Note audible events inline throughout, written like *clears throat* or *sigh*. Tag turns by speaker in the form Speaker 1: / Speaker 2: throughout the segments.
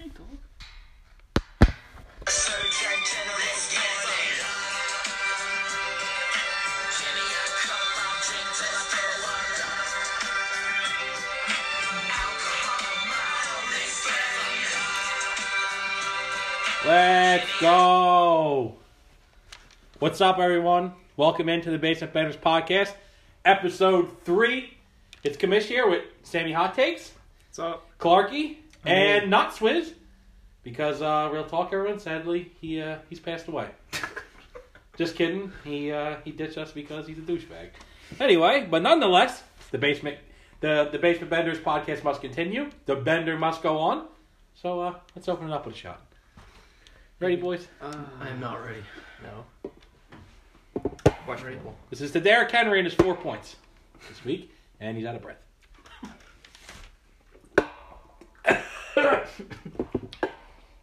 Speaker 1: old.
Speaker 2: Let's go. What's up, everyone? Welcome into the Basement Benders podcast, episode three. It's Kamish here with Sammy Hot Takes,
Speaker 3: What's up?
Speaker 2: Clarky, and
Speaker 3: Hey.
Speaker 2: not Swizz, because uh, real talk, everyone. Sadly, he uh, he's passed *laughs* away. Just kidding. He uh, he ditched us because he's a douchebag. Anyway, but nonetheless, the basement the the Basement Benders podcast must continue. The bender must go on. So uh, let's open it up with a shot. Ready, boys?
Speaker 4: I am not ready.
Speaker 2: No.
Speaker 4: Watch people.
Speaker 2: This is to Derrick Henry and his four points this week, and he's out of breath. *coughs*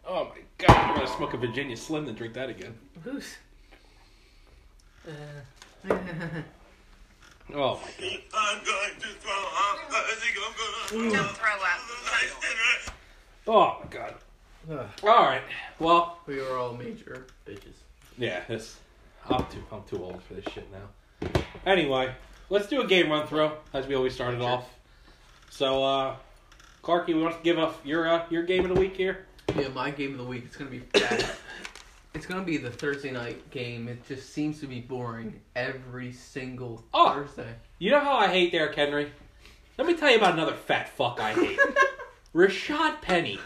Speaker 2: oh my god, I'm gonna smoke a Virginia Slim and drink that again.
Speaker 4: Who's? Uh. *laughs*
Speaker 2: Oh my god.
Speaker 5: I'm going to throw up. I think I'm going to
Speaker 6: Don't throw up.
Speaker 2: Oh my god. Alright, well,
Speaker 4: We are all major bitches.
Speaker 2: yeah, this. I'm too, I'm too old for this shit now. Anyway, let's do a game run through, as we always started off. So, uh, Clarky, we want to give up your uh, your game of the week here?
Speaker 4: Yeah, my game of the week. It's gonna be bad. it's gonna be the Thursday night game. It just seems to be boring every single
Speaker 2: Oh.
Speaker 4: Thursday.
Speaker 2: You know how I hate Derrick Henry? Let me tell you about another fat fuck I hate. Rashad Penny.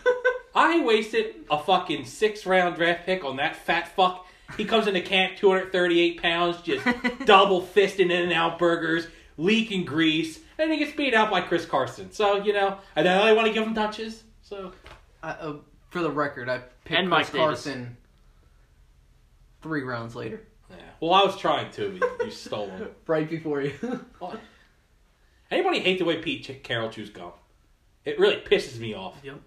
Speaker 2: I wasted a fucking six round draft pick on that fat fuck. He comes into camp 238 pounds, just double fisting in and out burgers, leaking grease, and he gets beat out by Chris Carson. So, you know, and I only want to give him touches. So,
Speaker 4: I, uh, for the record, I picked
Speaker 3: And
Speaker 4: Chris
Speaker 3: Mike Davis.
Speaker 4: Carson three rounds later,
Speaker 2: yeah. Well, I was trying to, but you stole him.
Speaker 4: right before you. *laughs*
Speaker 2: Anybody hate the way Pete Ch- Carroll chews gum? It really pisses me off.
Speaker 4: Yep.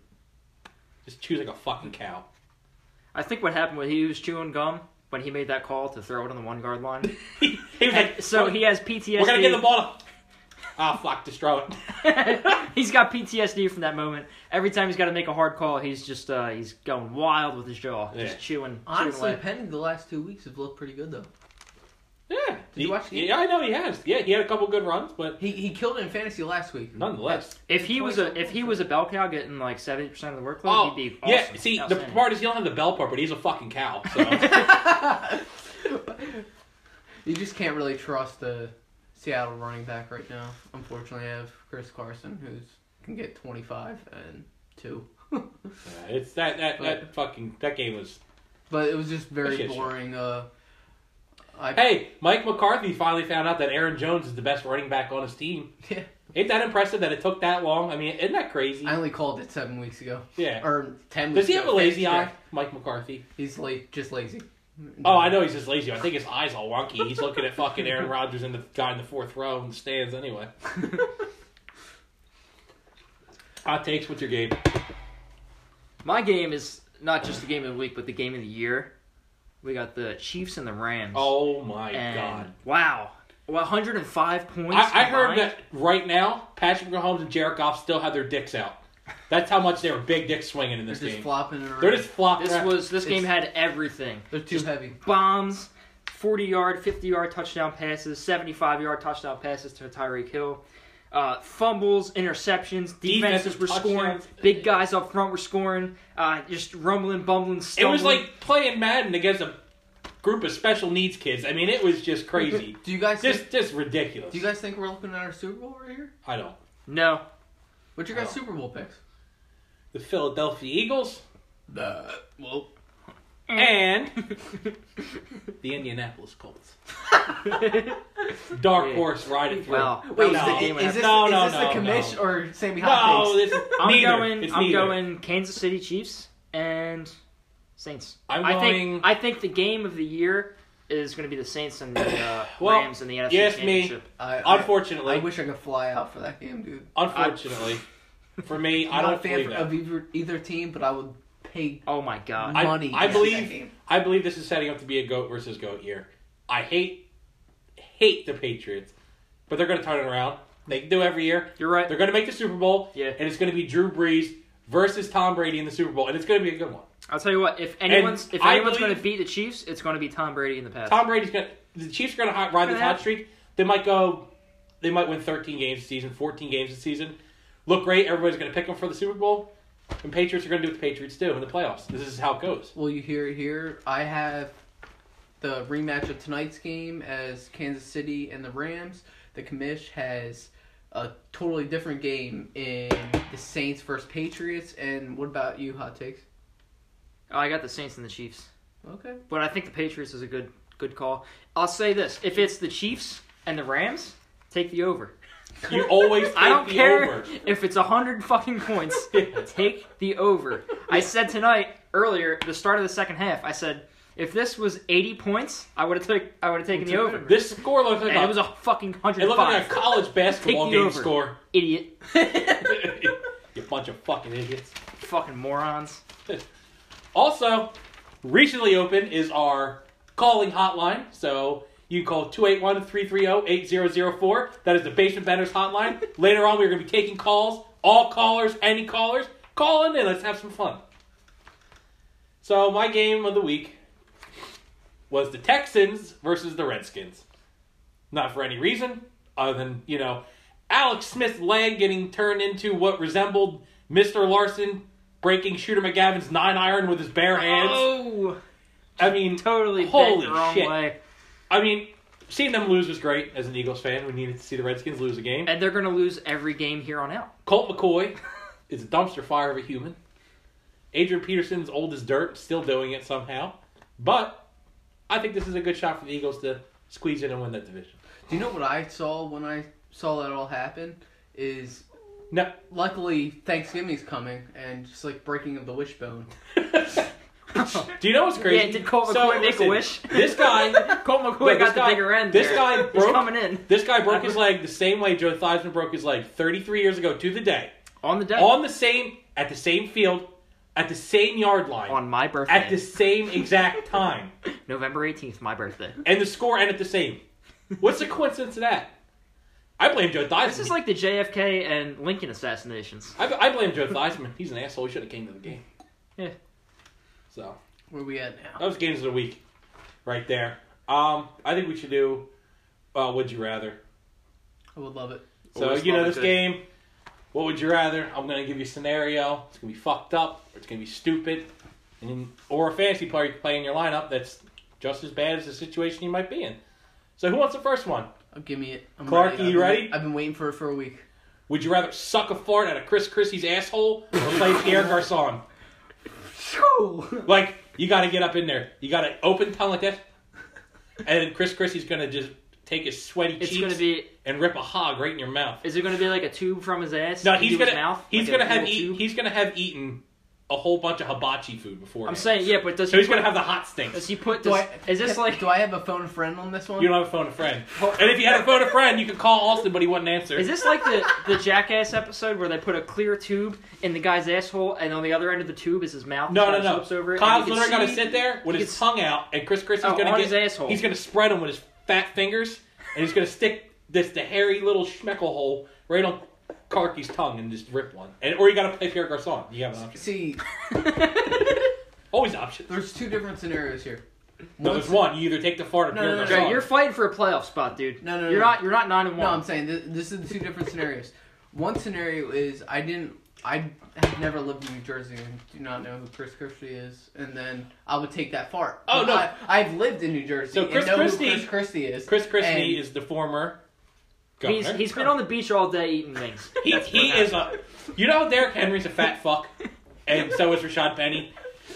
Speaker 2: Just chews like a fucking cow. *laughs*
Speaker 3: I think what happened was he was chewing gum when he made that call to throw it on the one
Speaker 2: *laughs*
Speaker 3: guard line.
Speaker 2: he was like,
Speaker 3: And so he has PTSD.
Speaker 2: We're gonna give the ball.
Speaker 4: *laughs*
Speaker 2: to- Ah, fuck! Destroy it.
Speaker 3: *laughs* he's got PTSD from that moment. Every time he's got to make a hard call, he's just uh, he's going wild with his jaw,
Speaker 2: Yeah.
Speaker 3: just chewing. chewing
Speaker 4: Honestly,
Speaker 3: away.
Speaker 4: Penny the last two weeks have looked pretty good though.
Speaker 2: *laughs* Yeah.
Speaker 4: Did you watch the game?
Speaker 2: Yeah, I know he has. Yeah, he had a couple good runs, but
Speaker 4: He he killed it in fantasy last week.
Speaker 2: nonetheless.
Speaker 3: if he was a if he was a bell cow getting like seventy percent of the workload,
Speaker 2: Oh,
Speaker 3: he'd be awesome.
Speaker 2: yeah. See, the
Speaker 3: Outstanding.
Speaker 2: part is he don't have the bell part, but he's a fucking cow.
Speaker 3: *laughs*
Speaker 2: So
Speaker 4: You just can't really trust the Seattle running back right now. Unfortunately, I have Chris Carson, who's can get 25 and two. *laughs*
Speaker 2: Yeah, it's that that, that fucking that game was.
Speaker 4: But it was just very
Speaker 2: Shit show.
Speaker 4: boring. Uh, I
Speaker 2: Hey, Mike McCarthy finally found out that Aaron Jones is the best running back on his team.
Speaker 4: Yeah.
Speaker 2: Ain't that impressive that it took that long? I mean, isn't that crazy?
Speaker 4: *laughs* I only called it seven weeks ago
Speaker 2: yeah.
Speaker 4: or ten.
Speaker 2: Does
Speaker 4: weeks
Speaker 2: he have a
Speaker 4: ago.
Speaker 2: lazy
Speaker 4: Yeah.
Speaker 2: eye, Mike McCarthy?
Speaker 4: He's like just lazy.
Speaker 2: Oh, I know he's just lazy. I think his eyes all wonky. He's looking at fucking
Speaker 4: *laughs*
Speaker 2: Aaron Rodgers and the guy in the fourth row in the stands anyway. Hot takes. What's your game?
Speaker 3: My game is not just the game of the week, but the game of the year. We got the Chiefs and the Rams.
Speaker 2: Oh my
Speaker 3: and
Speaker 2: god!
Speaker 3: wow, well, 105 points.
Speaker 2: I, I heard
Speaker 3: combined.
Speaker 2: that right now, Patrick Mahomes and Jared Goff still have their dicks out. That's how much they were big dick swinging in
Speaker 4: They're
Speaker 2: this
Speaker 4: just
Speaker 2: game.
Speaker 4: flopping it around.
Speaker 2: They're just flopping.
Speaker 3: This
Speaker 2: around.
Speaker 3: was this game
Speaker 4: It's-
Speaker 3: had everything.
Speaker 4: They're too heavy.
Speaker 3: Bombs, 40 yard, 50 yard touchdown passes, 75 yard touchdown passes to Tyreek Hill. Uh, fumbles, interceptions, defenses
Speaker 2: Defensive
Speaker 3: were scoring.
Speaker 2: touchdowns.
Speaker 3: Big guys up front were scoring. Uh, just rumbling, bumbling,
Speaker 2: it
Speaker 3: stumbling.
Speaker 2: was like playing Madden against a group of special needs kids. I mean, it was just
Speaker 4: *laughs*
Speaker 2: crazy.
Speaker 4: Do you guys
Speaker 2: just
Speaker 4: think,
Speaker 2: just ridiculous.
Speaker 4: do you guys think we're looking at our Super Bowl right here?
Speaker 2: I don't. *laughs*
Speaker 3: no. *laughs*
Speaker 4: What's your guys'
Speaker 2: Oh.
Speaker 4: Super Bowl picks?
Speaker 2: The Philadelphia Eagles
Speaker 4: Uh, well,
Speaker 2: and the Indianapolis Colts. Dark
Speaker 3: Yeah.
Speaker 2: horse ride it through.
Speaker 3: Wow.
Speaker 4: wait,
Speaker 2: No.
Speaker 4: is, thi-
Speaker 3: Game
Speaker 4: is this,
Speaker 2: No,
Speaker 4: is
Speaker 2: no,
Speaker 4: this
Speaker 2: no,
Speaker 4: the
Speaker 2: *laughs*
Speaker 4: commish
Speaker 2: no.
Speaker 4: or Sammy Hot
Speaker 2: No,
Speaker 4: Takes?
Speaker 2: this is
Speaker 3: I'm
Speaker 2: neither.
Speaker 3: going.
Speaker 2: It's
Speaker 3: I'm
Speaker 2: neither.
Speaker 3: going Kansas City Chiefs and Saints.
Speaker 2: I'm
Speaker 3: I
Speaker 2: going-
Speaker 3: think I think the game of the year is going to be the Saints and the uh,
Speaker 2: *coughs* Well,
Speaker 3: Rams in the NFC
Speaker 2: yes, me.
Speaker 3: Championship.
Speaker 4: I- I-
Speaker 2: Unfortunately,
Speaker 4: I wish I could fly out for that game, dude.
Speaker 2: unfortunately, for me, I
Speaker 4: I'm not
Speaker 2: don't
Speaker 4: a fan
Speaker 2: believe
Speaker 4: for-
Speaker 2: that.
Speaker 4: of either, either team, but I would pay
Speaker 3: Oh my god!
Speaker 2: I-
Speaker 4: money.
Speaker 2: I
Speaker 4: to see
Speaker 2: believe-
Speaker 4: that game.
Speaker 2: I believe this is setting up to be a goat versus goat year. I hate, hate the Patriots, but they're going to turn it around. They do every year.
Speaker 3: You're right.
Speaker 2: They're going to make the Super Bowl,
Speaker 3: Yeah.
Speaker 2: and it's going to be Drew Brees versus Tom Brady in the Super Bowl, and it's going to be a good one.
Speaker 3: I'll tell you what. If anyone's if
Speaker 2: I
Speaker 3: anyone's going to
Speaker 2: believe-
Speaker 3: beat the Chiefs, it's going to be Tom Brady in the past.
Speaker 2: Tom Brady's going. to The Chiefs are going to hot, ride this
Speaker 3: Yeah.
Speaker 2: hot streak. They might go. They might win 13 games this season, 14 games this season. Look great. Everybody's going to pick them for the Super Bowl, and Patriots are going to do what the Patriots do in the playoffs. This is how it goes.
Speaker 4: Well, you hear it here. I have the rematch of tonight's game as Kansas City and the Rams. The commish has a totally different game in the Saints versus Patriots. And what about you, Hot Takes?
Speaker 3: Oh, I got the Saints and the Chiefs,
Speaker 4: Okay.
Speaker 3: but I think the Patriots is a good good call. I'll say this: if it's the Chiefs and the Rams, take the over. *laughs*
Speaker 2: You always take
Speaker 3: I don't
Speaker 2: the
Speaker 3: care
Speaker 2: over.
Speaker 3: *laughs* if it's hundred
Speaker 2: *laughs*
Speaker 3: fucking points. take the over. I said tonight earlier, the start of the second half. I said if this was eighty points, I would have took I would have taken the
Speaker 4: took
Speaker 3: over.
Speaker 4: it over.
Speaker 2: This score looks like
Speaker 3: And
Speaker 2: a,
Speaker 3: it was a fucking
Speaker 2: it
Speaker 3: hundred
Speaker 2: looked like a college basketball
Speaker 3: Take the
Speaker 2: game
Speaker 3: over.
Speaker 2: score. *laughs*
Speaker 3: *laughs* Idiot,
Speaker 2: you bunch of fucking idiots.
Speaker 3: fucking morons.
Speaker 2: Also, recently open is our calling hotline. So you call 281 330 8004. That is the Basement Benders hotline. Later on, we're going to be taking calls. All callers, any callers, call in and let's have some fun. So, my game of the week was the Texans versus the Redskins. Not for any reason other than, you know, Alex Smith's leg getting turned into what resembled Mr. Larson breaking Shooter McGavin's nine iron with his bare hands.
Speaker 3: Oh,
Speaker 2: I mean,
Speaker 3: totally bent
Speaker 2: Holy
Speaker 3: the wrong
Speaker 2: shit.
Speaker 3: way.
Speaker 2: I mean, seeing them lose was great. As an Eagles fan, we needed to see the Redskins lose a game.
Speaker 3: And they're gonna lose every game here on out.
Speaker 2: Colt McCoy is a dumpster fire of a human. Adrian Peterson's old as dirt, still doing it somehow. But I think this is a good shot for the Eagles to squeeze in and win that division.
Speaker 4: Do you know what I saw when I saw that all happen? Is
Speaker 2: No,
Speaker 4: luckily Thanksgiving's coming and just like breaking of the wishbone.
Speaker 2: do you know what's crazy?
Speaker 3: Yeah, did Colt
Speaker 2: So,
Speaker 3: McCoy make a
Speaker 2: listen,
Speaker 3: wish?
Speaker 2: This
Speaker 3: *laughs*
Speaker 2: guy,
Speaker 3: Colt McCoy
Speaker 2: Look,
Speaker 3: got
Speaker 2: this
Speaker 3: the
Speaker 2: guy-
Speaker 3: bigger end.
Speaker 2: this
Speaker 3: there.
Speaker 2: guy
Speaker 3: He's
Speaker 2: broke-
Speaker 3: coming in
Speaker 2: this guy broke his leg the same way Joe Theismann broke his leg 33 years ago to the day,
Speaker 3: on the day
Speaker 2: on the same, at the same field, at the same yard line,
Speaker 3: on my birthday,
Speaker 2: at the same exact time.
Speaker 3: November eighteenth, my birthday.
Speaker 2: and the score ended the same. What's the coincidence of that? I blame Joe Theismann.
Speaker 3: This is like the JFK and Lincoln assassinations.
Speaker 2: I, I blame Joe Theismann. He's an asshole. He should have came to the game.
Speaker 3: Yeah.
Speaker 2: So
Speaker 4: Where we at now?
Speaker 2: that was games of the week, right there. Um, I think we should do. Uh, would you rather?
Speaker 4: I would love it.
Speaker 2: So
Speaker 3: Always
Speaker 2: you know
Speaker 3: love a
Speaker 2: this
Speaker 3: good-
Speaker 2: game. What would you rather? I'm gonna give you a scenario. It's gonna be fucked up. Or it's gonna be stupid. And then, or a fantasy player you can play in your lineup that's just as bad as the situation you might be in. So who wants the first one?
Speaker 4: Oh, give me it. I'm
Speaker 2: Clark,
Speaker 4: I've
Speaker 2: you
Speaker 4: been-
Speaker 2: ready?
Speaker 4: I've been waiting for it for a week.
Speaker 2: Would you rather suck a fart out of Chris Christie's asshole or play Pierre Garcon?
Speaker 4: *laughs*
Speaker 2: Like, you gotta get up in there. You gotta open tongue like that. And Chris Christie's gonna just take his sweaty
Speaker 3: It's
Speaker 2: cheeks
Speaker 3: gonna be.
Speaker 2: and rip a hog right in your mouth.
Speaker 3: Is it gonna be like a tube from his ass?
Speaker 2: No,
Speaker 3: into
Speaker 2: he's
Speaker 3: his
Speaker 2: gonna
Speaker 3: mouth.
Speaker 2: he's
Speaker 3: Like a
Speaker 2: gonna have e-
Speaker 3: little
Speaker 2: eat,
Speaker 3: tube?
Speaker 2: he's gonna have eaten a whole bunch of hibachi food before.
Speaker 3: I'm saying yeah, but does
Speaker 2: so
Speaker 3: he
Speaker 2: he's
Speaker 3: put,
Speaker 2: gonna have the hot stinks.
Speaker 3: Does he put?
Speaker 4: Do
Speaker 3: Does,
Speaker 4: I-
Speaker 3: is this like?
Speaker 4: Do I have a phone friend on this one?
Speaker 2: You don't have a phone a friend. And if you
Speaker 3: *laughs*
Speaker 2: had a phone a friend, you could call Austin, but he wouldn't answer.
Speaker 3: Is this like the, the Jackass episode where they put a clear tube in the guy's asshole and on the other end of the tube is his mouth?
Speaker 2: no,
Speaker 3: and
Speaker 2: no,
Speaker 3: his
Speaker 2: no.
Speaker 3: lips Over it,
Speaker 2: Kyle's
Speaker 3: and you
Speaker 2: literally
Speaker 3: can
Speaker 2: gonna
Speaker 3: see-
Speaker 2: sit there with
Speaker 3: you
Speaker 2: his
Speaker 3: can-
Speaker 2: tongue out, and Chris Christie's
Speaker 3: Oh,
Speaker 2: gonna
Speaker 3: on
Speaker 2: get
Speaker 3: his asshole.
Speaker 2: He's gonna spread them with his fat fingers, and he's gonna stick this the hairy little schmeckle hole right on Karki's tongue and just rip one. And or you gotta play Pierre Garcon. You have an option.
Speaker 4: See,
Speaker 2: Always options.
Speaker 4: there's two different scenarios here.
Speaker 2: No, there's one. You either take the fart or
Speaker 4: No,
Speaker 2: Pierre
Speaker 4: no, no, no.
Speaker 2: Garcon.
Speaker 3: Jay, you're fighting for a playoff spot, dude.
Speaker 4: No, no, no,
Speaker 3: You're
Speaker 4: no.
Speaker 3: not. You're not nine and
Speaker 4: No, I'm
Speaker 3: one.
Speaker 4: saying this, this is the two different scenarios. One scenario is I didn't, I have never lived in New Jersey and do not know who Chris Christie is, and then I would take that far.
Speaker 2: Oh, no.
Speaker 4: I, I've lived in New Jersey
Speaker 2: So
Speaker 4: and
Speaker 2: Chris
Speaker 4: know
Speaker 2: Christie-
Speaker 4: who Chris Christie is.
Speaker 2: Chris Christie
Speaker 4: And-
Speaker 2: is the former.
Speaker 3: he's
Speaker 2: governor.
Speaker 3: he's been on the beach all day eating wings.
Speaker 2: *laughs* He,
Speaker 3: That's what
Speaker 2: he
Speaker 3: happened.
Speaker 2: is a. You know, Derrick Henry's a fat fuck, and so is Rashad Penny.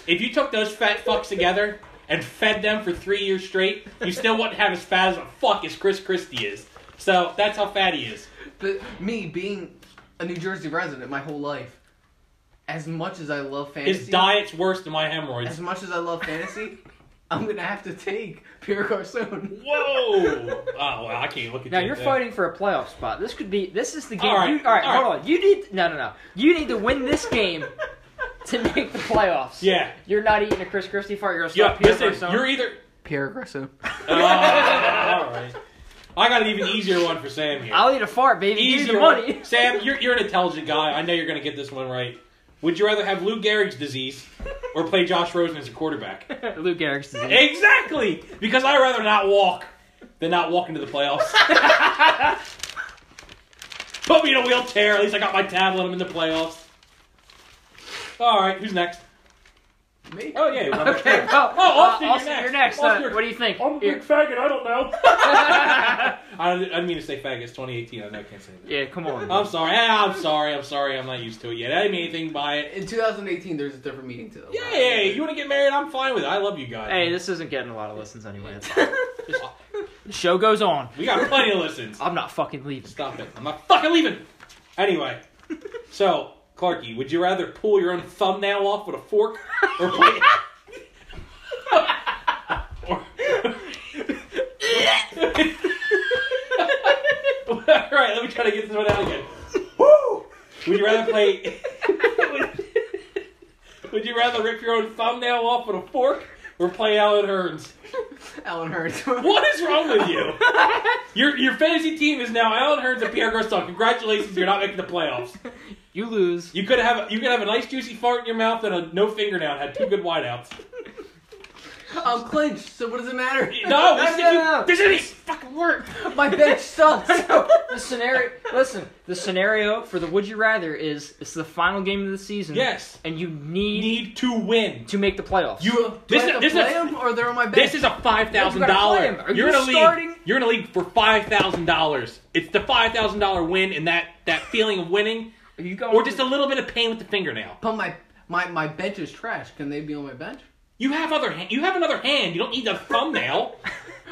Speaker 2: If you took those fat fucks together and fed them for three years straight, you still wouldn't have as fat as a fuck as Chris Christie is. So that's how fat he is.
Speaker 4: But me being a New Jersey resident my whole life, as much as I love fantasy,
Speaker 2: His diet's worse than my hemorrhoids.
Speaker 4: as much as I
Speaker 2: *laughs*
Speaker 4: love fantasy, I'm gonna have to take Pierre Garcon.
Speaker 2: Whoa! Oh, well, I can't look at
Speaker 3: Now
Speaker 2: you
Speaker 3: you're
Speaker 2: like that.
Speaker 3: fighting for a playoff spot. This could be. This is the game.
Speaker 2: All right,
Speaker 3: you, all right,
Speaker 2: all
Speaker 3: hold
Speaker 2: right.
Speaker 3: on. You need. No, no, no. You need to win this game to make the playoffs.
Speaker 2: Yeah.
Speaker 3: You're not eating a Chris Christie fart. You're gonna
Speaker 2: Yeah,
Speaker 3: stop here
Speaker 2: listen, you're
Speaker 3: *laughs*
Speaker 2: either. *laughs*
Speaker 4: Pierre Garcon.
Speaker 2: Oh, all right. I got an even easier one for Sam here.
Speaker 3: I'll eat a fart, baby. Give me
Speaker 2: Easy
Speaker 3: the
Speaker 2: one. *laughs*
Speaker 3: money. *laughs*
Speaker 2: Sam, you're, you're an intelligent guy. I know you're going to get this one right. Would you rather have Lou Gehrig's disease or play Josh Rosen as your quarterback?
Speaker 3: *laughs* Lou Gehrig's disease.
Speaker 2: Exactly, because I'd rather not walk than not walk into the
Speaker 3: *laughs*
Speaker 2: playoffs. Put me in a wheelchair. At least I got my tablet. I'm in the playoffs. All right, who's next?
Speaker 4: Me?
Speaker 2: Oh yeah. whoever-
Speaker 3: Okay, *laughs*
Speaker 2: *laughs*
Speaker 3: well,
Speaker 2: Oh, Austin,
Speaker 3: uh,
Speaker 2: you're
Speaker 3: Austin,
Speaker 2: next.
Speaker 3: you're next. Uh,
Speaker 2: Austin, you're-
Speaker 3: what do you think?
Speaker 2: big faggot. I don't
Speaker 3: *laughs*
Speaker 2: know. *laughs* I, I didn't mean to say faggot. It's 2018. I know I can't say that.
Speaker 3: yeah, come on.
Speaker 2: I'm sorry. Ah, I'm sorry. I'm sorry. I'm not used to it yet. I didn't mean anything by it.
Speaker 4: In 2018, there's a different meaning to them.
Speaker 2: Yay! You want to get married? I'm fine with it. I love you guys.
Speaker 3: hey, this isn't getting a lot of listens anyway. It's *laughs* fine. The show goes on.
Speaker 2: we got plenty of listens.
Speaker 3: I'm not fucking *laughs* leaving.
Speaker 2: Stop it. I'm not fucking leaving. Anyway, so Clarky, would you rather pull your own thumbnail off with a fork or play? or... *laughs* All right, let me try to get this one out again. Woo! Would you rather play? would you rather rip your own thumbnail off with a fork or play Alan Hearns?
Speaker 4: Alan Hurts.
Speaker 2: *laughs* What is wrong with you? *laughs* your your fantasy team is now Alan Hearns and Pierre Garcon. Congratulations, you're not making the playoffs.
Speaker 3: You lose.
Speaker 2: You could have you could have a nice juicy fart in your mouth and a no fingernail. and Had two good
Speaker 3: *laughs*
Speaker 2: wideouts.
Speaker 4: *laughs* I'm clinched, so what does it matter? *laughs*
Speaker 2: No, this isn't-
Speaker 3: No, no, no.
Speaker 2: this isn't-
Speaker 3: Fucking work.
Speaker 4: My
Speaker 2: *laughs*
Speaker 4: bench sucks.
Speaker 3: The scenario. Listen, the scenario for the would you rather is it's the final game of the season.
Speaker 2: Yes,
Speaker 3: And you
Speaker 2: you
Speaker 3: need,
Speaker 2: need to win.
Speaker 3: to make the playoffs.
Speaker 2: You
Speaker 4: Do
Speaker 2: this
Speaker 4: I have
Speaker 2: is
Speaker 4: to
Speaker 2: this
Speaker 4: play
Speaker 2: is
Speaker 4: 'em or they're on my bench?
Speaker 2: this is a five thousand
Speaker 3: play 'em.
Speaker 2: dollar.
Speaker 3: Are
Speaker 2: You're in
Speaker 3: you
Speaker 2: a
Speaker 3: starting?
Speaker 2: league. You're in a league for five thousand dollars. It's the five thousand dollar win and that that feeling of winning,
Speaker 3: Are you going
Speaker 2: or just a little bit of pain with the fingernail.
Speaker 4: But my, my, my bench is trash. Can they be on my bench? *laughs*
Speaker 2: You have other hand. You have another hand. You don't need the
Speaker 3: *laughs*
Speaker 2: thumbnail.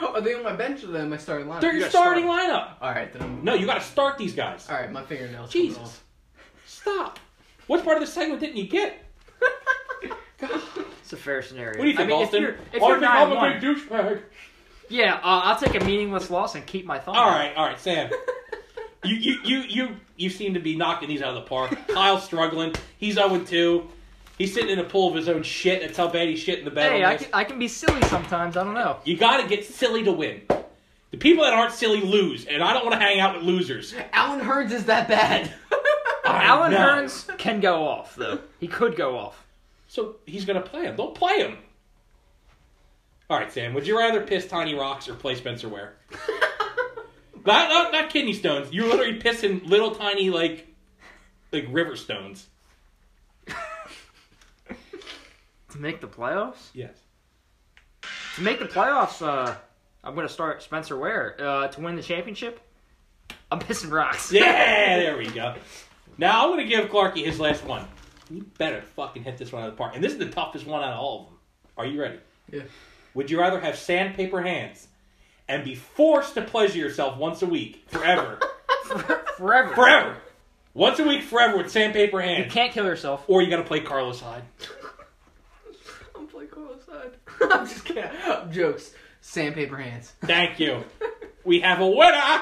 Speaker 4: Are they on my bench or are they in my starting lineup?
Speaker 2: They're
Speaker 3: You
Speaker 2: your
Speaker 3: gotta start
Speaker 2: starting lineup.
Speaker 4: Alright, then I'm.
Speaker 2: No, you got to start these guys.
Speaker 4: Alright, my fingernails. coming
Speaker 2: Jesus,
Speaker 4: off.
Speaker 2: stop. What part of the segment didn't you get? God. What
Speaker 3: It's a fair scenario.
Speaker 2: do you think,
Speaker 3: I mean,
Speaker 2: Austin?
Speaker 3: If you're, if you're nine one,
Speaker 2: douchebag.
Speaker 3: yeah, uh, I'll take a meaningless loss and keep my thumb.
Speaker 2: All right, all right, *laughs* Sam. you, you, you, you, you seem to be knocking these out of the park. Kyle's struggling. He's 0 2. He's sitting in a pool of his own shit. That's how bad he's shit in the bed.
Speaker 3: Hey,
Speaker 2: on
Speaker 3: I
Speaker 2: this.
Speaker 3: can, I can be silly sometimes. I don't know.
Speaker 2: You got to get silly to win. The people that aren't silly lose, and I don't want to hang out with losers.
Speaker 4: Alan Hurts is
Speaker 3: *laughs*
Speaker 4: that bad.
Speaker 2: I
Speaker 3: Alan
Speaker 2: know.
Speaker 3: Hearns can go off though. He could go off.
Speaker 2: So he's gonna play him. Don't play him. All right, Sam. Would you rather piss Tiny Rocks or play Spencer Ware? not, not not kidney stones. You're literally pissing little tiny like like river stones.
Speaker 3: To make the playoffs?
Speaker 2: Yes.
Speaker 3: To make the playoffs, uh, I'm gonna start Spencer Ware uh, to win the championship. I'm pissing rocks.
Speaker 2: Yeah. There we go. Now I'm gonna give Clarky his last one. You better fucking hit this one out of the park. And this is the toughest one out of all of them. Are you ready?
Speaker 4: Yeah.
Speaker 2: Would you rather have sandpaper hands and be forced to pleasure yourself once a week forever,
Speaker 3: Forever.
Speaker 2: forever, once a week forever with sandpaper
Speaker 3: You
Speaker 2: hands?
Speaker 3: can't
Speaker 2: *laughs*
Speaker 3: kill yourself.
Speaker 2: Or you gotta play Carlos Hyde.
Speaker 4: I'm playing Carlos Hyde. *laughs* I'm just kidding. Jokes.
Speaker 3: *laughs*
Speaker 4: Sandpaper hands.
Speaker 2: Thank you. We have a winner!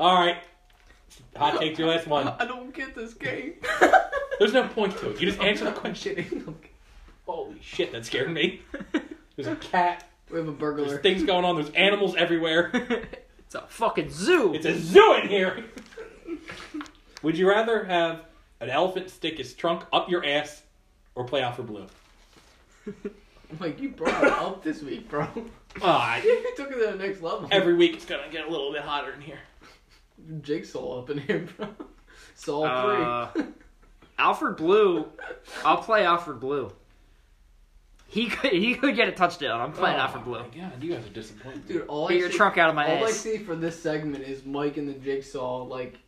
Speaker 2: Alright. Hot take your last one.
Speaker 4: I don't get
Speaker 3: *laughs*
Speaker 4: this game.
Speaker 2: There's no point to it. You just answer the
Speaker 4: I'm
Speaker 2: question.
Speaker 4: *laughs* kidding.
Speaker 2: Holy shit, that scared me. There's a cat.
Speaker 4: We have a burglar.
Speaker 2: There's things going on. There's animals everywhere.
Speaker 3: It's a fucking zoo.
Speaker 2: It's a zoo in here! Would you rather have an elephant stick his trunk up your ass or play out for blue?
Speaker 4: I'm like, you brought it up this
Speaker 3: *laughs*
Speaker 4: week, bro.
Speaker 2: Ah,
Speaker 4: you took it to the next level.
Speaker 2: every week it's gonna get a little bit hotter in here.
Speaker 4: Jigsaw up in here, bro. Saw
Speaker 3: Uh,
Speaker 4: three.
Speaker 3: Alfred Blue. I'll play Alfred Blue. He could he could get a touchdown. I'm playing
Speaker 2: Oh,
Speaker 3: Alfred Blue.
Speaker 2: my God, you guys are disappointing.
Speaker 4: *laughs* Dude, all I
Speaker 3: Get your
Speaker 4: see,
Speaker 3: trunk out of my
Speaker 4: all I
Speaker 3: ass.
Speaker 4: see for this segment is Mike in the Jigsaw like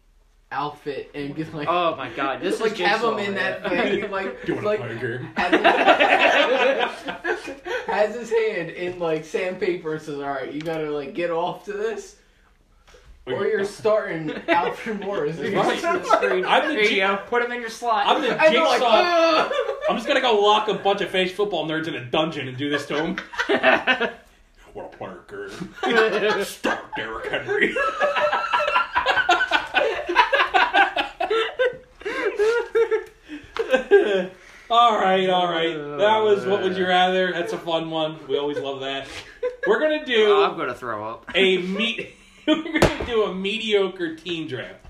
Speaker 4: outfit and get like
Speaker 3: Oh my god, this
Speaker 4: like
Speaker 3: is
Speaker 4: have
Speaker 3: Jigsaw,
Speaker 4: him in
Speaker 3: man.
Speaker 2: *laughs*
Speaker 4: that thing *laughs* like
Speaker 2: Do you wanna
Speaker 4: like
Speaker 2: play a
Speaker 4: *laughs*
Speaker 2: game?
Speaker 4: Has his, has his hand in like sandpaper and says, "All right, you gotta like get off to this, or you're starting Alfred Morris."
Speaker 2: Right.
Speaker 3: On the
Speaker 4: *laughs*
Speaker 3: screen.
Speaker 2: I'm the
Speaker 3: there
Speaker 2: G-
Speaker 3: you go. Put him in your slot.
Speaker 2: I'm the
Speaker 4: And they're
Speaker 2: jigsaw.
Speaker 4: like, *laughs* "Ugh."
Speaker 2: I'm just gonna go lock a bunch of face football nerds in a dungeon and do this to
Speaker 4: *laughs*
Speaker 2: them. what a player, girl. Stop, Derrick Henry. *laughs* all right, all right. That was what would you rather? That's a fun one. We always love that. We're gonna do
Speaker 4: Uh,
Speaker 3: Oh, I'm gonna throw up.
Speaker 2: *laughs* a meet. We're gonna do a mediocre team draft.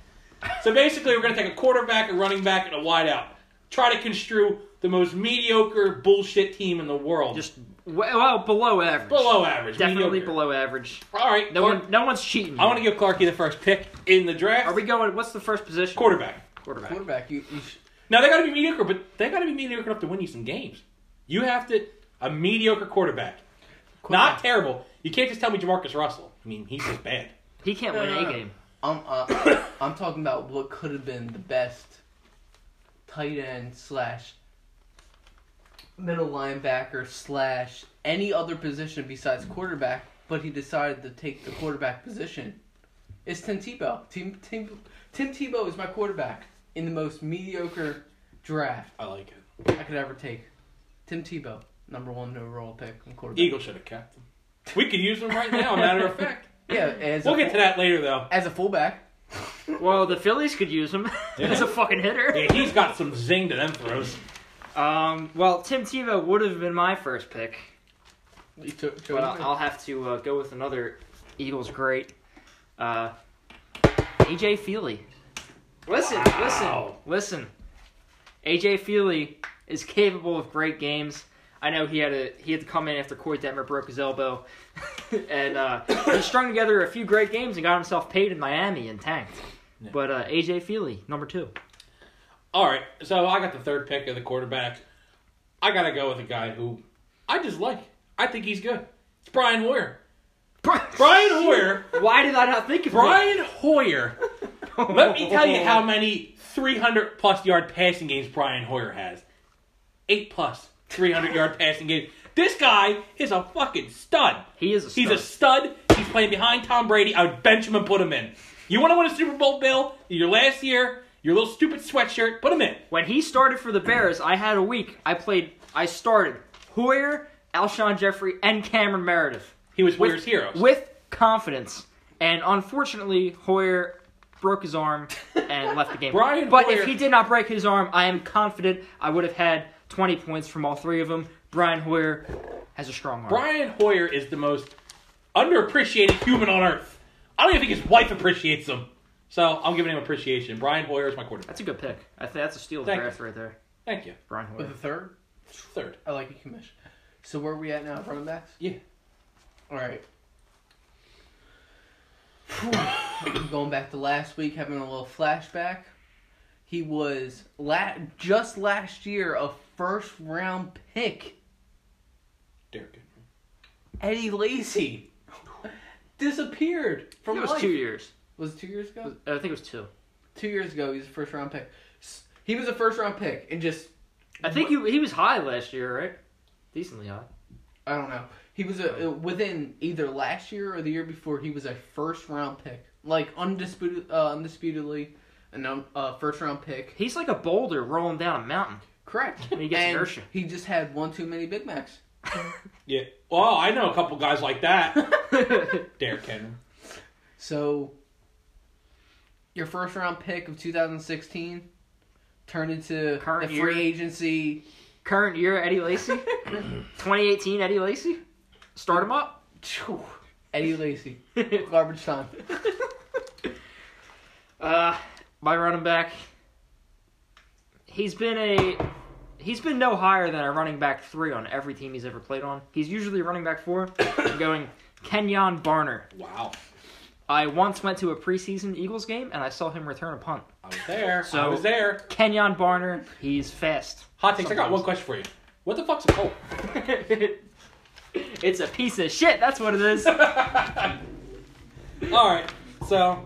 Speaker 2: So basically, we're going to take a quarterback, a running back, and a wideout. Try to construe the most mediocre bullshit team in the world.
Speaker 3: Just well, well below average.
Speaker 2: below average.
Speaker 3: Definitely
Speaker 2: mediocre.
Speaker 3: below average.
Speaker 2: All right.
Speaker 3: No
Speaker 2: Clark-
Speaker 3: one, no one's cheating.
Speaker 2: I want to give Clarky the first pick in the draft.
Speaker 3: Are we going? What's the first position?
Speaker 2: quarterback?
Speaker 3: Quarterback.
Speaker 4: Quarterback, you, you sh-
Speaker 2: Now they got to be mediocre, but they got to be mediocre enough to win you some games. You have to a mediocre quarterback, not
Speaker 4: quarterback.
Speaker 2: terrible. You can't just tell me Jamarcus Russell. I mean, he's just bad.
Speaker 3: He can't
Speaker 4: No,
Speaker 3: win
Speaker 4: no,
Speaker 3: a
Speaker 4: no.
Speaker 3: game.
Speaker 4: I'm uh, *coughs* I'm talking about what could have been the best tight end slash middle linebacker slash any other position besides quarterback, but he decided to take the quarterback position. It's Tim Tebow. Tim Tim Tim Tebow is my quarterback in the most mediocre draft
Speaker 2: I like it.
Speaker 4: I could ever take. Tim Tebow, number one overall pick in quarterback.
Speaker 2: Eagles should have kept him. We could use him right now. Matter of fact,
Speaker 4: Yeah, as
Speaker 2: we'll
Speaker 4: a
Speaker 2: get to
Speaker 4: full-
Speaker 2: that later though.
Speaker 4: as a fullback.
Speaker 3: Well, the Phillies could use him *laughs* as a fucking hitter.
Speaker 2: Yeah, he's got some zing to them throws.
Speaker 3: Um, well, Tim Tebow would have been my first pick,
Speaker 4: You took-
Speaker 3: but I'll,
Speaker 4: took-
Speaker 3: I'll have to uh, go with another Eagles great, uh, AJ Feely. Listen,
Speaker 2: Wow.
Speaker 3: listen, listen. AJ Feely is capable of great games. I know he had a he had to come in after Corey Detmer broke his elbow, *laughs* and uh, he strung together a few great games and got himself paid in Miami and tanked.
Speaker 2: Yeah.
Speaker 3: But uh, AJ Feely, number two.
Speaker 2: All right, so I got the third pick of the quarterbacks. I gotta go with a guy who I just like. I think he's good. It's Brian Hoyer. Brian Hoyer.
Speaker 3: Why did I not think of
Speaker 2: Brian Hoyer.
Speaker 3: him?
Speaker 2: Let me tell
Speaker 3: *laughs*
Speaker 2: you how many 300 plus yard passing games Brian Hoyer has. Eight plus 300 yard passing games. This guy is a fucking stud.
Speaker 3: he is a
Speaker 2: He's a
Speaker 3: stud.
Speaker 2: stud. He's playing behind Tom Brady. I would bench him and put him in. You want to win a Super Bowl, Bill? Your last year, your little stupid sweatshirt, put him in.
Speaker 3: When he started for the Bears, I had a week. I played. I started Hoyer, Alshon Jeffrey, and Cameron Meredith.
Speaker 2: He was
Speaker 3: with,
Speaker 2: Hoyer's hero.
Speaker 3: with confidence. And unfortunately, Hoyer broke his arm and left the
Speaker 2: *laughs*
Speaker 3: game.
Speaker 2: Brian
Speaker 3: but
Speaker 2: Hoyer-
Speaker 3: if he did not break his arm, I am confident I would have had 20 points from all three of them. Brian Hoyer has a strong arm.
Speaker 2: Brian Hoyer is the most underappreciated human on earth. I don't even think his wife appreciates him. So I'm giving him appreciation. Brian Hoyer is my quarterback.
Speaker 3: that's a good pick. I think that's a steal of the
Speaker 2: Thank
Speaker 3: draft right there.
Speaker 2: Thank you.
Speaker 3: Brian Hoyer.
Speaker 4: With the third,
Speaker 2: Third.
Speaker 4: I like you, Commish. So where are we at now? Running backs.
Speaker 2: Yeah.
Speaker 4: All right. Going back to last week, having a little flashback. He was la- just last year a first round pick.
Speaker 2: Derek Henry.
Speaker 4: Eddie Lacy disappeared
Speaker 3: I think
Speaker 4: from
Speaker 3: it was
Speaker 4: life.
Speaker 3: two years.
Speaker 4: Was it two years ago?
Speaker 3: I think it was two.
Speaker 4: Two years ago, he was a first round pick. S- He was a first round pick, and just
Speaker 3: I think he, he was high last year, right? Decently high.
Speaker 4: I don't know. He was a, within either last year or the year before. He was a first round pick, like undisputed, uh, undisputedly, a num- uh, first round pick.
Speaker 3: He's like a boulder rolling down a *laughs* mountain.
Speaker 4: Correct.
Speaker 3: And he gets
Speaker 4: And
Speaker 3: inertia.
Speaker 4: He just had one too many Big Macs.
Speaker 2: Yeah. Well, I know a couple guys like that. *laughs* Derek Henry.
Speaker 4: So, your first round pick of 2016 turned into
Speaker 3: Current
Speaker 4: the free
Speaker 3: year.
Speaker 4: agency.
Speaker 3: Current year Eddie *clears throat* Lacy, 2018 Eddie Lacy, start him up.
Speaker 4: Phew.
Speaker 3: *laughs*
Speaker 4: Eddie Lacy, garbage time.
Speaker 3: Uh, my running back. He's been a he's been no higher than a running back three on every team he's ever played on. He's usually a running back four. I'm going Kenyon Barner.
Speaker 2: Wow.
Speaker 3: I once went to a preseason Eagles game and I saw him return a punt.
Speaker 2: I was there. I
Speaker 3: So-
Speaker 2: was there.
Speaker 3: Kenyon Barner, he's fast.
Speaker 2: Hot takes. I got one question for you. What the fuck's a Colt?
Speaker 3: *laughs* it's a piece of shit. That's what it *laughs*
Speaker 2: *laughs*
Speaker 3: is.
Speaker 2: All right. So,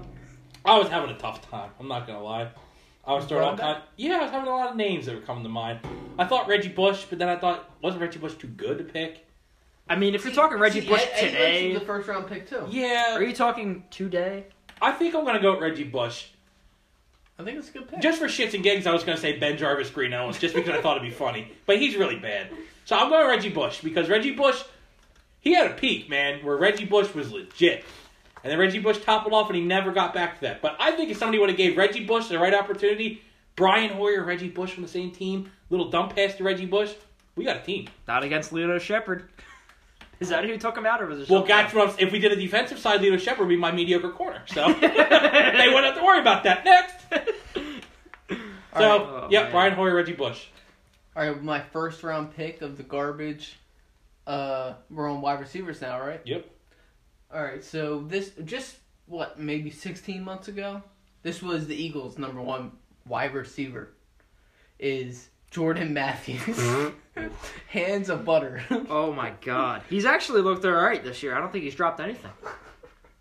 Speaker 2: I was having a tough time. I'm not gonna lie. I was throwing all
Speaker 4: Running back?
Speaker 2: kind. Yeah, I was having a lot of names that were coming to mind. I thought Reggie Bush, but then I thought wasn't Reggie Bush too good to pick?
Speaker 3: I mean, if you're talking Reggie
Speaker 4: See,
Speaker 3: Bush
Speaker 4: Ed- Eddie Lacy's
Speaker 3: today,
Speaker 4: the first round pick too.
Speaker 3: are
Speaker 2: Yeah.
Speaker 3: you talking today?
Speaker 2: I think I'm gonna go with Reggie Bush.
Speaker 4: I think it's a good pick.
Speaker 2: Just for shits and gigs, I was going to say Ben Jarvis Green Owens just because I thought it'd be funny, but he's really bad. So I'm going Reggie Bush because Reggie Bush, he had a peak, man, where Reggie Bush was legit, and then Reggie Bush toppled off and he never got back to that. But I think if somebody would have gave Reggie Bush the right opportunity, Brian Hoyer, Reggie Bush on the same team, little dump pass to Reggie Bush, we got a team.
Speaker 3: Not against Leo Shepard. *laughs* Is that who took him out, or was it?
Speaker 2: Well,
Speaker 3: someone
Speaker 2: gotcha. *laughs* If we did a defensive side, Leo Shepard would be my mediocre corner, so they wouldn't have to worry about that. Next, So,
Speaker 4: All right.
Speaker 3: Oh,
Speaker 2: yeah,
Speaker 3: man.
Speaker 2: Brian Hoyer, Reggie Bush.
Speaker 4: All right, my first round pick of the garbage. Uh, we're on wide receivers now, right?
Speaker 2: Yep.
Speaker 4: All right, so this just what maybe 16 months ago, this was the Eagles' number one wide receiver, is Jordan Matthews, *laughs* hands of butter.
Speaker 3: *laughs* Oh my God, he's actually looked all right this year. I don't think he's dropped anything.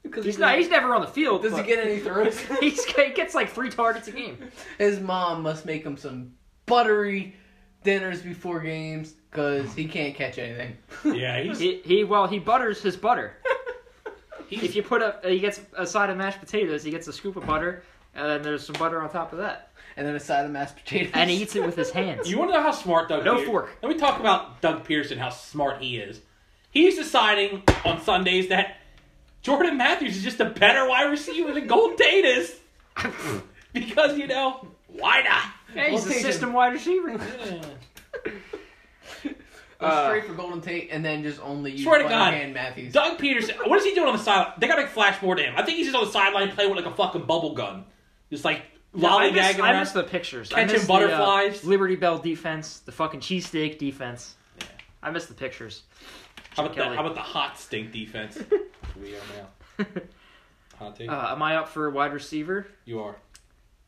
Speaker 4: Because
Speaker 3: He's not. He's never on the field.
Speaker 4: Does he
Speaker 3: but
Speaker 4: get any throws?
Speaker 3: *laughs* he's, he gets like three targets a game.
Speaker 4: *laughs* His mom must make him some buttery dinners before games because he can't catch anything.
Speaker 2: Yeah, he's,
Speaker 3: He, he well he butters his butter.
Speaker 2: he's
Speaker 3: If you put a he gets a side of mashed potatoes, he gets a scoop of butter, and then there's some butter on top of that,
Speaker 4: *laughs* and then a side of mashed potatoes.
Speaker 3: and he eats it with his hands.
Speaker 2: You want to know how smart Doug?
Speaker 3: No
Speaker 2: Pearson-
Speaker 3: fork.
Speaker 2: Let me talk about Doug Pearson. How smart he is. He's deciding on Sundays that Jordan Matthews is just a better wide receiver than Gold Tate is
Speaker 3: *laughs*
Speaker 2: because you know why not?
Speaker 3: Hey, he's
Speaker 4: We'll
Speaker 3: a
Speaker 4: take him.
Speaker 3: system wide receiver.
Speaker 4: Goes
Speaker 3: Uh,
Speaker 4: straight for Golden Tate, and then just only use
Speaker 2: Swear to
Speaker 4: one
Speaker 2: God.
Speaker 4: hand Matthews.
Speaker 2: Doug Peterson. What is he doing on the sideline? They got to flash more to him. I think he's just on the sideline playing with like a fucking bubble gun, just like
Speaker 3: I
Speaker 2: lollygagging
Speaker 3: miss, I
Speaker 2: around.
Speaker 3: miss the pictures. I
Speaker 2: Catching
Speaker 3: miss the, uh,
Speaker 2: butterflies.
Speaker 3: Liberty Bell defense, the fucking cheesesteak defense. I miss the pictures. *laughs*
Speaker 2: How about, the,
Speaker 3: Kelly.
Speaker 2: how about the hot stink defense?
Speaker 3: *laughs*
Speaker 2: we are now. Hot take.
Speaker 3: Uh, am I up for a wide receiver?
Speaker 2: you are.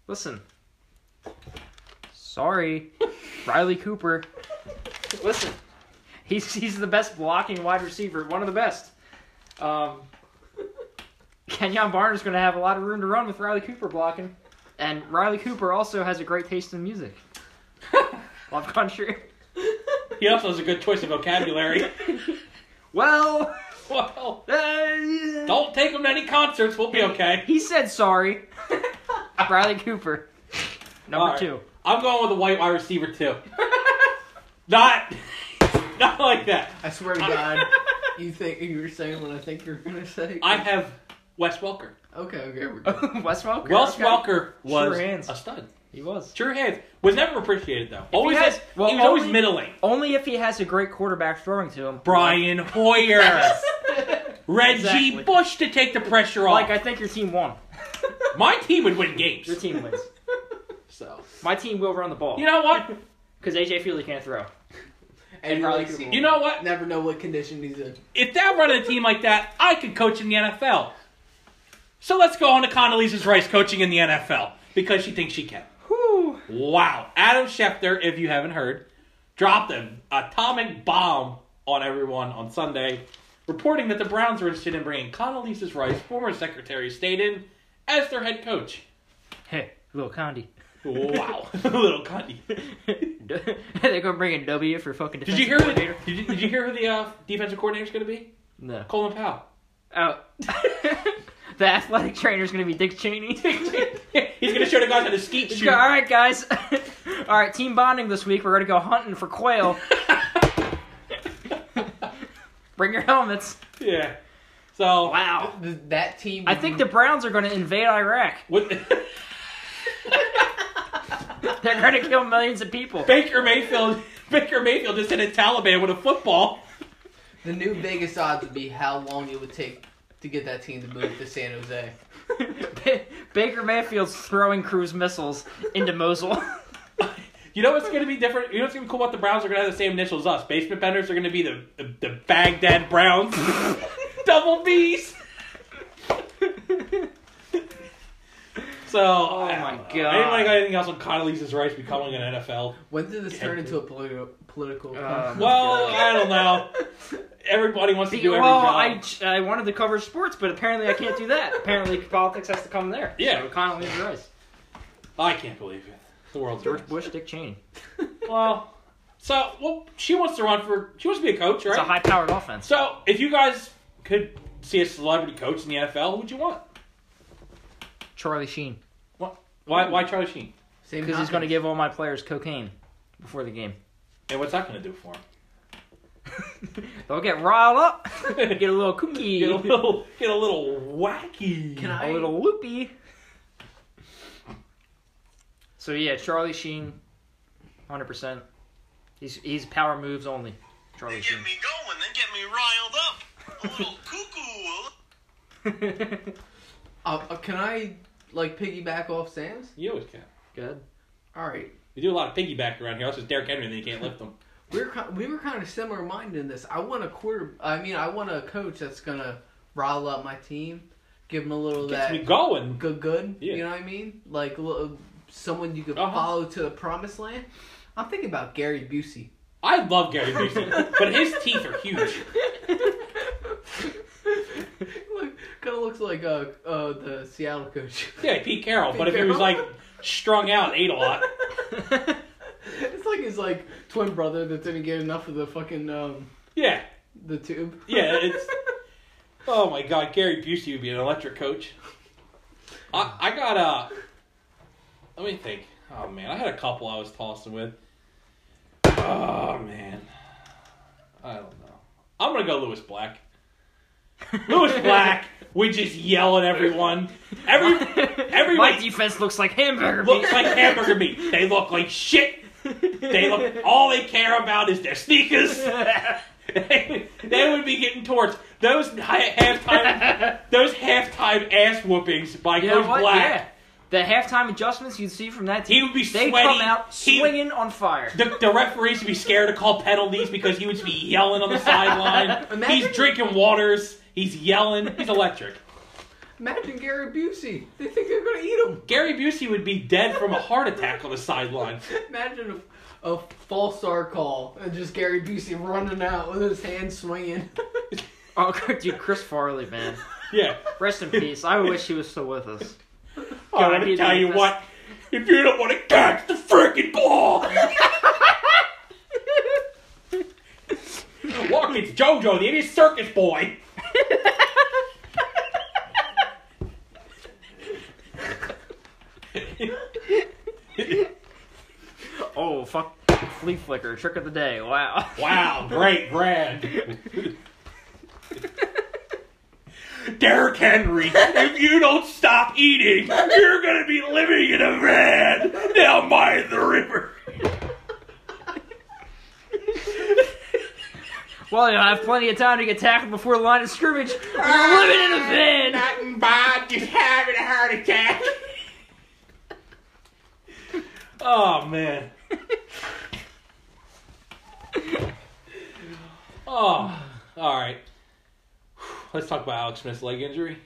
Speaker 3: Listen. Sorry, Riley Cooper. Listen, he's he's the best blocking wide receiver, one of the best. Um, Kenyon Barnes going to have a lot of room to run with Riley Cooper blocking, and Riley Cooper also has a great taste in music. Love country.
Speaker 2: He also has a good choice of vocabulary.
Speaker 3: *laughs* Well, *laughs*
Speaker 2: well,
Speaker 3: uh,
Speaker 2: don't take him to any concerts. We'll be okay.
Speaker 3: he said
Speaker 2: *laughs*
Speaker 3: sorry. Riley Cooper, number
Speaker 2: All right.
Speaker 3: two. *laughs*
Speaker 2: I'm going with the white wide receiver too. not, not like that.
Speaker 4: I swear
Speaker 2: *laughs*
Speaker 4: to God, you think you were saying what I think you're gonna say.
Speaker 2: I have Wes Welker.
Speaker 4: okay, okay,
Speaker 2: *laughs*
Speaker 4: we're good.
Speaker 3: Wes Welker.
Speaker 2: Wes
Speaker 3: okay.
Speaker 2: Welker was
Speaker 3: Sure hands.
Speaker 2: a stud.
Speaker 3: He was.
Speaker 2: Sure hands was never appreciated though. Always,
Speaker 3: has-
Speaker 2: he
Speaker 3: well,
Speaker 2: was always
Speaker 3: only-
Speaker 2: middling.
Speaker 3: Only if he has a great quarterback throwing to him.
Speaker 2: Brian Hoyer, Reggie
Speaker 3: Exactly.
Speaker 2: Bush to take the pressure off.
Speaker 3: Like, I think your team won.
Speaker 2: My team would win games.
Speaker 3: Your
Speaker 2: *laughs*
Speaker 3: team wins.
Speaker 2: So
Speaker 3: My team will run the ball.
Speaker 2: you know
Speaker 3: *laughs*
Speaker 2: what?
Speaker 3: Because AJ Feely can't throw.
Speaker 4: and you
Speaker 3: Riley
Speaker 4: like,
Speaker 3: Cooper.
Speaker 2: You know what?
Speaker 4: never know what condition he's in.
Speaker 2: if that running a team like that, I could coach in the NFL. So let's go on to Condoleezza's Rice coaching in the NFL because she thinks she can.
Speaker 3: Whew.
Speaker 2: Wow. Adam Schefter, if you haven't heard, dropped an atomic bomb on everyone on Sunday, reporting that the Browns are interested in bringing Condoleezza Rice, former Secretary of State, in as their head coach.
Speaker 3: Hey, little *laughs* Condi.
Speaker 2: Wow. Little Condi.
Speaker 3: They're gonna bring in W for fucking.
Speaker 2: Did you
Speaker 3: defensive
Speaker 2: hear who the,
Speaker 3: coordinator.
Speaker 2: did you, did you hear who the uh, defensive coordinator is going to be?
Speaker 3: No.
Speaker 2: Colin Powell. *laughs*
Speaker 3: Oh. *laughs* the athletic trainer's gonna be Dick Cheney.
Speaker 2: He's going to show the guys how to skeet shoot.
Speaker 3: *laughs* All right, guys. All right, team bonding this week. We're gonna go hunting for quail.
Speaker 2: *laughs*
Speaker 3: Bring your helmets.
Speaker 2: Yeah. So
Speaker 3: Wow.
Speaker 4: Th- That team.
Speaker 3: I think the Browns are gonna invade Iraq.
Speaker 2: What,
Speaker 3: They're gonna kill millions
Speaker 2: *laughs*
Speaker 3: of
Speaker 2: *laughs*
Speaker 3: people.
Speaker 2: Baker Mayfield, Baker Mayfield just hit a Taliban with a football.
Speaker 4: the new Vegas odds would be how long it would take to get that team to move to San Jose.
Speaker 3: Ba- Baker Mayfield's throwing cruise missiles into
Speaker 2: *laughs*
Speaker 3: Mosul. *laughs*
Speaker 2: You know what's going to be different? You know what's going to be cool about the Browns? They're going to have the same initials as us. Basement Benders are going to be the, the the Baghdad
Speaker 3: *laughs*
Speaker 2: Browns. Double B's. So, oh
Speaker 3: my God.
Speaker 2: Anybody got anything else on Condoleezza's Rice becoming an NFL?
Speaker 4: When did this
Speaker 2: Yeah. Uh,
Speaker 4: turn into a political political?
Speaker 3: Um,
Speaker 2: Well, I don't know. Everybody wants to do every
Speaker 3: well,
Speaker 2: job.
Speaker 3: I, j- I wanted to cover sports, but apparently I can't do that. apparently politics has to come there.
Speaker 2: Yeah.
Speaker 3: So Condoleezza Rice,
Speaker 2: I can't believe it. The world's
Speaker 3: George
Speaker 2: worst.
Speaker 3: Bush, Dick Cheney.
Speaker 2: Well, so well, she wants to run for. She wants to be a coach, right?
Speaker 3: It's a high-powered offense.
Speaker 2: So, if you guys could see a celebrity coach in the NFL, who would you want?
Speaker 3: Charlie Sheen,
Speaker 2: Why, why Charlie Sheen?
Speaker 4: *laughs* Same
Speaker 3: because he's going to
Speaker 4: topic.
Speaker 3: give all my players cocaine before the *laughs* game.
Speaker 2: And what's that going to do for him?
Speaker 3: They'll get
Speaker 2: *laughs*
Speaker 3: riled up, get a little kooky,
Speaker 4: *laughs*
Speaker 2: Get a little, get a little wacky.
Speaker 4: Can I-
Speaker 3: a little loopy. So yeah, Charlie Sheen, hundred percent. He's he's power moves only. Charlie
Speaker 5: Get me going, then get me riled up. A little cuckoo. a little-
Speaker 3: Sheen.
Speaker 4: Uh, uh, can I like piggyback off Sam's?
Speaker 2: You always can.
Speaker 3: Good.
Speaker 4: All right,
Speaker 2: We do a lot of piggyback around here. That's just Derrick Henry, and then you can't lift them.
Speaker 4: we're ki- we were kind of similar minded in this. I want a quarter. I mean, I want a coach that's gonna rile up my team, give them a little of
Speaker 2: Gets
Speaker 4: that
Speaker 2: me going.
Speaker 4: good, good.
Speaker 2: Yeah.
Speaker 4: You know what I mean? Like a little, someone you could
Speaker 2: Uh-huh.
Speaker 4: follow to the promised land. I'm thinking about Gary Busey. *laughs*
Speaker 2: I love Gary Busey, but his teeth are huge.
Speaker 4: Look, kind of looks like uh, uh, the Seattle coach. *laughs*
Speaker 2: Yeah, Pete Carroll.
Speaker 4: Pete
Speaker 2: but if he was like
Speaker 4: Carroll.
Speaker 2: strung out, and ate a lot.
Speaker 4: it's like his like twin brother that didn't get enough of the fucking um
Speaker 2: Yeah,
Speaker 4: the tube.
Speaker 2: yeah. It's oh my god, Gary Busey would be an electric coach. I I got a. Let me think. Oh man, I had a couple I was tossing with. Oh man, I don't know. I'm gonna go Lewis Black. Lewis Black, we just yell at everyone. Every
Speaker 3: *laughs* *laughs* My
Speaker 2: everyone
Speaker 3: defense looks like hamburger.
Speaker 2: looks like hamburger meat. They look like shit.
Speaker 3: *laughs*
Speaker 2: They look. All they care about is their sneakers. *laughs* they, would- they would be getting torched. Those hi-
Speaker 3: *laughs*
Speaker 2: halftime, those halftime ass whoopings by
Speaker 3: You know
Speaker 2: Coach
Speaker 3: what?
Speaker 2: Black.
Speaker 3: Yeah. The halftime adjustments you see from that team,
Speaker 2: He would be
Speaker 3: they
Speaker 2: sweaty.
Speaker 3: come out
Speaker 2: He-
Speaker 3: swinging on fire.
Speaker 2: the, the referees would be scared to call penalties because he would just be yelling on the sideline.
Speaker 4: Imagine-
Speaker 2: He's drinking waters. He's yelling. He's electric.
Speaker 4: *laughs* Imagine Gary Busey. They think they're gonna eat him.
Speaker 2: Gary Busey would be dead from a heart attack on the sideline.
Speaker 4: Imagine a, a false start call and just Gary Busey running out with his hand *laughs* swinging.
Speaker 3: Oh, dude, Chris Farley, man.
Speaker 2: Yeah.
Speaker 3: Rest
Speaker 2: *laughs*
Speaker 3: in peace. I wish he was still with us.
Speaker 2: I
Speaker 3: God,
Speaker 2: want to
Speaker 3: he'd
Speaker 2: tell
Speaker 3: be
Speaker 2: you
Speaker 3: pissed.
Speaker 2: what. If you don't want to catch the freaking *laughs* ball, look, it's JoJo, the idiot circus boy.
Speaker 3: Oh, fuck. Flea flicker, trick of the day. Wow.
Speaker 2: Wow, great brand. *laughs* Derrick Henry, if you don't stop eating, you're gonna be living in a van down by the river.
Speaker 3: Well, you know, I have plenty of time to get tackled before the line of scrimmage. You're living in a van.
Speaker 2: Nothing, Bob. Just having a heart attack. oh man. *laughs* oh, all right. Let's talk about Alex Smith's leg *laughs* injury.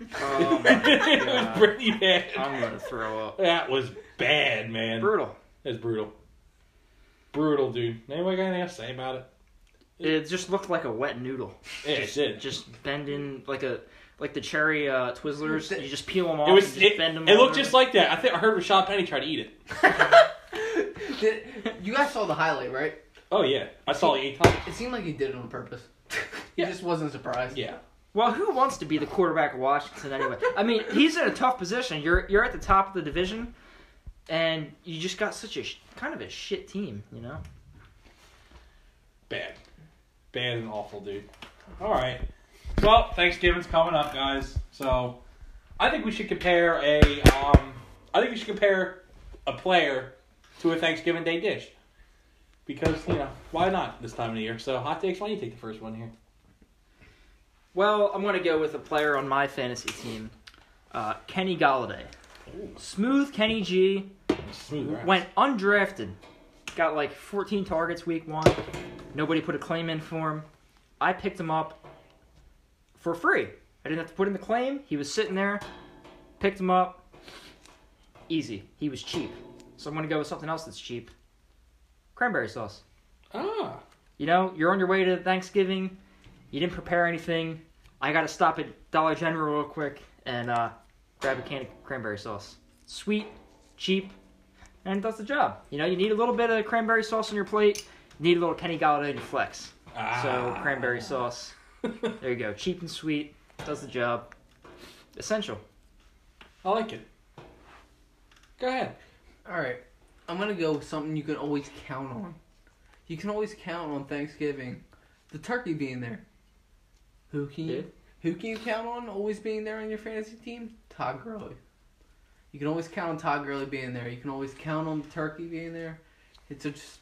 Speaker 2: it was *laughs* pretty bad.
Speaker 3: Oh, I'm gonna throw up.
Speaker 2: That was bad, man.
Speaker 3: Brutal.
Speaker 2: That's brutal. Brutal, dude. Anybody got anything else to say about it?
Speaker 3: It just looked like a wet noodle.
Speaker 2: Yeah, it did.
Speaker 3: Just bending like a like the cherry uh, Twizzlers.
Speaker 4: Th-
Speaker 3: You just peel them off.
Speaker 2: It
Speaker 3: and
Speaker 2: was.
Speaker 3: just
Speaker 2: It,
Speaker 3: bend them
Speaker 2: it looked
Speaker 3: over.
Speaker 2: just like that. I think I heard Rashad Penny try to eat it.
Speaker 4: Did- you guys saw the highlight, right?
Speaker 2: Oh yeah, I saw it eight times.
Speaker 4: It seemed like he did it on purpose. *laughs*
Speaker 2: Yeah.
Speaker 4: He just wasn't surprised.
Speaker 2: Yeah.
Speaker 3: Well, who wants to be the quarterback of Washington anyway? I mean, he's in a tough position. You're you're at the top of the division, and you just got such a sh- kind of a shit team, you know.
Speaker 2: Bad. Bad and awful, dude. All right. Well, Thanksgiving's coming up, guys. So I think we should compare a um I think we should compare a player to a Thanksgiving Day dish. Because, you know, why not this time of the year? So hot takes, why don't you take the first one here?
Speaker 3: Well, I'm gonna go with a player on my fantasy team, uh, Kenny Galladay. Smooth Kenny G
Speaker 2: Smooth right?
Speaker 3: went undrafted, got like 14 targets week one. Nobody put a claim in for him. I picked him up for free. I didn't have to put in the claim. He was sitting there, picked him up. Easy. He was cheap. So I'm gonna go with something else that's cheap. Cranberry sauce.
Speaker 2: Ah.
Speaker 3: You know, you're on your way to Thanksgiving. You didn't prepare anything. I got to stop at Dollar General real quick and uh, grab a can of cranberry sauce. Sweet, cheap, and it does the job. You know, you need a little bit of cranberry sauce on your plate. You need a little Kenny Galladay to flex.
Speaker 2: ah.
Speaker 3: So cranberry sauce. There you go. Cheap and sweet. Does the job. Essential.
Speaker 2: *laughs* I like it. Go ahead.
Speaker 4: All right. I'm gonna go with something you can always count on. You can always count on Thanksgiving, the turkey being there. Who can you, who can you count on always being there on your fantasy team? Todd Gurley. You can always count on Todd Gurley being there. You can always count on the turkey being there. It's a just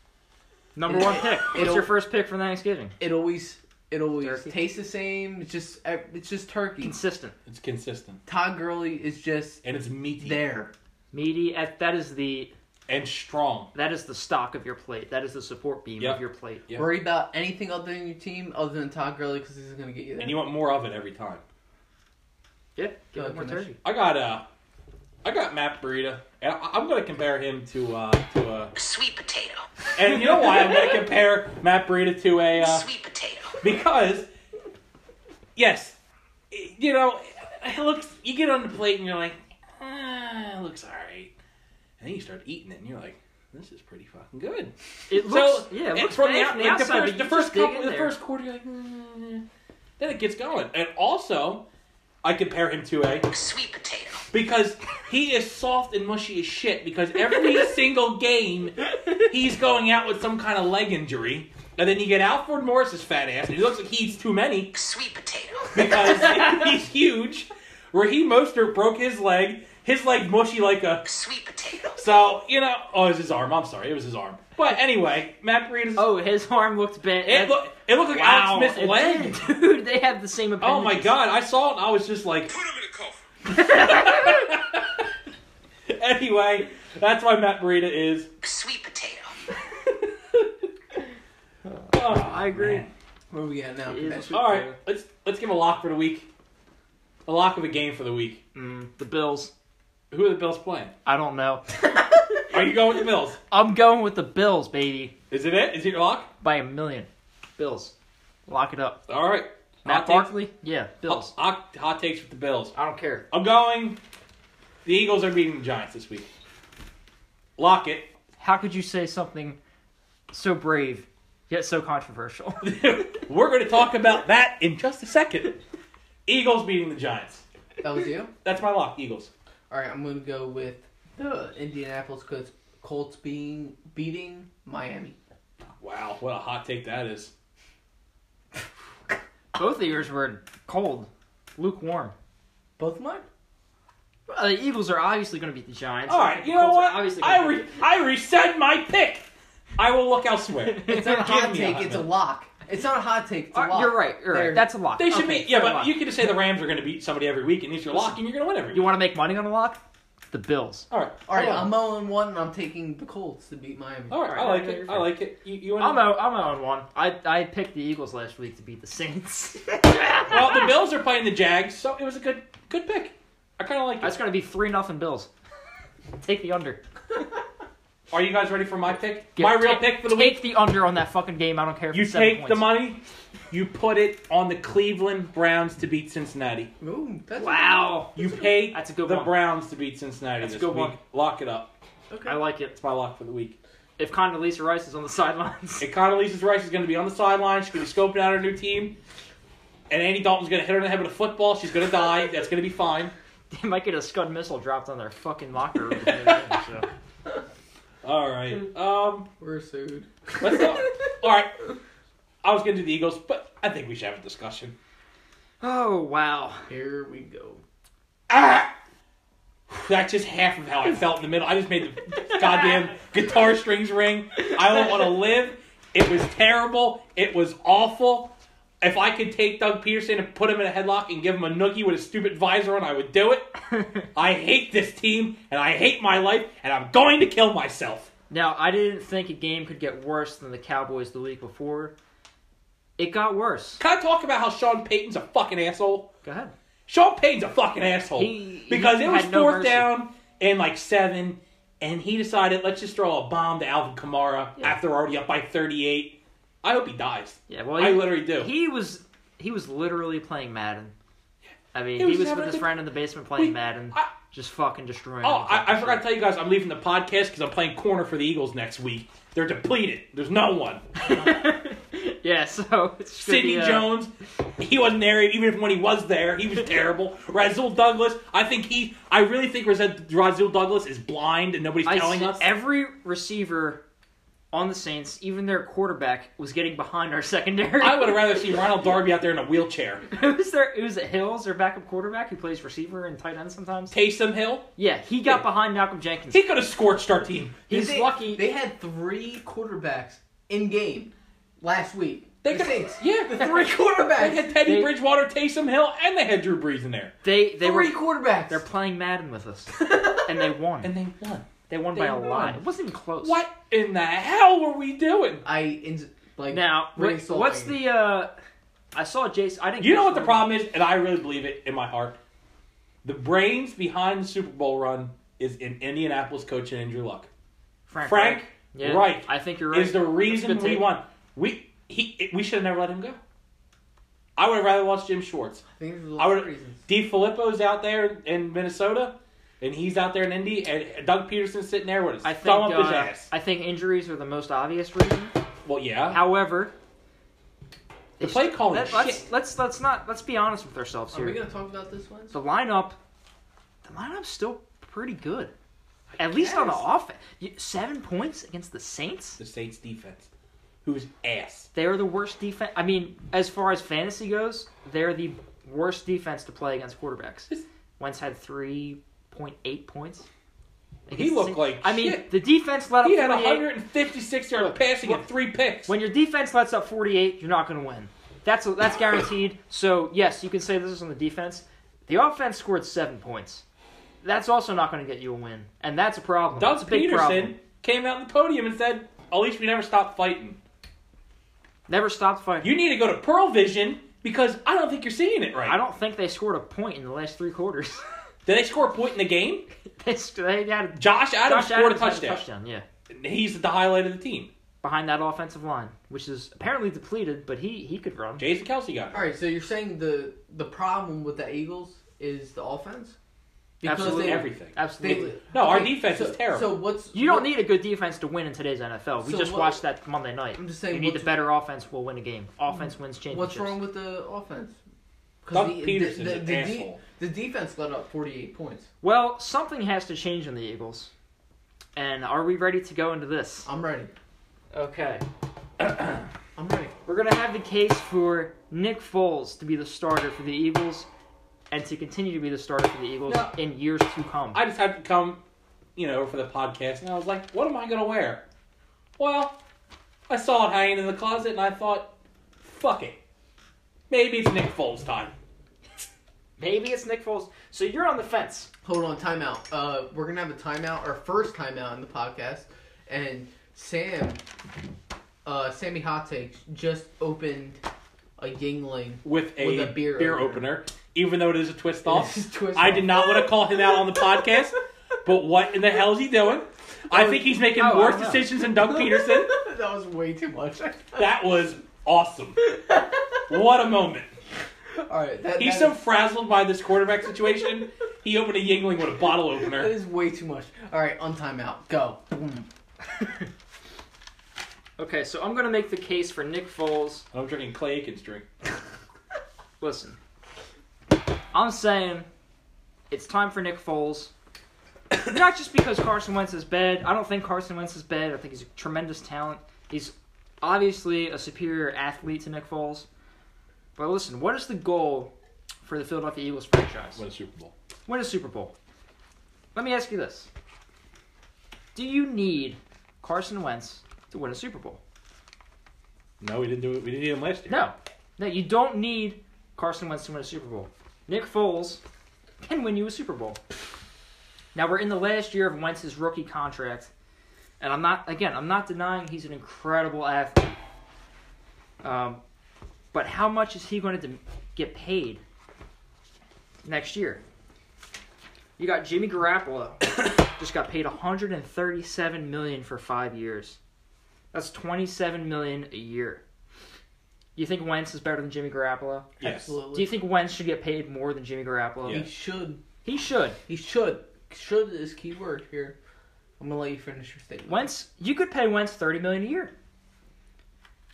Speaker 3: Number one pick. What's
Speaker 4: It'll-
Speaker 3: your first pick for Thanksgiving?
Speaker 4: it always It always
Speaker 3: Turkey.
Speaker 4: tastes the same. It's just eh, it's just turkey.
Speaker 3: Consistent,
Speaker 2: It's consistent
Speaker 4: Todd Gurley is just
Speaker 2: and it's meaty
Speaker 4: there.
Speaker 3: meaty. At, that is the
Speaker 2: and strong.
Speaker 3: that is the stock of your plate. That is the support beam
Speaker 2: Yep.
Speaker 3: of your plate.
Speaker 2: Yeah.
Speaker 4: Worry about anything other than your team, other than Todd Gurley, because he's gonna get you there.
Speaker 2: And you want more of it every time.
Speaker 3: Yeah, give
Speaker 4: Go
Speaker 3: it more
Speaker 4: ahead,
Speaker 3: turkey.
Speaker 2: I got uh, I got Matt Burita, and I, I'm gonna compare him to uh to a.
Speaker 5: Sweet potato.
Speaker 2: And you know why I'm gonna compare Matt Burita to a uh,
Speaker 5: Sweet potato.
Speaker 2: because yes, it- you know it looks. You get on the plate and you're like, ah, it looks all right, and then you start eating it and you're like, this is pretty fucking good.
Speaker 3: It looks yeah, it looks
Speaker 2: from
Speaker 3: bad
Speaker 2: out-
Speaker 3: from the
Speaker 2: like,
Speaker 3: outside,
Speaker 2: first-
Speaker 3: but
Speaker 2: the
Speaker 3: you
Speaker 2: first
Speaker 3: just dig
Speaker 2: couple,
Speaker 3: in
Speaker 2: the
Speaker 3: there.
Speaker 2: first quarter, you're like, "Mm." then it gets going. And also, I compare him to a
Speaker 5: Sweet potato.
Speaker 2: because he is soft and mushy as shit. Because
Speaker 3: *laughs*
Speaker 2: every single game, he's going out with some kind of leg injury, and then you get Alfred Morris's fat ass, and he looks like he eats too many
Speaker 5: Sweet potato.
Speaker 2: because *laughs* he's huge. Raheem Mostert er, broke his leg. His leg mushy like a.
Speaker 5: Sweet potato.
Speaker 2: So you know, oh, it was his arm. I'm sorry, it was his arm. But anyway, Matt Breed
Speaker 3: Oh, his arm looked bent.
Speaker 2: it, look, it looked like
Speaker 3: wow,
Speaker 2: Alex Smith's
Speaker 3: it
Speaker 2: leg.
Speaker 3: did. *laughs* dude. They have the same.
Speaker 2: *laughs* Oh my
Speaker 3: appendages.
Speaker 2: god, I saw it and I was just like, *laughs*
Speaker 3: *laughs*
Speaker 5: Put him in a coffin.
Speaker 2: anyway, that's why Matt Burita is.
Speaker 5: Sweet potato.
Speaker 2: Oh,
Speaker 3: I agree.
Speaker 2: man.
Speaker 4: Where we at now?
Speaker 3: It is-
Speaker 4: Convention?
Speaker 2: All right, let's let's give a lock for the week. A lock of a game for the week.
Speaker 3: Mm, the Bills.
Speaker 2: Who are the Bills playing?
Speaker 3: I don't know.
Speaker 2: Are you going with the Bills?
Speaker 3: I'm going with the Bills, baby,
Speaker 2: Is it it? Is it your lock?
Speaker 3: by a million. Bills, lock it up.
Speaker 2: All right.
Speaker 3: Matt Barkley. Yeah, Bills.
Speaker 2: Hot, hot, hot takes with the Bills.
Speaker 3: I don't care.
Speaker 2: I'm going. The Eagles are beating the Giants this week. Lock it.
Speaker 3: How could you say something so brave yet so
Speaker 2: *laughs*
Speaker 3: controversial?
Speaker 2: We're going to talk about that in just a second. Eagles beating the Giants.
Speaker 4: That was you.
Speaker 2: That's my lock. Eagles.
Speaker 4: All right, I'm gonna go with the Indianapolis Colts, Colts being beating Miami.
Speaker 2: Wow, what a hot take that is.
Speaker 3: Both of yours were cold, lukewarm.
Speaker 4: Both mine.
Speaker 3: Uh, the Eagles are obviously going to beat the Giants.
Speaker 2: All
Speaker 3: I
Speaker 2: right,
Speaker 3: think
Speaker 2: you
Speaker 3: the
Speaker 2: know
Speaker 3: Colts are
Speaker 2: what?
Speaker 3: Obviously,
Speaker 2: I
Speaker 3: gonna
Speaker 2: re- I reset my pick. I will look elsewhere.
Speaker 4: *laughs* It's not a
Speaker 2: Give
Speaker 4: hot
Speaker 2: me
Speaker 4: take. It's a
Speaker 2: minute.
Speaker 4: lock. It's not a hot take. It's a
Speaker 3: All right,
Speaker 4: lock.
Speaker 3: you're right. You're
Speaker 4: They're-
Speaker 3: right. That's a lock.
Speaker 2: They should
Speaker 3: Okay,
Speaker 2: be. Yeah,
Speaker 3: fair
Speaker 2: but
Speaker 3: lock.
Speaker 2: you could just say the Rams are going to beat somebody every week, and it's your lock, and you're going to win every
Speaker 3: You
Speaker 2: week.
Speaker 3: want to make money on a lock? The Bills.
Speaker 2: All right,
Speaker 4: All right,
Speaker 2: hold on.
Speaker 4: I'm 0 1, and I'm taking the Colts to beat Miami.
Speaker 2: All right,
Speaker 3: All
Speaker 2: I
Speaker 3: right,
Speaker 2: like
Speaker 3: yeah,
Speaker 2: it.
Speaker 3: you're
Speaker 2: I like it. You, you want
Speaker 3: I'm out. I'm out on one. I I picked the Eagles last week to beat
Speaker 2: *laughs*
Speaker 3: the Saints.
Speaker 2: Well, the Bills are playing the Jags, so it was a good good pick. I kind of like
Speaker 3: That's
Speaker 2: it.
Speaker 3: gonna be three nothing Bills. Take the under.
Speaker 2: Are you guys ready for my pick?
Speaker 3: Get-
Speaker 2: my real
Speaker 3: take-
Speaker 2: pick for the
Speaker 3: take
Speaker 2: week.
Speaker 3: the under on that fucking game. I don't care. If
Speaker 2: You
Speaker 3: it's seven
Speaker 2: take
Speaker 3: points.
Speaker 2: the money. You put it on the Cleveland Browns to beat Cincinnati.
Speaker 4: Ooh, that's
Speaker 3: Wow.
Speaker 2: You pay
Speaker 3: That's a good
Speaker 2: the
Speaker 3: one.
Speaker 2: Browns to beat Cincinnati
Speaker 3: That's a
Speaker 2: this
Speaker 3: good
Speaker 2: week.
Speaker 3: one.
Speaker 2: Lock it up.
Speaker 4: Okay.
Speaker 3: I like it.
Speaker 2: It's my lock for the week.
Speaker 3: If Condoleezza Rice is on the sidelines, *laughs*
Speaker 2: And Condoleezza Rice is going to be on the sideline. She's going to be scoping out her new team. And Andy Dalton's going to hit her in the head with a football. She's going to die. That's going to be fine.
Speaker 3: they might get a Scud missile dropped on their fucking
Speaker 2: *laughs*
Speaker 3: locker room. so.
Speaker 2: All right. Um,
Speaker 4: We're sued.
Speaker 2: let's go. All right. I was going to do the Eagles, but I think we should have a discussion.
Speaker 3: Oh wow.
Speaker 4: *laughs*
Speaker 3: *laughs*
Speaker 4: Here we go.
Speaker 2: Ah! That's just half of how I felt in the middle. I just made the goddamn guitar strings ring. I don't want to live. It was terrible. It was awful. If I could take Doug Peterson and put him in a headlock and give him a noogie with a stupid visor on, I would do it. I hate this team and I hate my life and I'm going to kill myself.
Speaker 3: Now, I didn't think a game could get worse than the Cowboys the week before. It got worse.
Speaker 2: Can I talk about how Sean Payton's a fucking asshole?
Speaker 3: Go ahead.
Speaker 2: Sean Payton's a fucking asshole
Speaker 3: He-
Speaker 2: because
Speaker 3: he
Speaker 2: it was
Speaker 3: had no
Speaker 2: fourth
Speaker 3: mercy.
Speaker 2: down and like seven, and he decided let's just throw a bomb to Alvin Kamara
Speaker 3: Yeah.
Speaker 2: after we're already up by thirty-eight. I hope he dies.
Speaker 3: Yeah, well,
Speaker 2: I
Speaker 3: he-
Speaker 2: literally do.
Speaker 3: He was he was literally playing Madden. I mean,
Speaker 2: He
Speaker 3: he
Speaker 2: was
Speaker 3: was,
Speaker 2: having
Speaker 3: with
Speaker 2: a
Speaker 3: his
Speaker 2: good-
Speaker 3: friend in the basement playing
Speaker 2: We-
Speaker 3: Madden,
Speaker 2: I-
Speaker 3: just fucking destroying.
Speaker 2: oh,
Speaker 3: them.
Speaker 2: I, I forgot to tell you guys, I'm leaving the podcast because I'm playing corner for the Eagles next week. They're depleted. There's no
Speaker 3: *laughs*
Speaker 2: one.
Speaker 3: *laughs* yeah, so it's just gonna
Speaker 2: Sidney
Speaker 3: be, uh,
Speaker 2: Jones, he wasn't there. Even if when he was there, he was
Speaker 3: *laughs*
Speaker 2: terrible. Razul Douglas, I think he, I really think Razul Douglas is blind and nobody's
Speaker 3: I
Speaker 2: telling
Speaker 3: see
Speaker 2: us.
Speaker 3: every receiver on the Saints, even their quarterback, was getting behind our secondary.
Speaker 2: I would
Speaker 3: *laughs*
Speaker 2: have rather seen Ronald Darby out there in a wheelchair.
Speaker 3: it was their it was Hills, their backup quarterback, who plays receiver and tight end sometimes.
Speaker 2: Taysom Hill,
Speaker 3: Yeah, he got
Speaker 2: Yeah.
Speaker 3: behind Malcolm Jenkins.
Speaker 2: He could have scorched our team.
Speaker 3: He's
Speaker 4: They-
Speaker 3: lucky.
Speaker 4: They had three quarterbacks in game last week.
Speaker 2: They
Speaker 4: The
Speaker 2: could,
Speaker 4: Saints.
Speaker 2: yeah, the three
Speaker 4: quarterbacks.
Speaker 2: They had Teddy
Speaker 3: They-
Speaker 2: Bridgewater, Taysom Hill, and they had Drew Brees in there,
Speaker 3: They they were
Speaker 4: Three quarterbacks.
Speaker 3: they're playing Madden
Speaker 2: *laughs*
Speaker 3: with us, and they won.
Speaker 2: and they won.
Speaker 3: they won
Speaker 2: they
Speaker 3: by a
Speaker 2: won.
Speaker 3: lot. It wasn't even close.
Speaker 2: What in the hell were we doing?
Speaker 4: *laughs* I in, like
Speaker 3: Now,
Speaker 4: really
Speaker 3: what,
Speaker 4: saw
Speaker 3: what's
Speaker 4: like-
Speaker 3: the? uh I saw Jason. I didn't.
Speaker 2: You know what the problem is, and I really believe it in my heart. The brains behind the Super Bowl run is in Indianapolis coach and Andrew Luck.
Speaker 3: Frank.
Speaker 2: Frank
Speaker 3: Yeah,
Speaker 2: Wright
Speaker 3: I think you're right.
Speaker 2: is the reason
Speaker 3: That's a good
Speaker 2: we
Speaker 3: take.
Speaker 2: won. We he it- we should have never let him go. I would have rather watched Jim Schwartz.
Speaker 4: I think there's a
Speaker 2: I
Speaker 4: lot of
Speaker 2: would.
Speaker 4: reasons.
Speaker 2: D. Filippo's out there in Minnesota, and he's out there in Indy, and Doug Peterson's sitting there with his
Speaker 3: I
Speaker 2: thumb
Speaker 3: think
Speaker 2: up his
Speaker 3: uh,
Speaker 2: ass.
Speaker 3: I think injuries are the most obvious reason.
Speaker 2: well, yeah.
Speaker 3: However,
Speaker 2: The play calling
Speaker 3: let,
Speaker 2: is
Speaker 3: let's
Speaker 2: shit.
Speaker 3: let's let's not let's be honest with ourselves
Speaker 4: Are we
Speaker 3: here.
Speaker 4: gonna talk about this one?
Speaker 3: the lineup, the lineup's still pretty good. At least on the
Speaker 4: guess.
Speaker 3: offense, You- seven points against the Saints.
Speaker 2: The Saints defense, who's ass.
Speaker 3: They're the worst defense. I mean, as far as fantasy goes, they're the worst defense to play against quarterbacks. Wentz had three point eight points. against the
Speaker 2: looked
Speaker 3: Saints.
Speaker 2: like
Speaker 3: I mean,
Speaker 2: shit.
Speaker 3: the defense let up.
Speaker 2: He had
Speaker 3: 48.
Speaker 2: 156 yard passing and three picks.
Speaker 3: When your defense lets up 48, you're not going to win. That's that's guaranteed. So yes, you can say this is on the defense. The offense scored seven points. That's also not going to get you a win, and that's a problem. That's
Speaker 2: Doug
Speaker 3: a big
Speaker 2: Peterson
Speaker 3: problem.
Speaker 2: came out on the podium and said, "At least we never stopped fighting.
Speaker 3: Never stopped fighting.
Speaker 2: You need to go to Pearl Vision because I don't think you're seeing it right.
Speaker 3: I don't think they scored a point in the last three quarters. *laughs*
Speaker 2: Did they score a point in the game?
Speaker 3: they, s- they had
Speaker 2: Josh Adams
Speaker 3: Josh
Speaker 2: scored
Speaker 3: Adams
Speaker 2: a
Speaker 3: had
Speaker 2: touchdown.
Speaker 3: Yeah,
Speaker 2: He's the highlight of the team.
Speaker 3: behind that offensive line, which is apparently depleted, but he he could run.
Speaker 2: Jason Kelsey got it.
Speaker 4: All right, so you're saying the the problem with the Eagles is the offense?
Speaker 3: Absolutely.
Speaker 4: they-
Speaker 2: Everything.
Speaker 4: they-
Speaker 3: Absolutely.
Speaker 2: No, our
Speaker 4: okay,
Speaker 2: defense
Speaker 4: so-
Speaker 2: is terrible.
Speaker 4: So what's
Speaker 3: You don't
Speaker 4: what-
Speaker 3: need a good defense to win in today's NFL. We
Speaker 4: So
Speaker 3: just
Speaker 4: what-
Speaker 3: watched that Monday night.
Speaker 4: I'm just saying
Speaker 3: you need the
Speaker 4: what's-
Speaker 3: better offense will win a game. Offense wins championships.
Speaker 4: What's wrong with the offense? 'Cause
Speaker 2: Doug Peterson's an
Speaker 4: de-
Speaker 2: asshole.
Speaker 4: the defense let up 48 points.
Speaker 3: Well, something has to change in the Eagles. And are we ready to go into this?
Speaker 4: I'm ready.
Speaker 3: Okay.
Speaker 4: I'm ready.
Speaker 3: We're going to have the case for Nick Foles to be the starter for the Eagles and to continue to be the starter for the Eagles
Speaker 2: No.
Speaker 3: in years to come.
Speaker 2: I just had to come, you know, for the podcast, and I was like, what am I gonna wear? Well, I saw it hanging in the closet, and I thought, fuck it, maybe it's Nick Foles time.
Speaker 3: Maybe it's Nick Foles. So you're on the fence.
Speaker 4: Hold on, timeout. Uh, we're gonna have a timeout, our first timeout in the podcast, and Sam, uh, Sammy Hot Takes just opened a Yingling.
Speaker 2: with a,
Speaker 4: With a
Speaker 2: beer,
Speaker 4: beer
Speaker 2: opener.
Speaker 4: opener.
Speaker 2: even though it is a twist off.
Speaker 4: is a twist
Speaker 2: I
Speaker 4: off.
Speaker 2: did not want to call him out on the
Speaker 4: *laughs*
Speaker 2: podcast, but what in the hell is he doing? I
Speaker 4: Oh,
Speaker 2: think he's making
Speaker 3: oh, I
Speaker 2: worse
Speaker 3: don't know.
Speaker 2: decisions than Doug Peterson.
Speaker 4: *laughs* that was way too much. *laughs*
Speaker 2: That was awesome. What a moment.
Speaker 4: All right, that,
Speaker 2: He's
Speaker 4: that
Speaker 2: so
Speaker 4: is-
Speaker 2: frazzled by this quarterback situation, he opened a Yingling with a bottle
Speaker 4: that
Speaker 2: *laughs* opener.
Speaker 4: is way too much. All right, on timeout, go. Boom.
Speaker 3: Okay, so I'm going to make the case for Nick Foles.
Speaker 2: I'm drinking Clay Aiken's drink.
Speaker 3: Listen, I'm saying it's time for Nick Foles. *coughs* Not just because Carson Wentz is bad. I don't think Carson Wentz is bad. I think he's a tremendous talent. He's obviously a superior athlete to Nick Foles. But listen, what is the goal for the Philadelphia Eagles franchise?
Speaker 2: Win a Super Bowl.
Speaker 3: Win a Super Bowl. Let me ask you this. Do you need Carson Wentz to win a Super Bowl?
Speaker 2: No, we didn't do it. We didn't need him last year.
Speaker 3: No. No, you don't need Carson Wentz to win a Super Bowl. Nick Foles can win you a Super Bowl. Now we're in the last year of Wentz's rookie contract, and I'm not again, I'm not denying he's an incredible athlete. Um, but how much is he going to get paid next year? You got Jimmy Garoppolo *coughs* just got paid 137 million for 5 years. That's 27 million a year. You think Wentz is better than Jimmy Garoppolo?
Speaker 2: Yes.
Speaker 4: Absolutely.
Speaker 3: Do you think Wentz should get paid more than Jimmy Garoppolo?
Speaker 2: Yeah.
Speaker 4: He should.
Speaker 3: He should.
Speaker 4: He should. Should is key word here. I'm gonna let you finish your statement.
Speaker 3: Wentz, you could pay Wentz thirty million a year.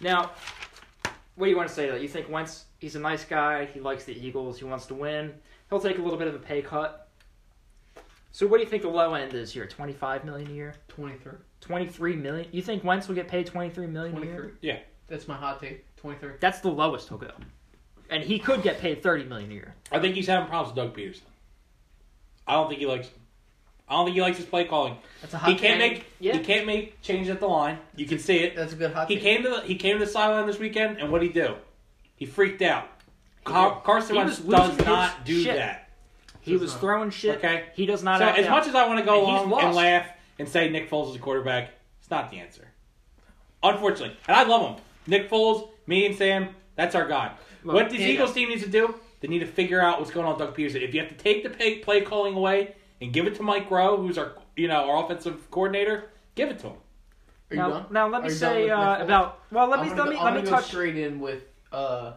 Speaker 3: Now, what do you want to say to that? You think Wentz? He's a nice guy. He likes the Eagles. He wants to win. He'll take a little bit of a pay cut. So, what do you think the low end is here? Twenty-five million a year?
Speaker 4: 23.
Speaker 3: Twenty-three million? You think Wentz will get paid twenty-three million a
Speaker 4: 23.
Speaker 3: year?
Speaker 2: Yeah.
Speaker 4: That's my hot take. 23.
Speaker 3: That's the lowest he'll go, and he could get paid thirty million a year.
Speaker 2: I think he's having problems with Doug Peterson. I don't think he likes him. I don't think he likes his play calling.
Speaker 4: That's a hot
Speaker 2: He can't
Speaker 4: take.
Speaker 2: make
Speaker 3: Yeah.
Speaker 2: he can't make changes at the line. You can see it.
Speaker 4: That's a good hot
Speaker 2: He
Speaker 4: take.
Speaker 2: came to the he came to the sideline this weekend, and what would he do? He freaked out. Car- Carson
Speaker 3: He
Speaker 2: Wentz
Speaker 3: was losing
Speaker 2: does not
Speaker 3: his
Speaker 2: do
Speaker 3: shit.
Speaker 2: that.
Speaker 3: He was throwing shit.
Speaker 2: Okay.
Speaker 3: He does not.
Speaker 2: So
Speaker 3: act
Speaker 2: as
Speaker 3: out.
Speaker 2: much as I want to go
Speaker 3: And he's
Speaker 2: along
Speaker 3: lost.
Speaker 2: and laugh and say Nick Foles is a quarterback, it's not the answer. Unfortunately, and I love him. Nick Foles, me and Sam, that's our guy.
Speaker 3: Look,
Speaker 2: what this
Speaker 3: here you
Speaker 2: Eagles team needs to do, they need to figure out what's going on with Doug Peterson. If you have to take the pay- play calling away and give it to Mike Rowe, who's our you know our offensive coordinator, give it to him.
Speaker 4: Are you
Speaker 3: now,
Speaker 4: done?
Speaker 3: now let
Speaker 4: Are
Speaker 3: me
Speaker 4: you
Speaker 3: say
Speaker 4: done with Nick
Speaker 3: uh,
Speaker 4: Foles?
Speaker 3: about. Well, let me
Speaker 4: I'm
Speaker 3: let
Speaker 4: gonna
Speaker 3: me
Speaker 4: go, I'm
Speaker 3: let me
Speaker 4: gonna go
Speaker 3: touch.
Speaker 4: straight in with uh,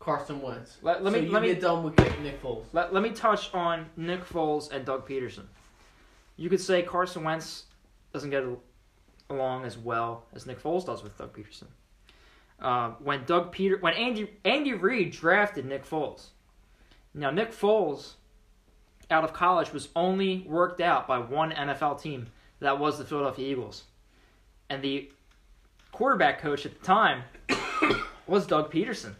Speaker 4: Carson Wentz.
Speaker 3: Let- let
Speaker 4: so
Speaker 3: me-
Speaker 4: you
Speaker 3: let me-
Speaker 4: get done with Nick- Nick Foles.
Speaker 3: Let, let me touch on Nick Foles and Doug Peterson. You could say Carson Wentz doesn't get along as well as Nick Foles does with Doug Peterson. Uh, when Doug Peter, when Andy Andy Reid drafted Nick Foles, now Nick Foles, out of college, was only worked out by one NFL team. That was the Philadelphia Eagles, and the quarterback coach at the time *coughs* was Doug Peterson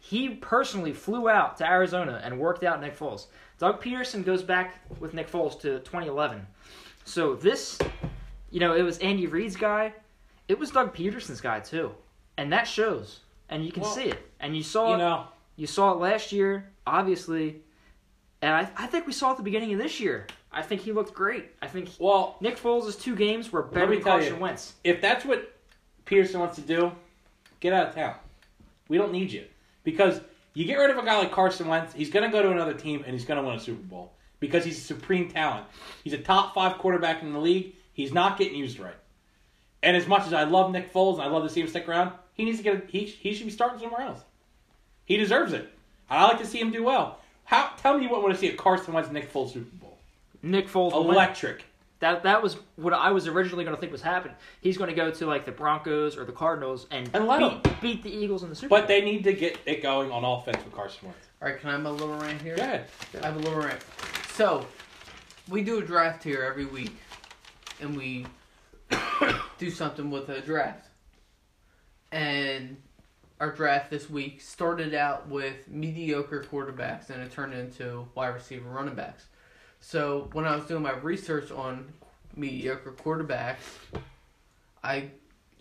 Speaker 3: he personally flew out to Arizona and worked out Nick Foles. Doug Peterson goes back with Nick Foles to 2011. So this, you know, it was Andy Reid's guy. It was Doug Peterson's guy too, and that shows. And you can
Speaker 2: Well,
Speaker 3: see it. And you saw
Speaker 2: You
Speaker 3: it.
Speaker 2: know,
Speaker 3: You saw it last year, obviously. And I, I think we saw it at the beginning of this year. I think he looked great. I think
Speaker 2: well,
Speaker 3: Nick Foles' two games were better
Speaker 2: Let me
Speaker 3: than
Speaker 2: tell
Speaker 3: Carson
Speaker 2: you.
Speaker 3: Wentz.
Speaker 2: if that's what Peterson wants to do, get out of town. We don't need you. Because you get rid of a guy like Carson Wentz, he's going to go to another team and he's going to win a Super Bowl because he's a supreme talent. He's a top five quarterback in the league. He's not getting used right. And as much as I love Nick Foles and I love to see him stick around, he needs to get a, he he should be starting somewhere else. He deserves it. And I like to see him do well. How tell me you wouldn't want to see a Carson Wentz Nick Foles Super Bowl?
Speaker 3: Nick Foles will win.
Speaker 2: Electric.
Speaker 3: That that was what I was originally going to think was happening. He's going to go to like the Broncos or the Cardinals and,
Speaker 2: And let
Speaker 3: beat, beat the Eagles in the Super
Speaker 2: But
Speaker 3: Bowl.
Speaker 2: they need to get it going on offense with Carson Wentz.
Speaker 4: All right, can I have a little rant here?
Speaker 2: Go ahead.
Speaker 4: I have a little rant. So, we do a draft here every week, and we *coughs* do something with a draft. And our draft this week started out with mediocre quarterbacks, and it turned into wide receiver running backs. So, when I was doing my research on mediocre quarterbacks, I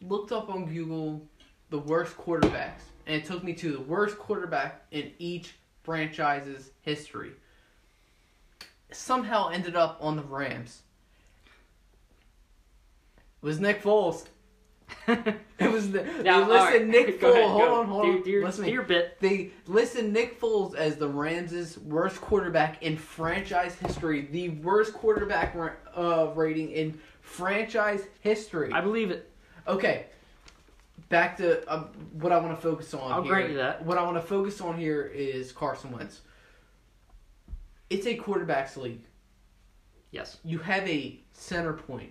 Speaker 4: looked up on Google the worst quarterbacks, and it took me to the worst quarterback in each franchise's history. Somehow ended up on the Rams. It was Nick Foles. *laughs*
Speaker 3: *laughs*
Speaker 4: It was the,
Speaker 3: Now,
Speaker 4: they listed
Speaker 3: all right. *laughs*
Speaker 4: Nick
Speaker 3: Go
Speaker 4: Foles.
Speaker 3: ahead,
Speaker 4: hold
Speaker 3: go.
Speaker 4: on, hold
Speaker 3: Do-
Speaker 4: on.
Speaker 3: do your-
Speaker 4: Listen
Speaker 3: do
Speaker 4: to me.
Speaker 3: your bit.
Speaker 4: They listed Nick Foles as the Rams' worst quarterback in franchise history. The worst quarterback ra- uh, rating in franchise history.
Speaker 3: I believe it.
Speaker 4: Okay. Back to um, what I want to focus on.
Speaker 3: I'll
Speaker 4: here.
Speaker 3: grant you that.
Speaker 4: What I want to focus on here is Carson Wentz. It's a quarterbacks league.
Speaker 3: Yes.
Speaker 4: You have a center point.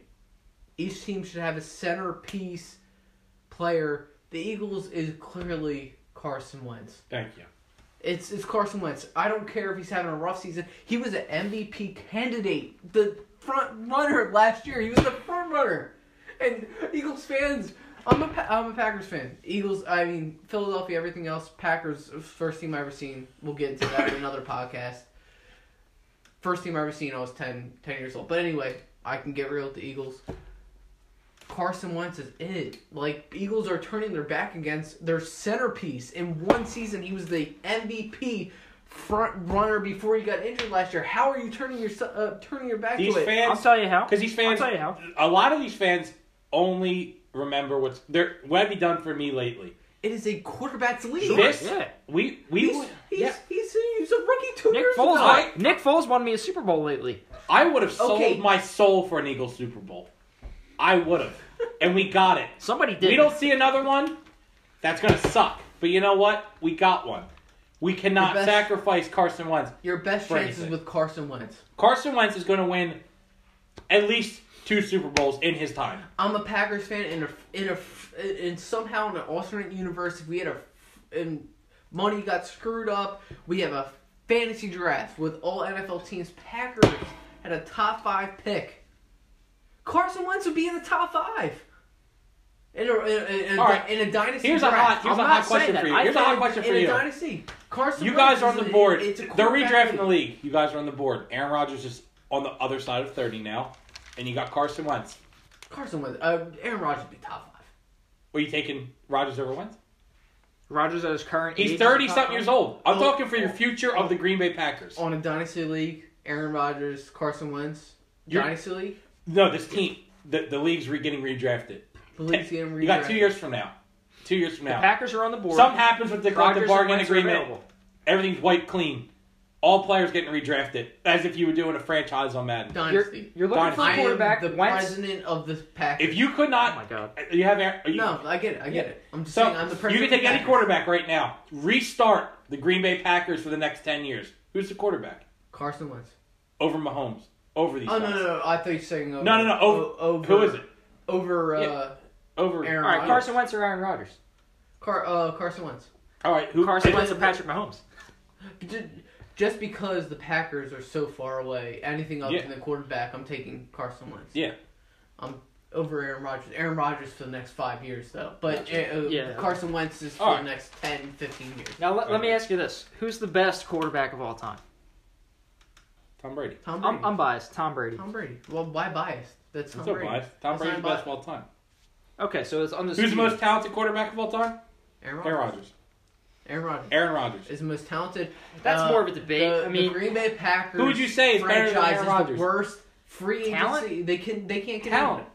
Speaker 4: Each team should have a centerpiece player. The Eagles is clearly Carson Wentz.
Speaker 2: Thank you.
Speaker 4: It's it's Carson Wentz. I don't care if he's having a rough season. He was an MVP candidate, the front runner last year. He was the front runner, and Eagles fans. I'm a Pa- I'm a Packers fan. Eagles. I mean Philadelphia. Everything else. Packers. First team I ever seen. We'll get into that in another podcast. First team I ever seen. I was 10, 10 years old. But anyway, I can get real with the Eagles. Carson Wentz is it. Like Eagles are turning their back against their centerpiece. In one season, he was the MVP front runner before he got injured last year. How are you turning your uh, turning your back
Speaker 2: These
Speaker 4: to it?
Speaker 2: fans
Speaker 3: I'll tell you how.
Speaker 2: Because these fans,
Speaker 3: I'll tell you how.
Speaker 2: a lot of these fans only remember what's there. What have you done for me lately?
Speaker 4: it is a quarterback's league.
Speaker 3: Sure,
Speaker 2: this,
Speaker 3: yeah.
Speaker 2: we we
Speaker 4: he's,
Speaker 2: would-
Speaker 4: he's,
Speaker 2: yeah.
Speaker 4: he's, he's a rookie two
Speaker 3: Nick
Speaker 4: years
Speaker 3: Foles.
Speaker 4: ago.
Speaker 2: I-
Speaker 3: Nick Foles won me a Super Bowl lately.
Speaker 2: I would have sold
Speaker 4: Okay.
Speaker 2: my soul for an Eagles Super Bowl. I would
Speaker 3: *laughs*
Speaker 2: have, and we got it.
Speaker 3: Somebody did.
Speaker 2: We don't see another one. That's gonna suck. But you know what? We got one. We cannot
Speaker 4: best-
Speaker 2: sacrifice Carson Wentz.
Speaker 4: Your best
Speaker 2: For
Speaker 4: chances
Speaker 2: anything.
Speaker 4: with Carson Wentz.
Speaker 2: Carson Wentz is gonna win at least two Super Bowls in his time.
Speaker 4: I'm a Packers fan, and if- in a f- in somehow in an alternate universe, if we had a f- and money got screwed up, we have a fantasy draft with all NFL teams. Packers had a top five pick. Carson Wentz would be in the top five. In a, in a, in a,
Speaker 2: All right.
Speaker 4: in a dynasty
Speaker 2: Here's a hot
Speaker 4: draft.
Speaker 2: here's
Speaker 3: I'm
Speaker 2: a
Speaker 3: not
Speaker 2: hot question
Speaker 3: saying
Speaker 2: for
Speaker 3: that.
Speaker 2: you.
Speaker 3: I
Speaker 2: Here's a hot
Speaker 3: think
Speaker 2: question for
Speaker 4: in a
Speaker 2: you.
Speaker 4: dynasty. Carson
Speaker 2: You
Speaker 4: Wentz
Speaker 2: guys are on
Speaker 4: is
Speaker 2: the
Speaker 4: a-
Speaker 2: board.
Speaker 4: it's a
Speaker 2: They're
Speaker 4: quarterback
Speaker 2: redrafting the
Speaker 4: league.
Speaker 2: league. You guys are on the board. Aaron Rodgers is on the other side of 30 now, and you got Carson Wentz.
Speaker 4: Carson Wentz. Uh, Aaron Rodgers would be top five.
Speaker 2: Were you taking Rodgers over Wentz?
Speaker 3: Rogers at his current
Speaker 2: He's
Speaker 3: age is
Speaker 2: 30
Speaker 3: a top
Speaker 2: something
Speaker 3: five.
Speaker 2: years old. I'm
Speaker 4: Oh.
Speaker 2: talking for your future of the Green Bay Packers.
Speaker 4: On a dynasty league, Aaron Rodgers, Carson Wentz.
Speaker 2: You're-
Speaker 4: dynasty league.
Speaker 2: No, this team, the, the league's re- getting redrafted.
Speaker 4: The league's getting
Speaker 2: You got two
Speaker 4: redirected.
Speaker 2: years from now. Two years from
Speaker 3: The
Speaker 2: now.
Speaker 3: Packers are on the board.
Speaker 2: Something happens with the
Speaker 3: Rodgers
Speaker 2: collective
Speaker 3: and
Speaker 2: bargaining
Speaker 3: Wentz are
Speaker 2: agreement.
Speaker 3: available.
Speaker 2: Everything's wiped clean. All players getting redrafted as if you were doing a franchise on Madden.
Speaker 3: You're,
Speaker 4: Dynasty.
Speaker 3: you're looking for
Speaker 2: Dynasty.
Speaker 3: a
Speaker 4: I am
Speaker 3: quarterback.
Speaker 4: the
Speaker 3: Wentz.
Speaker 4: president of the Packers.
Speaker 2: If you could
Speaker 3: Oh
Speaker 2: not,
Speaker 3: my god.
Speaker 2: you have Aaron- you,
Speaker 4: no, I get it. I get it. I'm just
Speaker 2: So
Speaker 4: saying I'm the
Speaker 2: you can
Speaker 4: president.
Speaker 2: take
Speaker 4: of the
Speaker 2: any
Speaker 4: Packers.
Speaker 2: quarterback right now. Restart the Green Bay Packers for the next ten years. Who's the quarterback
Speaker 4: Carson Wentz.
Speaker 2: over Mahomes? Over these?
Speaker 4: Oh no,
Speaker 2: guys.
Speaker 4: no, no! I thought you were saying over.
Speaker 2: No, no, no, over-
Speaker 4: o- over
Speaker 2: Who is it?
Speaker 4: Over uh,
Speaker 2: Yeah. Over.
Speaker 4: Aaron
Speaker 3: All right,
Speaker 4: Rodgers.
Speaker 3: Carson Wentz or Aaron Rodgers?
Speaker 4: Car- uh, Carson Wentz.
Speaker 2: All right. Who?
Speaker 3: Carson
Speaker 2: it-
Speaker 3: Wentz or Patrick Mahomes?
Speaker 4: Ju- Just because the Packers are so far away, anything other
Speaker 2: Yeah.
Speaker 4: than the quarterback, I'm taking Carson Wentz.
Speaker 2: Yeah.
Speaker 4: I'm over Aaron Rodgers. Aaron Rodgers for the next five years, though. But uh,
Speaker 3: Yeah.
Speaker 4: Carson Wentz is for
Speaker 2: All right.
Speaker 4: the next 10, 15 years.
Speaker 3: Now let, let me
Speaker 2: Okay.
Speaker 3: ask you this: Who's the best quarterback of all time?
Speaker 2: Tom Brady.
Speaker 4: Tom Brady.
Speaker 3: I'm, I'm biased. Tom Brady.
Speaker 4: Tom Brady. Well, why biased? That's Tom
Speaker 2: That's no
Speaker 4: Brady.
Speaker 2: bias. Tom
Speaker 4: That's
Speaker 2: Brady's the
Speaker 4: not
Speaker 2: best
Speaker 4: biased.
Speaker 2: of all time.
Speaker 3: Okay, so it's
Speaker 2: Who's
Speaker 3: undisputed.
Speaker 2: the most talented quarterback of all time? Aaron Rodgers.
Speaker 4: Aaron Rodgers
Speaker 2: Aaron Rodgers.
Speaker 4: is the most talented.
Speaker 3: That's
Speaker 4: Uh,
Speaker 3: more of a debate.
Speaker 4: The,
Speaker 3: I
Speaker 4: the
Speaker 3: mean,
Speaker 4: Green Bay Packers.
Speaker 2: Who would you say is better than
Speaker 4: franchise
Speaker 2: Aaron
Speaker 4: is
Speaker 2: Rodgers?
Speaker 4: the worst free
Speaker 3: Talent?
Speaker 4: agency? They can they can't get
Speaker 2: Talent.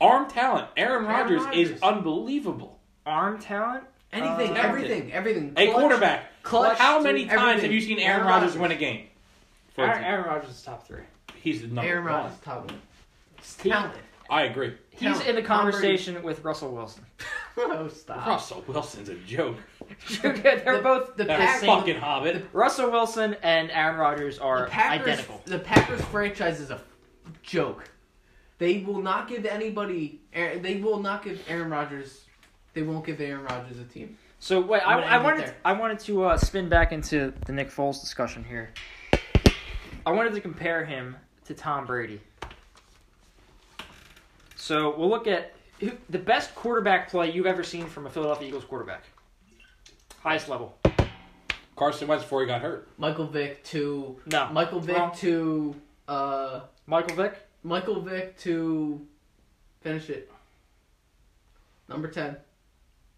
Speaker 2: Arm talent. Aaron
Speaker 4: Aaron
Speaker 2: Rodgers is
Speaker 4: Rodgers.
Speaker 2: unbelievable.
Speaker 3: arm talent.
Speaker 4: anything,
Speaker 3: Uh,
Speaker 4: everything, everything.
Speaker 2: A
Speaker 4: Clutch-
Speaker 2: quarterback.
Speaker 4: Clutch
Speaker 2: How
Speaker 4: to
Speaker 2: many times have
Speaker 4: everything.
Speaker 2: you seen Aaron Rodgers win a game? For
Speaker 3: Aaron,
Speaker 2: example.
Speaker 3: Aaron Rodgers is top three.
Speaker 2: He's the number
Speaker 4: Aaron
Speaker 2: one.
Speaker 4: Rodgers, top one. Talent. *laughs*
Speaker 2: I agree.
Speaker 3: He's
Speaker 4: Talent.
Speaker 3: in the
Speaker 4: Tom Brady.
Speaker 3: conversation with Russell
Speaker 4: *laughs*
Speaker 3: Wilson. *laughs*
Speaker 4: oh, stop.
Speaker 2: Russell Wilson's a joke.
Speaker 3: They're
Speaker 4: The-
Speaker 3: both
Speaker 4: the
Speaker 3: the
Speaker 2: That
Speaker 4: Packers-
Speaker 3: same.
Speaker 2: fucking hobbit.
Speaker 3: Russell Wilson and Aaron Rodgers
Speaker 4: The
Speaker 3: are
Speaker 4: Packers,
Speaker 3: identical.
Speaker 4: The Packers franchise is a joke. They will not give anybody. Aaron- They will not give Aaron Rodgers. They won't give Aaron Rodgers a team.
Speaker 3: So wait, I,
Speaker 4: I'm gonna
Speaker 3: I
Speaker 4: end it
Speaker 3: wanted
Speaker 4: there.
Speaker 3: I wanted to uh, spin back into the Nick Foles discussion here. I wanted to compare him to Tom Brady. So we'll look at who, the best quarterback play you've ever seen from a Philadelphia Eagles quarterback, highest level.
Speaker 2: Carson Wentz before he got hurt.
Speaker 4: Michael Vick to
Speaker 3: No,
Speaker 4: Michael Vick
Speaker 3: Wrong.
Speaker 4: to uh
Speaker 3: Michael Vick.
Speaker 4: Michael Vick to finish it. Number ten,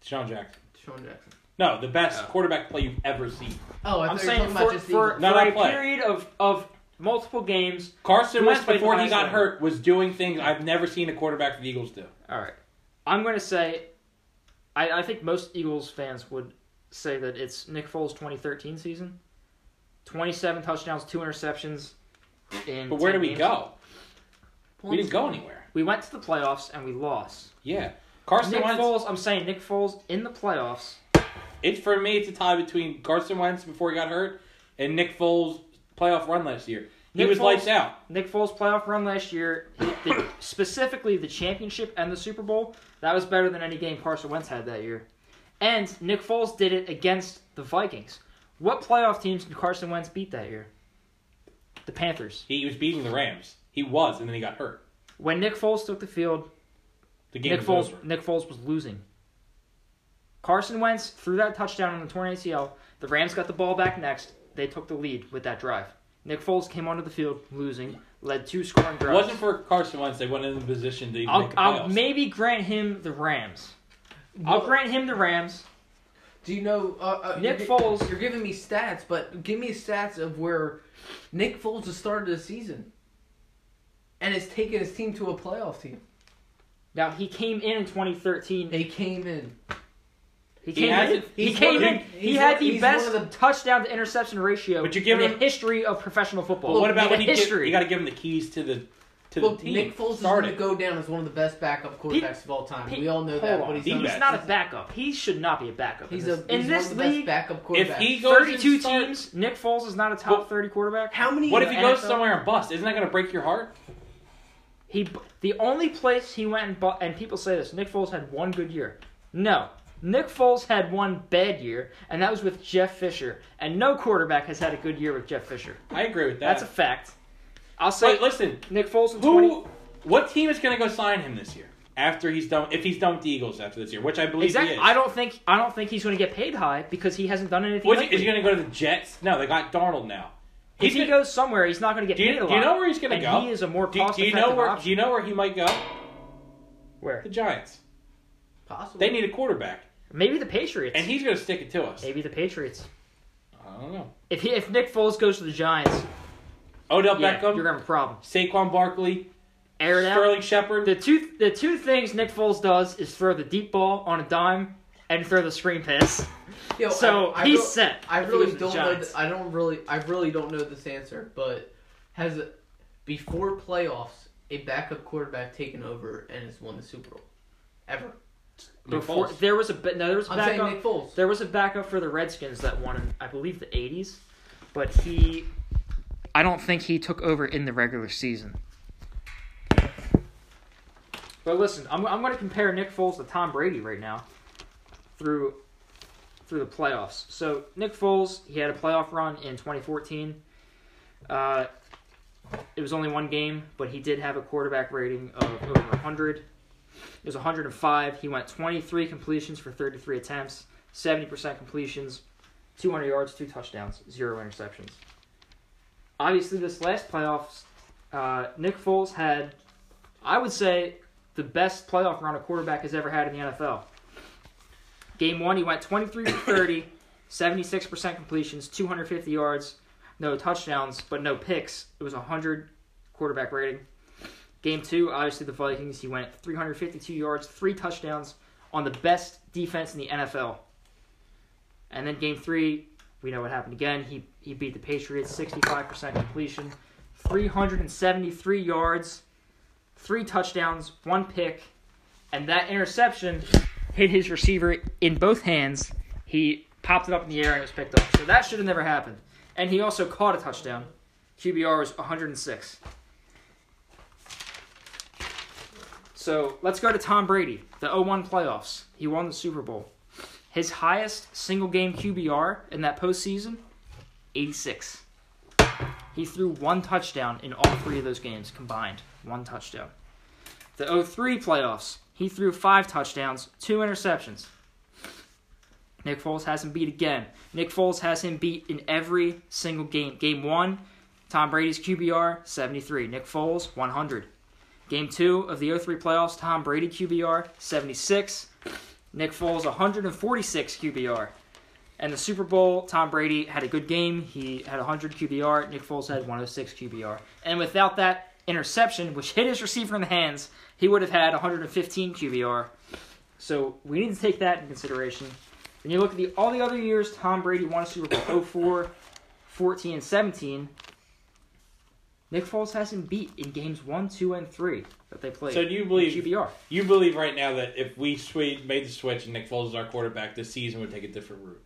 Speaker 2: Deshaun Jackson.
Speaker 4: Sean Jackson.
Speaker 2: No, the best
Speaker 3: Oh.
Speaker 2: quarterback play you've ever seen.
Speaker 4: Oh, I
Speaker 3: I'm
Speaker 4: thought you were
Speaker 3: saying
Speaker 4: talking about
Speaker 3: for,
Speaker 4: just the
Speaker 3: for,
Speaker 4: Eagles.
Speaker 2: No,
Speaker 3: for
Speaker 2: not
Speaker 3: a
Speaker 2: play.
Speaker 3: period of of multiple games.
Speaker 2: Carson
Speaker 3: Who
Speaker 2: Wentz
Speaker 3: else played
Speaker 2: before
Speaker 3: for
Speaker 2: he
Speaker 3: the highest
Speaker 2: got
Speaker 3: level?
Speaker 2: hurt was doing things I've never seen a quarterback for the Eagles do.
Speaker 3: All right, I'm going to say, I, I think most Eagles fans would say that it's Nick Foles' 2013 season, 27 touchdowns, two interceptions. In
Speaker 2: But where do
Speaker 3: 10
Speaker 2: we
Speaker 3: games.
Speaker 2: go? We didn't go anywhere.
Speaker 3: We went to the playoffs and we lost.
Speaker 2: Yeah. Carson
Speaker 3: Nick
Speaker 2: Wentz.
Speaker 3: Foles, I'm saying Nick Foles in the playoffs.
Speaker 2: It for me, it's a tie between Carson Wentz before he got hurt and Nick Foles' playoff run last year. He
Speaker 3: Nick
Speaker 2: was
Speaker 3: Foles-
Speaker 2: lights out.
Speaker 3: Nick Foles' playoff run last year, he- the- specifically the championship and the Super Bowl, that was better than any game Carson Wentz had that year. And Nick Foles did it against the Vikings. What playoff teams did Carson Wentz beat that year? The Panthers.
Speaker 2: He was beating the Rams. He was, and then he got hurt.
Speaker 3: When Nick Foles took the field,
Speaker 2: The game
Speaker 3: Nick
Speaker 2: was
Speaker 3: Foles,
Speaker 2: over.
Speaker 3: Nick Foles was losing. Carson Wentz threw that touchdown on the torn ACL. The Rams got the ball back next. They took the lead with that drive. Nick Foles came onto the field losing, led two scoring
Speaker 2: If it
Speaker 3: drives.
Speaker 2: wasn't for Carson Wentz, they went in the position to even
Speaker 3: I'll,
Speaker 2: make the playoffs.
Speaker 3: I'll maybe grant him the Rams. I'll
Speaker 4: Well-
Speaker 3: grant him the Rams.
Speaker 4: Do you know uh, uh,
Speaker 3: Nick
Speaker 4: you're gi-
Speaker 3: Foles-
Speaker 4: You're giving me stats, but give me stats of where Nick Foles has started the season, and has taken his team to a playoff team.
Speaker 3: Now he came in in 2013.
Speaker 4: They came in.
Speaker 3: He came in.
Speaker 2: hasn't-
Speaker 3: He
Speaker 4: he's
Speaker 3: came
Speaker 4: one of
Speaker 3: in.
Speaker 4: the-
Speaker 3: He
Speaker 4: he's
Speaker 3: had
Speaker 4: one-
Speaker 3: the
Speaker 4: he's
Speaker 3: best
Speaker 4: one of the-
Speaker 3: touchdown to interception ratio
Speaker 2: But you give
Speaker 3: in the
Speaker 2: him-
Speaker 3: history of professional football.
Speaker 2: But what about
Speaker 3: in
Speaker 2: when
Speaker 3: the
Speaker 2: he get,
Speaker 3: history?
Speaker 2: you got to give him the keys to the to
Speaker 4: Well,
Speaker 2: the team?
Speaker 4: Nick Foles is
Speaker 2: Start
Speaker 4: going to
Speaker 2: it.
Speaker 4: go down as one of the best backup quarterbacks
Speaker 3: He-
Speaker 4: of all time.
Speaker 3: He-
Speaker 4: we all know
Speaker 3: hold
Speaker 4: that.
Speaker 3: on.
Speaker 4: But he's,
Speaker 2: He
Speaker 4: not
Speaker 2: best.
Speaker 3: He's not a backup. He should not be a backup.
Speaker 4: He's
Speaker 3: in
Speaker 4: a
Speaker 3: this,
Speaker 4: he's
Speaker 3: in this
Speaker 4: one of the
Speaker 3: league,
Speaker 4: best backup quarterbacks.
Speaker 2: If he goes
Speaker 3: 32
Speaker 2: and start-
Speaker 3: teams. Nick Foles is not a top
Speaker 2: Well,
Speaker 3: 30 quarterback.
Speaker 4: how many?
Speaker 2: What
Speaker 4: in
Speaker 2: if he
Speaker 4: the
Speaker 2: goes
Speaker 4: NFL?
Speaker 2: somewhere and busts? Isn't that going to break your heart?
Speaker 3: He bu- the only place he went and bought, and people say this. Nick Foles had one good year. No, Nick Foles had one bad year, and that was with Jeff Fisher. And no quarterback has had a good year with Jeff Fisher.
Speaker 2: I agree with that.
Speaker 3: That's a fact. I'll say
Speaker 2: but listen,
Speaker 3: Nick Foles in
Speaker 2: who,
Speaker 3: 20
Speaker 2: what team is going to go sign him this year? After he's done, if he's done with the Eagles after this year, which I believe
Speaker 3: exactly.
Speaker 2: he is.
Speaker 3: I don't think I don't think he's going to get paid high because he hasn't done anything.
Speaker 2: Which-
Speaker 3: lately.
Speaker 2: is he going to go to the Jets? No, they got Darnold now.
Speaker 3: If
Speaker 2: He's
Speaker 3: he
Speaker 2: gonna-
Speaker 3: goes somewhere, he's not going to get
Speaker 2: Do you,
Speaker 3: paid a lot.
Speaker 2: do you know where he's going to
Speaker 3: and
Speaker 2: go?
Speaker 3: He is a more
Speaker 2: do,
Speaker 3: cost
Speaker 2: do you know
Speaker 3: effective
Speaker 2: where? Do
Speaker 3: option.
Speaker 2: you know where he might go?
Speaker 3: Where?
Speaker 2: The Giants.
Speaker 4: Possible.
Speaker 2: They need a quarterback,
Speaker 3: Maybe the Patriots.
Speaker 2: and he's going to stick it to us.
Speaker 3: Maybe the Patriots.
Speaker 2: I don't know.
Speaker 3: If he, if Nick Foles goes to the Giants,
Speaker 2: Odell
Speaker 3: yeah,
Speaker 2: Beckham,
Speaker 3: you're gonna have a problem.
Speaker 2: Saquon Barkley,
Speaker 3: Air it out.
Speaker 2: Sterling Shepard.
Speaker 3: The two the two things Nick Foles does is throw the deep ball on a dime and throw the screen pass.
Speaker 4: Yo,
Speaker 3: so
Speaker 4: I, I
Speaker 3: he's
Speaker 4: real-
Speaker 3: set.
Speaker 4: I
Speaker 3: if he
Speaker 4: really
Speaker 3: goes to the
Speaker 4: don't know.
Speaker 3: Giants.
Speaker 4: th- I don't really. I really don't know this answer, but has it, before playoffs a backup quarterback taken over and has won the Super Bowl ever?
Speaker 2: Nick
Speaker 3: Before
Speaker 2: Foles.
Speaker 3: there was a bit- no, there was a
Speaker 4: I'm
Speaker 3: backup.
Speaker 4: saying Nick Foles.
Speaker 3: There was a backup for the Redskins that won in, I believe, the 80s, but he. I don't think he took over in the regular season. But listen, I'm, I'm going to compare Nick Foles to Tom Brady right now through through the playoffs. So Nick Foles, he had a playoff run in 2014. Uh, it was only one game, but he did have a quarterback rating of over 100. It was 105. He went 23 completions for 33 attempts, 70% completions, 200 yards, two touchdowns, zero interceptions. Obviously, this last playoffs, uh, Nick Foles had, I would say, the best playoff run a quarterback has ever had in the NFL. Game one, he went 23 for *coughs* 30, 76% completions, 250 yards, no touchdowns, but no picks. It was 100 quarterback rating. Game two, obviously the Vikings. He went 352 yards, three touchdowns on the best defense in the NFL. And then game three, we know what happened again. He he beat the Patriots, 65% completion, 373 yards, three touchdowns, one pick, and that interception hit his receiver in both hands. He popped it up in the air and it was picked up. So that should have never happened. And he also caught a touchdown. QBR was 106. So let's go to Tom Brady, the 01 playoffs. He won the Super Bowl. His highest single game QBR in that postseason, 86. He threw one touchdown in all three of those games combined. One touchdown. The 03 playoffs, he threw five touchdowns, two interceptions. Nick Foles has him beat again. Nick Foles has him beat in every single game. Game one, Tom Brady's QBR, 73. Nick Foles, 100. Game two of the 03 playoffs, Tom Brady QBR, 76. Nick Foles, 146 QBR. And the Super Bowl, Tom Brady had a good game. He had 100 QBR. Nick Foles had 106 QBR. And without that interception, which hit his receiver in the hands, he would have had 115 QBR. So we need to take that into consideration. When you look at the all the other years Tom Brady won a Super Bowl 04, 14, and 17, Nick Foles has him beat in games 1, 2, and 3 that they played.
Speaker 2: So do you believe-
Speaker 3: in QBR?
Speaker 2: You believe right now that if we swe- made the switch and Nick Foles is our quarterback, this season would take a different route.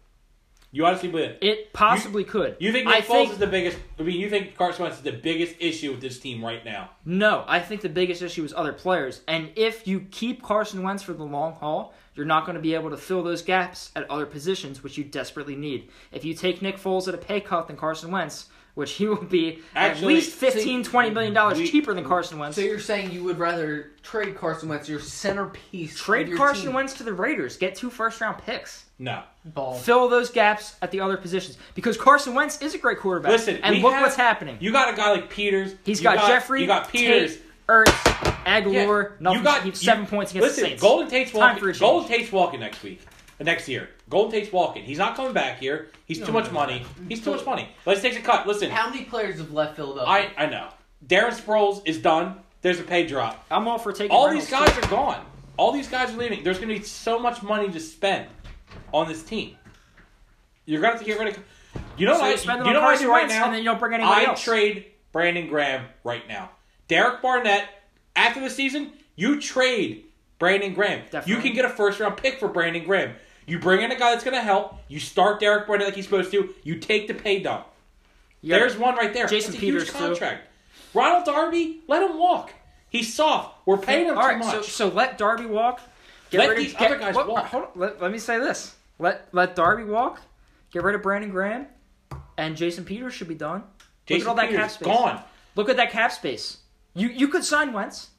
Speaker 2: You honestly believe it?
Speaker 3: It possibly could.
Speaker 2: You think
Speaker 3: I
Speaker 2: Nick Foles
Speaker 3: think-
Speaker 2: is the biggest? I mean, you think Carson Wentz is the biggest issue with this team right now?
Speaker 3: No, I think the biggest issue is other players. And if you keep Carson Wentz for the long haul, you're not going to be able to fill those gaps at other positions, which you desperately need. If you take Nick Foles at a pay cut than Carson Wentz, which he will be
Speaker 2: Actually,
Speaker 3: at least 15, 20 million dollars
Speaker 2: we-
Speaker 3: cheaper than Carson Wentz.
Speaker 4: So you're saying you would rather trade Carson Wentz, your centerpiece? of
Speaker 3: Trade
Speaker 4: your
Speaker 3: Carson
Speaker 4: team?
Speaker 3: Wentz to the Raiders, get two first round picks,
Speaker 2: No.
Speaker 4: Ball.
Speaker 3: fill those gaps at the other positions because Carson Wentz is a great quarterback.
Speaker 2: Listen,
Speaker 3: and
Speaker 2: we
Speaker 3: look
Speaker 2: have-
Speaker 3: what's happening.
Speaker 2: You got a guy like Peters.
Speaker 3: He's
Speaker 2: you
Speaker 3: got, Jeffrey,
Speaker 2: You got Peters.
Speaker 3: Tate, Ertz, Aguilar.
Speaker 2: Yeah,
Speaker 3: Nothing. he's seven
Speaker 2: you-
Speaker 3: points against
Speaker 2: listen,
Speaker 3: the Saints.
Speaker 2: Golden Tate's
Speaker 3: Time for a
Speaker 2: walking.
Speaker 3: change.
Speaker 2: Golden Tate's walking next week, uh, next year. Golden Tate's walking. He's not coming back here. He's too
Speaker 4: No,
Speaker 2: much
Speaker 4: no, no.
Speaker 2: money. He's too much money. Let's take a cut. Listen,
Speaker 4: How many players have left Philadelphia?
Speaker 2: I I know. Darren Sproles is done. There's a pay drop.
Speaker 3: I'm all for taking
Speaker 2: All
Speaker 3: Reynolds,
Speaker 2: these guys are gone. All these guys are leaving. There's going to be so much money to spend on this team. You're going to have to get rid of. You know
Speaker 3: So
Speaker 2: what?
Speaker 3: you spend
Speaker 2: I,
Speaker 3: them
Speaker 2: you
Speaker 3: on
Speaker 2: know what I
Speaker 3: Carson
Speaker 2: do right
Speaker 3: Wentz,
Speaker 2: now?
Speaker 3: and then you don't bring anybody
Speaker 2: I
Speaker 3: else.
Speaker 2: trade Brandon Graham right now. Derek Barnett. After the season, you trade Brandon Graham.
Speaker 3: Definitely.
Speaker 2: You can get a first round pick for Brandon Graham. You bring in a guy that's going to help. You start Derek Barnett like he's supposed to. You take the pay dump.
Speaker 3: Yeah.
Speaker 2: There's one right there.
Speaker 3: Jason
Speaker 2: That's a
Speaker 3: Peters,
Speaker 2: huge
Speaker 3: too.
Speaker 2: contract. Ronald Darby, let him walk. He's soft. We're paying him
Speaker 3: All
Speaker 2: too
Speaker 3: right,
Speaker 2: much.
Speaker 3: so, so let Darby walk.
Speaker 2: Let
Speaker 3: rid of-
Speaker 2: these other guys
Speaker 3: what-
Speaker 2: walk.
Speaker 3: Hold on, let, let me say this. Let let Darby walk. Get rid of Brandon Graham, and Jason Peters should be done.
Speaker 2: Jason
Speaker 3: Look at all that
Speaker 2: Peters
Speaker 3: cap space.
Speaker 2: gone.
Speaker 3: Look at that cap space. You you could sign Wentz.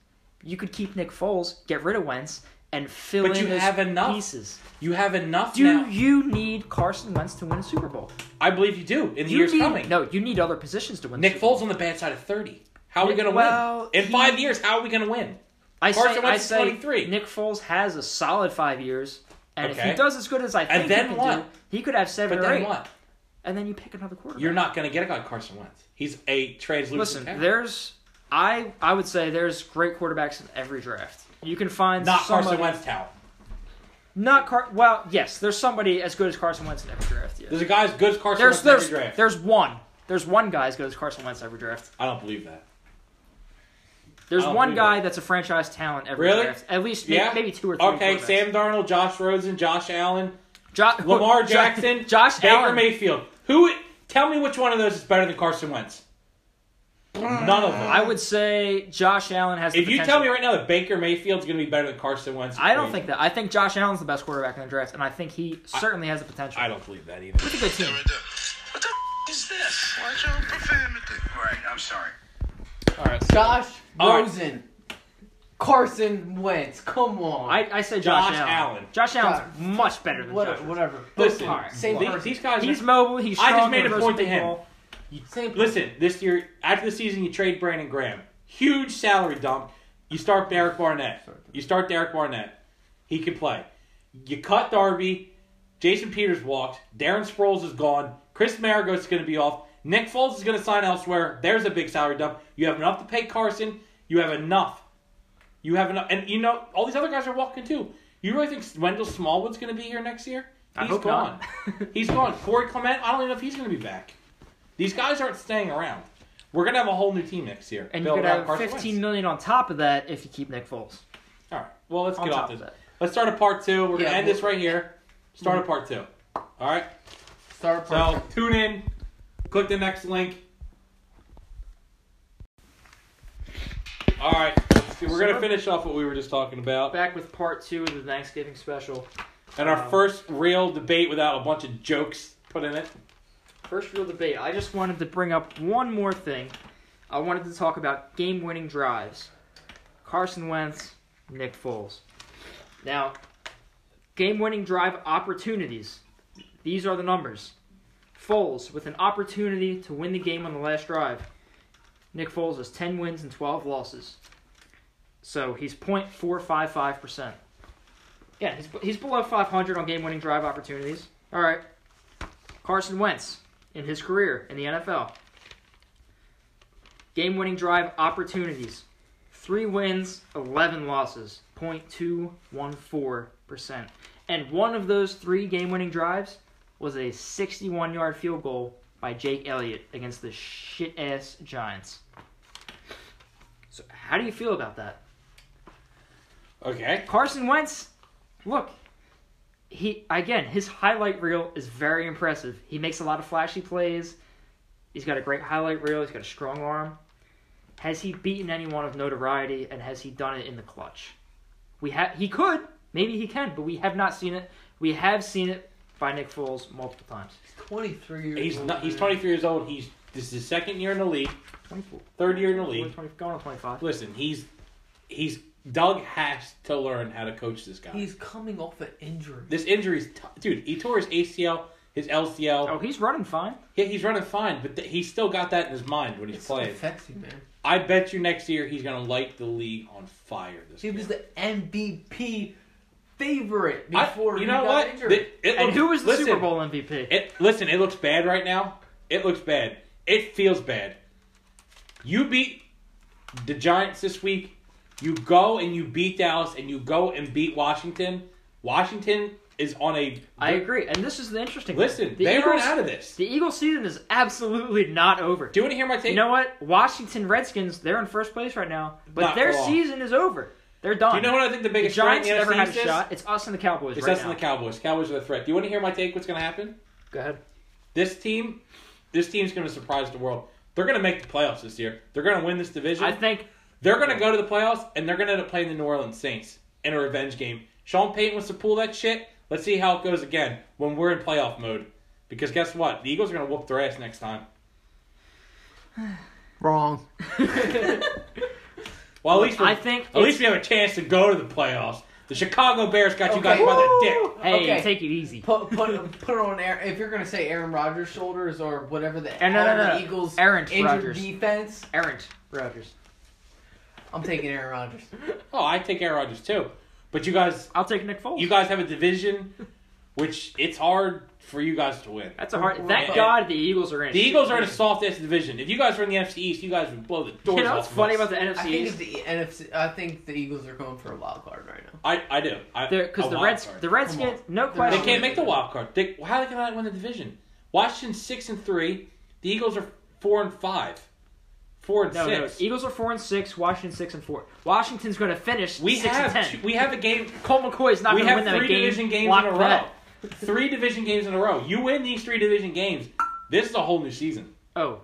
Speaker 3: You could keep Nick Foles. Get rid of Wentz. and fill
Speaker 2: But
Speaker 3: in
Speaker 2: you
Speaker 3: his
Speaker 2: have enough
Speaker 3: pieces.
Speaker 2: You have enough
Speaker 3: Do
Speaker 2: now.
Speaker 3: you need Carson Wentz to win a Super Bowl?
Speaker 2: I believe you do in the
Speaker 3: you
Speaker 2: years
Speaker 3: need,
Speaker 2: coming.
Speaker 3: No, you need other positions to win. the
Speaker 2: Nick
Speaker 3: Super Bowl.
Speaker 2: Foles on the bad side of thirty. How are we
Speaker 3: Nick-
Speaker 2: gonna
Speaker 3: well,
Speaker 2: win? In
Speaker 3: he-
Speaker 2: five years, how are we gonna win?
Speaker 3: I
Speaker 2: Carson
Speaker 3: say,
Speaker 2: Wentz
Speaker 3: I
Speaker 2: is
Speaker 3: say
Speaker 2: 23.
Speaker 3: Nick Foles has a solid five years, and if he
Speaker 2: Okay.
Speaker 3: does as good as I think
Speaker 2: then
Speaker 3: he can
Speaker 2: what?
Speaker 3: do, he could have seven
Speaker 2: But
Speaker 3: or
Speaker 2: then
Speaker 3: eight.
Speaker 2: what?
Speaker 3: And then you pick another quarterback.
Speaker 2: You're not gonna get a guy like Carson Wentz. He's a translucent.
Speaker 3: Listen,
Speaker 2: talent.
Speaker 3: there's I I would say there's great quarterbacks in every draft. You can find
Speaker 2: not
Speaker 3: somebody,
Speaker 2: Carson Wentz talent.
Speaker 3: Not Car. Well, yes, there's somebody as good as Carson Wentz in every draft. Yeah.
Speaker 2: There's a guy as good as Carson
Speaker 3: There's
Speaker 2: Wentz in
Speaker 3: there's
Speaker 2: every draft.
Speaker 3: there's one. There's one guy as good as Carson Wentz every draft.
Speaker 2: I don't believe that.
Speaker 3: There's
Speaker 2: I Oh, don't
Speaker 3: one
Speaker 2: believe
Speaker 3: guy
Speaker 2: it.
Speaker 3: that's a franchise talent every
Speaker 2: Really?
Speaker 3: draft. At least may-
Speaker 2: Yeah,
Speaker 3: maybe two or three.
Speaker 2: Okay,
Speaker 3: quarterbacks.
Speaker 2: Sam Darnold, Josh Rosen, Josh Allen,
Speaker 3: Jo-
Speaker 2: Lamar
Speaker 3: *laughs* Jo-
Speaker 2: Jackson,
Speaker 3: Josh
Speaker 2: Baker
Speaker 3: Allen.
Speaker 2: Mayfield. Who? Tell me which one of those is better than Carson Wentz.
Speaker 4: Mm.
Speaker 2: None of them.
Speaker 3: I would say Josh Allen has. the
Speaker 2: if you
Speaker 3: potential.
Speaker 2: tell me right now that Baker Mayfield's going to be better than Carson Wentz,
Speaker 3: I don't think that. I think Josh Allen's the best quarterback in the draft, and I think he certainly has the potential.
Speaker 2: I don't believe that either.
Speaker 3: It's a good team.
Speaker 5: What the f- is this? Watch your profanity. Right, I'm sorry.
Speaker 3: All right.
Speaker 4: Josh
Speaker 2: All right.
Speaker 4: Rosen, Carson Wentz. Come on.
Speaker 3: I, I say Josh,
Speaker 2: Josh
Speaker 3: Allen.
Speaker 2: Allen.
Speaker 3: Josh Allen's much better than
Speaker 4: whatever.
Speaker 3: Josh. Allen.
Speaker 4: whatever.
Speaker 2: Listen,
Speaker 4: All right, same
Speaker 2: these,
Speaker 4: person.
Speaker 2: these guys.
Speaker 3: He's
Speaker 2: are,
Speaker 3: mobile. He's
Speaker 2: I
Speaker 3: strong.
Speaker 2: just made a
Speaker 3: throws
Speaker 2: point to
Speaker 3: big
Speaker 2: him.
Speaker 3: ball.
Speaker 4: same person.
Speaker 2: listen, this year after the season, you trade Brandon Graham, huge salary dump. You start Derek Barnett. You start Derek Barnett. He can play. You cut Darby. Jason Peters walked. Darren Sproles is gone. Chris Maragos is going to be off. Nick Foles is going to sign elsewhere. There's a big salary dump. You have enough to pay Carson. You have enough. You have enough, and you know all these other guys are walking too. You really think Wendell Smallwood's going to be here next year?
Speaker 3: I
Speaker 2: He's
Speaker 3: hope
Speaker 2: gone.
Speaker 3: not.
Speaker 2: he's
Speaker 3: *laughs*
Speaker 2: gone. Corey Clement. I don't even know if he's going to be back. These guys aren't staying around. We're going to have a whole new team next year.
Speaker 3: And you
Speaker 2: built
Speaker 3: could
Speaker 2: around
Speaker 3: have
Speaker 2: Carson
Speaker 3: fifteen
Speaker 2: Wentz.
Speaker 3: million on top of that if you keep Nick Foles.
Speaker 2: All right. Well, let's
Speaker 3: on
Speaker 2: get
Speaker 3: top
Speaker 2: off
Speaker 3: of
Speaker 2: this.
Speaker 3: that.
Speaker 2: Let's start a part two. We're
Speaker 4: Yeah,
Speaker 2: gonna end
Speaker 4: we'll-
Speaker 2: this right here. Start a part two. All right.
Speaker 4: Start
Speaker 2: So
Speaker 4: person.
Speaker 2: tune in. Click the next link. All right. So we're gonna finish off what we were just talking about,
Speaker 3: Back with part two of the Thanksgiving special.
Speaker 2: and our first real debate without a bunch of jokes put in it.
Speaker 3: First real debate. I just wanted to bring up one more thing. I wanted to talk about game-winning drives. Carson Wentz, Nick Foles. Now, game-winning drive opportunities. These are the numbers. Foles with an opportunity to win the game on the last drive. Nick Foles has 10 wins and 12 losses. So he's 0.455%. Yeah, he's, he's below 500 on game-winning drive opportunities. All right. Carson Wentz in his career in the NFL. Game winning drive opportunities. Three wins, 11 losses, 0.214%. And one of those three game winning drives was a 61 yard field goal by Jake Elliott against the shit ass Giants. So, how do you feel about that?
Speaker 2: Okay.
Speaker 3: Carson Wentz, look, he again his highlight reel is very impressive. He makes a lot of flashy plays. He's got a great highlight reel. He's got a strong arm. Has he beaten anyone of notoriety, and has he done it in the clutch? We ha- he could, maybe he can, but we have not seen it. We have seen it by Nick Foles multiple times.
Speaker 4: twenty three years
Speaker 2: He's
Speaker 4: old.
Speaker 2: not, he's
Speaker 4: man.
Speaker 2: 23 years old. He's this is his second year in the league,
Speaker 3: Twenty-four,
Speaker 2: third year in the league.
Speaker 3: 20, going on twenty-five.
Speaker 2: Listen, he's he's Doug has to learn how to coach this guy.
Speaker 4: He's coming off an injury.
Speaker 2: this injury's t- dude. He tore his ACL, his LCL.
Speaker 3: Oh, he's running fine.
Speaker 2: Yeah, he's running fine, but th- he's still got that in his mind when he's
Speaker 4: It's
Speaker 2: playing.
Speaker 4: affects you, man.
Speaker 2: I bet you next year he's gonna light the league on fire. This
Speaker 4: He
Speaker 2: year.
Speaker 4: was the MVP favorite
Speaker 2: I-
Speaker 4: before
Speaker 2: you
Speaker 4: he
Speaker 2: know
Speaker 4: got
Speaker 2: what?
Speaker 4: injured.
Speaker 2: Th- it
Speaker 3: And
Speaker 2: looks-
Speaker 3: who was the
Speaker 2: listen,
Speaker 3: Super Bowl MVP?
Speaker 2: It listen, it looks bad right now. It looks bad. It feels bad. You beat the Giants this week. You go and you beat Dallas, and you go and beat Washington. Washington is on a.
Speaker 3: I agree, and this is the interesting. thing.
Speaker 2: listen.
Speaker 3: the
Speaker 2: they
Speaker 3: Eagles,
Speaker 2: run out of this.
Speaker 3: The Eagles season is absolutely not over.
Speaker 2: Do you want to hear my take?
Speaker 3: You know what? Washington Redskins, they're in first place right now, but
Speaker 2: Not
Speaker 3: their
Speaker 2: for long.
Speaker 3: season is over. They're done.
Speaker 2: Do you know what I think the
Speaker 3: the
Speaker 2: biggest threat in
Speaker 3: Giants never
Speaker 2: the NFC
Speaker 3: had a
Speaker 2: East is?
Speaker 3: shot. It's us and the Cowboys
Speaker 2: It's
Speaker 3: right
Speaker 2: us
Speaker 3: now.
Speaker 2: and the Cowboys. Cowboys are the threat. Do you want to hear my take? What's going to happen?
Speaker 3: Go ahead.
Speaker 2: This team, this team's going to surprise the world. They're going to make the playoffs this year. They're going to win this division.
Speaker 3: I think
Speaker 2: they're going to go to the playoffs, and they're going to end up playing the New Orleans Saints in a revenge game. Sean Payton wants to pull that shit. Let's see how it goes again when we're in playoff mode. Because guess what? The Eagles are going to whoop their ass next time.
Speaker 4: *sighs* Wrong.
Speaker 2: *laughs* Well, at least we're-
Speaker 3: I think
Speaker 2: at
Speaker 3: it's-
Speaker 2: least we have a chance to go to the playoffs. The The Chicago Bears got you guys
Speaker 4: Okay.
Speaker 2: by the dick.
Speaker 3: Hey,
Speaker 4: Okay.
Speaker 3: take it easy.
Speaker 4: Put put put it on Aaron. If you're gonna say Aaron Rodgers' shoulders or whatever the,
Speaker 3: Eh, no, no,
Speaker 4: all the
Speaker 3: no.
Speaker 4: Eagles
Speaker 3: Aaron
Speaker 4: injured
Speaker 3: Rodgers.
Speaker 4: defense,
Speaker 3: Errant Rogers.
Speaker 4: I'm taking
Speaker 3: *laughs*
Speaker 4: Aaron Rodgers.
Speaker 2: Oh, I take Aaron Rodgers too. But you guys,
Speaker 3: I'll take Nick Foles.
Speaker 2: you guys have a division, which it's hard for you guys to win.
Speaker 3: That's a hard.
Speaker 4: We're-
Speaker 3: Thank
Speaker 2: we're-
Speaker 3: God the Eagles are in. a
Speaker 2: The
Speaker 3: shit
Speaker 2: Eagles are in a
Speaker 3: division.
Speaker 2: soft ass division. If you guys were in the NFC East, you guys would blow the doors
Speaker 3: You know
Speaker 2: off.
Speaker 3: what's funny about the
Speaker 4: I
Speaker 3: NFC
Speaker 4: think it's
Speaker 3: East?
Speaker 4: the NFC. I think the Eagles are going for a wild card right
Speaker 3: *laughs*
Speaker 4: now.
Speaker 2: I, I do. I- a
Speaker 3: Because the
Speaker 2: wild
Speaker 3: Reds,
Speaker 2: card.
Speaker 3: the
Speaker 4: Come
Speaker 3: Redskins, no
Speaker 4: They
Speaker 2: They
Speaker 3: question.
Speaker 2: can't make the wild card. They, how they can they win the division? Washington's six and three. The Eagles are four and five. Four and
Speaker 3: No, no.
Speaker 2: six.
Speaker 3: Eagles are four and six. Washington six and four. Washington's going to finish
Speaker 2: we
Speaker 3: six
Speaker 2: have
Speaker 3: and ten.
Speaker 2: two- we have a game.
Speaker 3: Cole McCoy's not
Speaker 2: we have
Speaker 3: going to win that
Speaker 2: three
Speaker 3: game.
Speaker 2: division games
Speaker 3: Lock
Speaker 2: in a row.
Speaker 3: that. *laughs*
Speaker 2: three division games in a row. You win these three division games. This is a whole new season.
Speaker 3: Oh,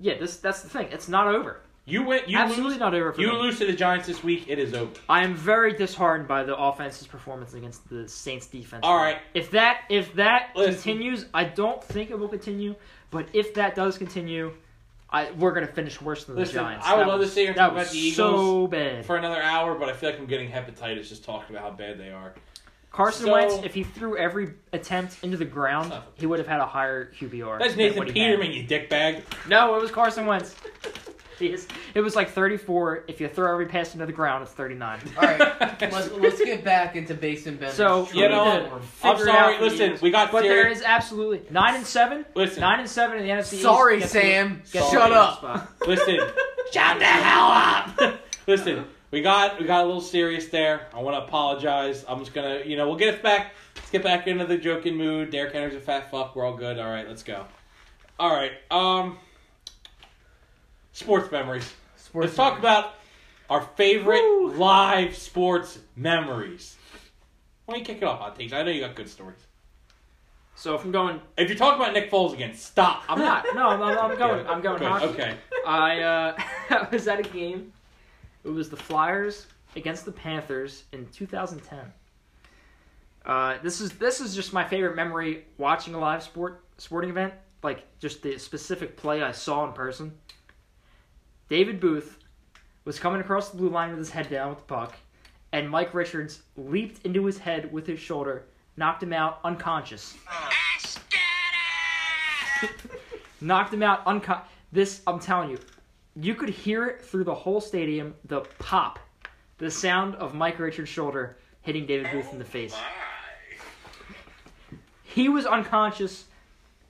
Speaker 3: yeah. This that's the thing. It's not over.
Speaker 2: You win. You
Speaker 3: Absolutely
Speaker 2: lose.
Speaker 3: not over for
Speaker 2: You
Speaker 3: them.
Speaker 2: lose to the Giants this week. It is over.
Speaker 3: I am very disheartened by the offense's performance against the Saints defense.
Speaker 2: All right.
Speaker 3: If that if that
Speaker 2: Listen.
Speaker 3: continues, I don't think it will continue. But if that does continue, I we're gonna finish worse than
Speaker 2: Listen,
Speaker 3: the Giants.
Speaker 2: I would
Speaker 3: That
Speaker 2: love to
Speaker 3: was-
Speaker 2: sit here and
Speaker 3: that
Speaker 2: talk about
Speaker 3: was
Speaker 2: the Eagles
Speaker 3: So bad.
Speaker 2: for another hour, but I feel like I'm getting hepatitis just talking about how bad they are.
Speaker 3: Carson
Speaker 2: so-
Speaker 3: Wentz, if he threw every attempt into the ground,
Speaker 2: Tough.
Speaker 3: he would have had a higher QBR.
Speaker 2: That's
Speaker 3: than
Speaker 2: Nathan
Speaker 3: what he had.
Speaker 2: Peterman, you dickbag.
Speaker 3: No, it was Carson Wentz. Jeez. It was like 34. If you throw every pass into the ground, it's 39.
Speaker 4: All right,
Speaker 2: *laughs*
Speaker 4: let's, let's get back into Basin Bender.
Speaker 3: So,
Speaker 2: You know,
Speaker 3: I'm
Speaker 2: I'm
Speaker 3: Figure it out
Speaker 2: sorry.
Speaker 3: for the
Speaker 2: Listen,
Speaker 3: Eagles.
Speaker 2: we got
Speaker 3: But there
Speaker 2: serious.
Speaker 3: is absolutely nine and seven.
Speaker 2: Listen.
Speaker 3: nine and seven in the NFC. East
Speaker 4: Sorry,
Speaker 3: gets
Speaker 4: Sam.
Speaker 3: the- gets the
Speaker 4: Shut
Speaker 3: playoff
Speaker 4: up.
Speaker 3: spot. *laughs*
Speaker 2: Listen,
Speaker 4: Shut the hell up.
Speaker 2: *laughs* listen. We got we got a little serious there. I want to apologize. I'm just gonna, you know, we'll get it back. Let's get back into the joking mood. Derek Henry's a fat fuck. We're all good. All right, let's go. All right. Um, sports memories.
Speaker 4: Sports
Speaker 2: let's talk about our favorite
Speaker 3: Woo.
Speaker 2: live sports memories. Why don't you kick it off, hot takes? I know you got good stories.
Speaker 3: So if I'm going,
Speaker 2: If you're talking about Nick Foles again, stop.
Speaker 3: I'm *laughs* not. No, I'm, I'm, I'm going. I'm going.
Speaker 2: Good,
Speaker 3: hockey.
Speaker 2: Okay.
Speaker 3: I uh, *laughs* I was at a game. It was the Flyers against the Panthers in 2010. Uh, this is this is just my favorite memory watching a live sport sporting event. Like just the specific play I saw in person. David Booth was coming across the blue line with his head down with the puck, and Mike Richards leaped into his head with his shoulder, knocked him out unconscious.
Speaker 5: Uh.
Speaker 3: knocked him out uncon. This I'm telling you, you could hear it through the whole stadium. The pop, the sound of Mike Richards' shoulder hitting David Booth in the face. He was unconscious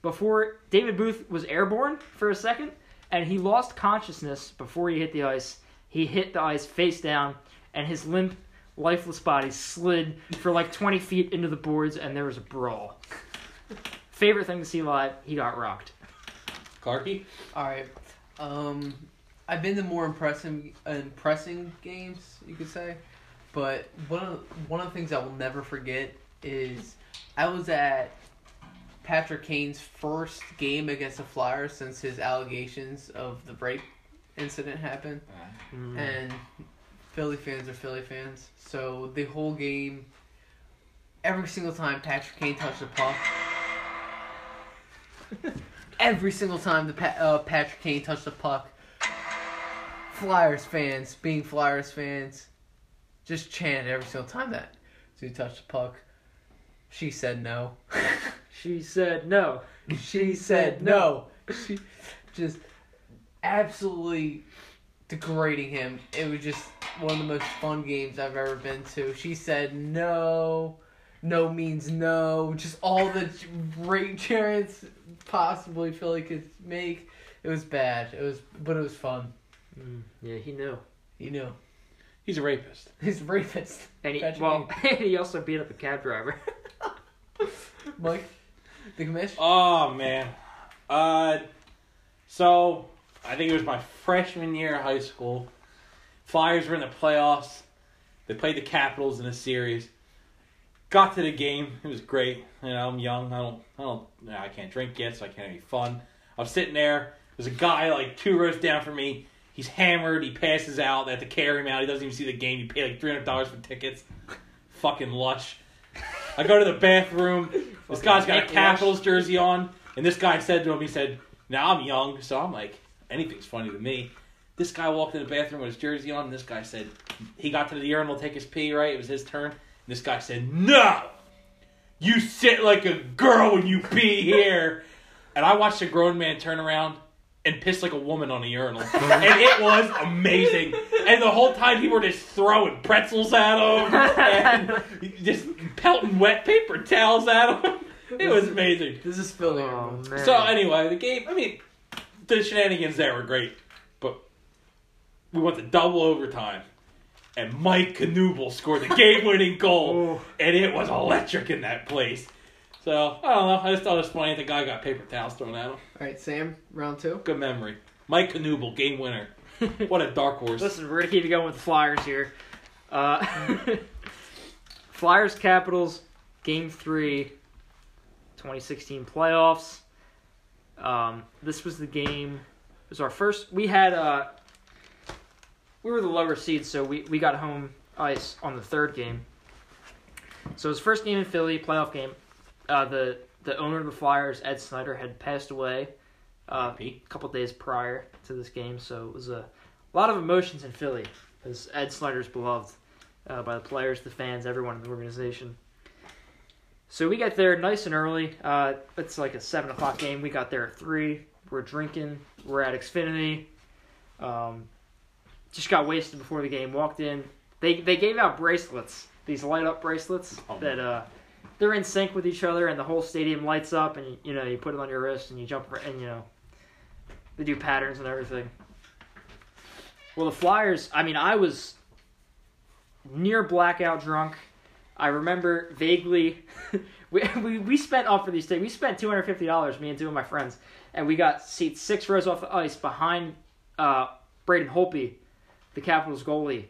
Speaker 3: before David Booth was airborne for a second, and he lost consciousness before he hit the ice. He hit the ice face down, and his limp, lifeless body slid for like 20 feet into the boards, and there was a brawl. Favorite thing to see live, he got rocked.
Speaker 2: Clarky?
Speaker 4: All right. Um, I've been to more impressive, impressing games, you could say, but one of one of the things I will never forget is I was at Patrick Kane's first game against the Flyers since his allegations of the rape incident happened, and Philly fans are Philly fans, so the whole game, every single time Patrick Kane touched the puck every single time the pa- uh, Patrick Kane touched the puck, Flyers fans, being Flyers fans, just chanted every single time that so he touched the puck. She said no. *laughs*
Speaker 3: She said no.
Speaker 4: she said no. She just absolutely degrading him. It was just one of the most fun games I've ever been to. She said no. No means no. Just all the great *laughs* chants possibly Philly could make. It was bad. It was, but it was fun.
Speaker 3: Yeah, he knew.
Speaker 4: You know, *laughs*
Speaker 2: He's a rapist.
Speaker 4: he's a rapist.
Speaker 3: And he,
Speaker 4: Patrick
Speaker 3: well, *laughs* he also beat up a cab driver.
Speaker 4: Mike, the commission.
Speaker 2: Oh man. Uh, so I think it was my freshman year of high school. Flyers were in the playoffs. They played the Capitals in a series. Got to the game. It was great. You know, I'm young. I don't. I don't. You know, I can't drink yet, so I can't have any fun. I'm sitting there. There's a guy like two rows down from me. He's hammered. He passes out. They have to carry him out. He doesn't even see the game. You pay like three hundred dollars for tickets. Fucking lush. I go to the bathroom. This guy's got a
Speaker 3: Nick
Speaker 2: Capitals jersey on, and this guy said to him, he said, "Now I'm young, so I'm like anything's funny to me." This guy walked in the bathroom with his jersey on, and this guy said, he got to the urinal, take his pee, right? It was his turn. This guy said, No! You sit like a girl when you pee here. and I watched a grown man turn around and piss like a woman on a urinal. and it was amazing. And the whole time people were just throwing pretzels at him and just pelting wet paper towels at him. It was amazing.
Speaker 4: This is
Speaker 3: *laughs*
Speaker 4: Philly.
Speaker 3: Oh, man.
Speaker 2: So anyway, the game. I mean, the shenanigans there were great, but we went to double overtime, and Mike Knuble scored the game-winning goal,
Speaker 3: Oh.
Speaker 2: and it was electric in that place. So I don't know. I just thought it was funny. The guy got paper towels thrown at him.
Speaker 4: All right, Sam, round two.
Speaker 2: Good memory. Mike Knuble, game winner.
Speaker 3: *laughs*
Speaker 2: What a dark horse.
Speaker 3: Listen, we're gonna keep it going with the Flyers here. Uh, *laughs* Flyers Capitals Game Three, 2016 playoffs. Um, this was the game. It was our first. We had uh, we were the lower seed, so we we got home ice on the third game. So his first game in Philly, playoff game. Uh, the the owner of the Flyers, Ed Snyder, had passed away. Uh,
Speaker 2: Happy.
Speaker 3: couple days prior to this game, so it was a lot of emotions in Philly because Ed Snyder's beloved uh, by the players, the fans, everyone in the organization. So we got there nice and early. Uh, it's like a seven o'clock game. We got there at three. We're drinking. We're at Xfinity. Um, just got wasted before the game. Walked in. They they gave out bracelets. These light up bracelets
Speaker 2: Oh.
Speaker 3: that uh, they're in sync with each other, and the whole stadium lights up. And you, you know you put it on your wrist, and you jump, ar- and you know they do patterns and everything. Well, the Flyers. I mean, I was near blackout drunk. I remember vaguely. *laughs* we, we we spent off for these things. We spent two hundred fifty dollars, me and two of my friends, and we got seats six rows off the ice behind uh, Braden Holpe, the Capitals goalie,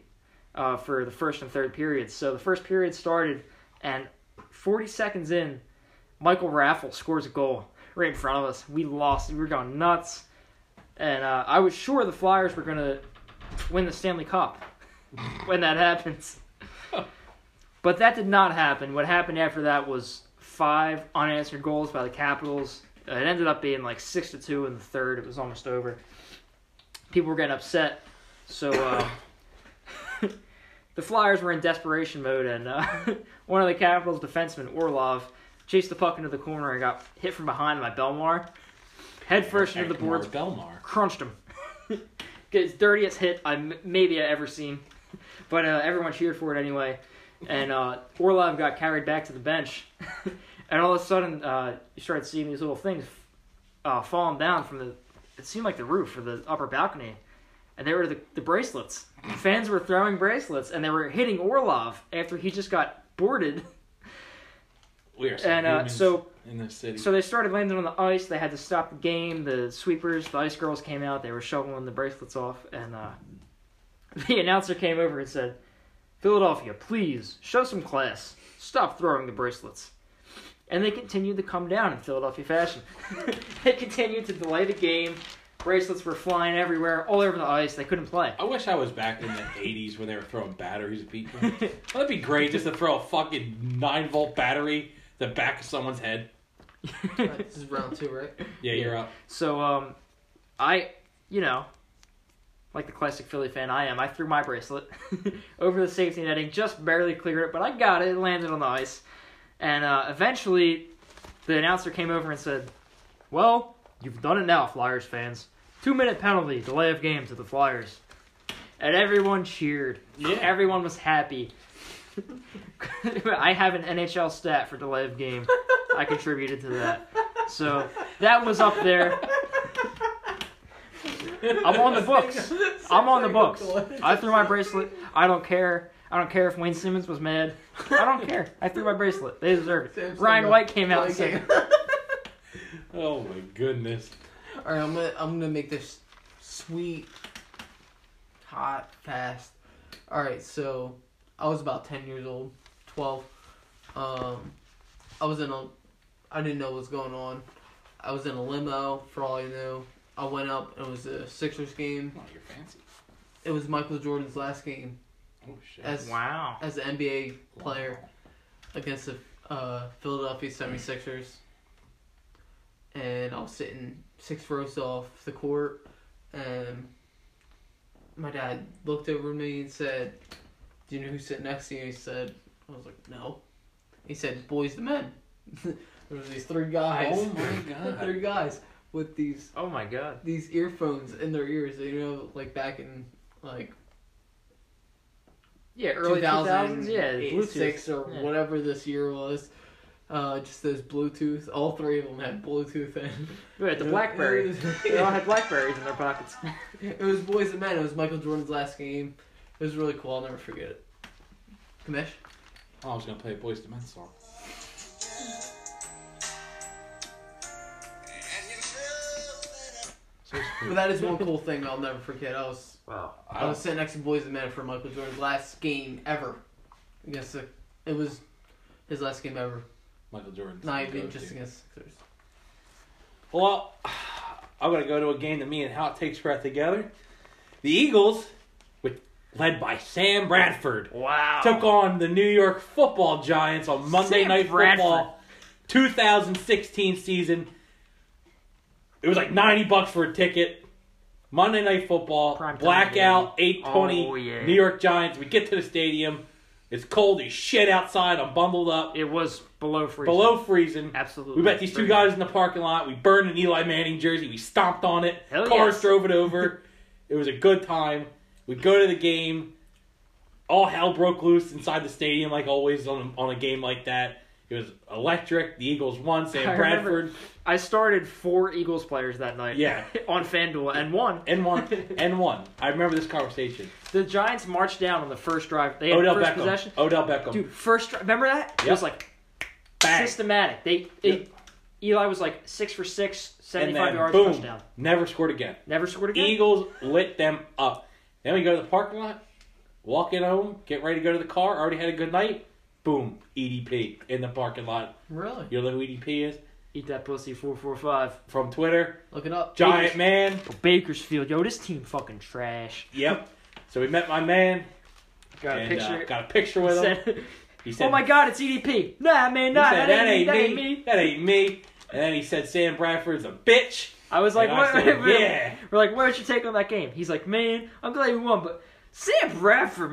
Speaker 3: uh, for the first and third periods. So the first period started, and forty seconds in, Michael Raffle scores a goal right in front of us. We lost. We were going nuts, and uh, I was sure the Flyers were gonna win the Stanley Cup when that happens. But that did not happen. What happened after that was five unanswered goals by the Capitals. Uh, It ended up being like six to two in the third. It was almost over. People were getting upset, so uh, *laughs* the Flyers were in desperation mode, and uh, *laughs* one of the Capitals defensemen, Orlov, chased the puck into the corner and got hit from behind by Belmar. Head first into the
Speaker 2: Ekmar
Speaker 3: boards,
Speaker 2: Belmar.
Speaker 3: crunched *laughs* him. It's dirtiest hit I m- maybe I ever seen, but uh, everyone cheered for it anyway. And uh, Orlov got carried back to the bench, *laughs* and all of a sudden uh, you started seeing these little things uh, falling down from the. It seemed like the roof or the upper balcony, and they were the, the bracelets. Fans were throwing bracelets, and they were hitting Orlov after he just got boarded. *laughs*
Speaker 2: We are some
Speaker 3: And, uh,
Speaker 2: humans
Speaker 3: so-
Speaker 2: in this city.
Speaker 3: So they started landing on the ice. They had to stop the game. The sweepers, the ice girls came out. They were shoveling the bracelets off, and uh, *laughs* the announcer came over and said, "Philadelphia, please show some class. Stop throwing the bracelets." And they continued to come down in Philadelphia fashion. *laughs* they continued to delay the game. Bracelets were flying everywhere, all over the ice. They couldn't play.
Speaker 2: I wish I was back in the 80s when they were throwing batteries at
Speaker 3: *laughs*
Speaker 2: people. That'd be great just to throw a fucking 9 volt battery the back of someone's head.
Speaker 4: All right, this is round two, right?
Speaker 2: Yeah, you're up.
Speaker 3: So um, I, you know, like the classic Philly fan I am, I threw my bracelet *laughs* over the safety netting, just barely cleared it, but I got it. It landed on the ice, and uh, eventually, the announcer came over and said, "Well, you've done it now, Flyers fans. Two minute penalty, delay of game to the Flyers." And everyone cheered.
Speaker 2: Yeah.
Speaker 3: Everyone was happy. *laughs* I have an NHL stat for delay of game. I contributed to that. So that was up there.
Speaker 4: *laughs*
Speaker 3: I'm *laughs* on
Speaker 2: *laughs*
Speaker 3: the books. I'm on the books. I threw my bracelet. I don't care. I don't care if Wayne Simmons was mad.
Speaker 2: *laughs*
Speaker 3: I don't care. I threw my bracelet. They deserved it. Ryan White came out and said, *laughs*
Speaker 2: Oh my goodness.
Speaker 4: All right, I'm gonna I'm gonna make this sweet, hot, fast. All right, so I was about ten years old, twelve. Um, I was in a, I didn't know what was going on. I was in a limo for all I knew. I went up and it was a Sixers game.
Speaker 2: Oh, you're fancy.
Speaker 4: It was Michael Jordan's last game
Speaker 2: Oh shit.
Speaker 4: as
Speaker 3: "Wow,
Speaker 4: as an NBA player against the uh, Philadelphia 76ers. And I was sitting six rows off the court, and my dad looked over at me and said, Do you know who's sitting next to you? He said, I was like, no. He said, boys the men. *laughs* there was these three guys.
Speaker 2: Oh my God.
Speaker 4: *laughs* three guys with these
Speaker 3: Oh my god.
Speaker 4: these earphones in their ears. You know, like back in like
Speaker 3: Yeah, early 2000s. Yeah, Bluetooth.
Speaker 4: six or
Speaker 3: Yeah.
Speaker 4: whatever this year was. Uh, just those Bluetooth. All three of them had Bluetooth in.
Speaker 3: Wait,
Speaker 2: *laughs*
Speaker 3: the Blackberry.
Speaker 4: *laughs*
Speaker 3: they all had Blackberries in their pockets.
Speaker 4: It was Boys and Men. It was Michael Jordan's last game. It was really cool. I'll never forget it. Kamesh?
Speaker 2: Oh, I was gonna play a Boys to Men song.
Speaker 4: *laughs* But that is one cool thing I'll never forget. I was
Speaker 3: Wow.
Speaker 4: I was sitting next to Boys and Men for Michael Jordan's last game ever. Against the, it was his last game ever.
Speaker 2: Michael Jordan.
Speaker 4: Not even just against the Sixers.
Speaker 2: Well, *sighs* I'm gonna go to a game that me and Hot takes breath together. The Eagles, which led by Sam Bradford,
Speaker 3: *laughs* Wow.
Speaker 2: took on the New York Football Giants on Monday
Speaker 3: Sam
Speaker 2: Night
Speaker 3: Bradford.
Speaker 2: Football, 2016 season. It was like 90 bucks for a ticket. Monday Night Football,
Speaker 3: Prime time,
Speaker 2: blackout,
Speaker 3: baby.
Speaker 2: 8:20.
Speaker 3: Oh, yeah.
Speaker 2: New York Giants. We get to the stadium. It's cold as shit outside. I'm bundled up,
Speaker 3: It was below freezing.
Speaker 2: below freezing.
Speaker 3: Absolutely.
Speaker 2: We met these two
Speaker 3: Freezing.
Speaker 2: guys in the parking lot. We burned an Eli Manning jersey. We stomped on it.
Speaker 3: Hell
Speaker 2: Cars
Speaker 3: yes.
Speaker 2: drove it
Speaker 3: *laughs*
Speaker 2: over. it was a good time. We go to the game. All hell broke loose inside the stadium, like always on a, on a game like that. It was electric. The Eagles won.
Speaker 3: I
Speaker 2: Sam
Speaker 3: remember.
Speaker 2: Bradford
Speaker 3: I started four Eagles players that night.
Speaker 2: Yeah.
Speaker 3: *laughs* on FanDuel and won.
Speaker 2: and
Speaker 3: *laughs*
Speaker 2: won. and won. I remember this conversation.
Speaker 3: The Giants marched down on the first drive. They had
Speaker 2: Odell
Speaker 3: first
Speaker 2: Beckham.
Speaker 3: possession.
Speaker 2: Odell Beckham.
Speaker 3: Dude, first drive. Remember that? It
Speaker 2: Yep.
Speaker 3: was like
Speaker 2: Bang.
Speaker 3: systematic. They, it, Eli was like six for six,
Speaker 2: and
Speaker 3: 75
Speaker 2: then
Speaker 3: yards,
Speaker 2: boom.
Speaker 3: touchdown.
Speaker 2: Never scored again.
Speaker 3: Never scored again.
Speaker 2: Eagles lit them up. Then we go to the parking lot, walk in home, get ready to go to the car. Already had a good night. Boom, EDP in the parking lot.
Speaker 4: Really?
Speaker 2: You know who EDP is
Speaker 3: Eat that pussy, four four five. Oh,
Speaker 2: from Twitter.
Speaker 4: Look it up.
Speaker 2: Giant man.
Speaker 3: Bakersfield, yo, this team fucking trash.
Speaker 2: Yep. So we met my man.
Speaker 3: Got a
Speaker 2: and, uh,
Speaker 3: picture.
Speaker 2: got a picture with him.
Speaker 3: *laughs* said,
Speaker 2: He said,
Speaker 3: oh my god, it's EDP. Nah, man,
Speaker 2: he
Speaker 3: nah,
Speaker 2: said,
Speaker 3: that, ain't, me. That ain't me.
Speaker 2: That ain't me. And then he said Sam Bradford's a bitch.
Speaker 3: I was like,
Speaker 2: And I
Speaker 3: what?
Speaker 2: said,
Speaker 3: *laughs* we're-
Speaker 2: yeah.
Speaker 3: We're like, where's your take on that game? He's like, man, I'm glad we won, but Sam Bradford,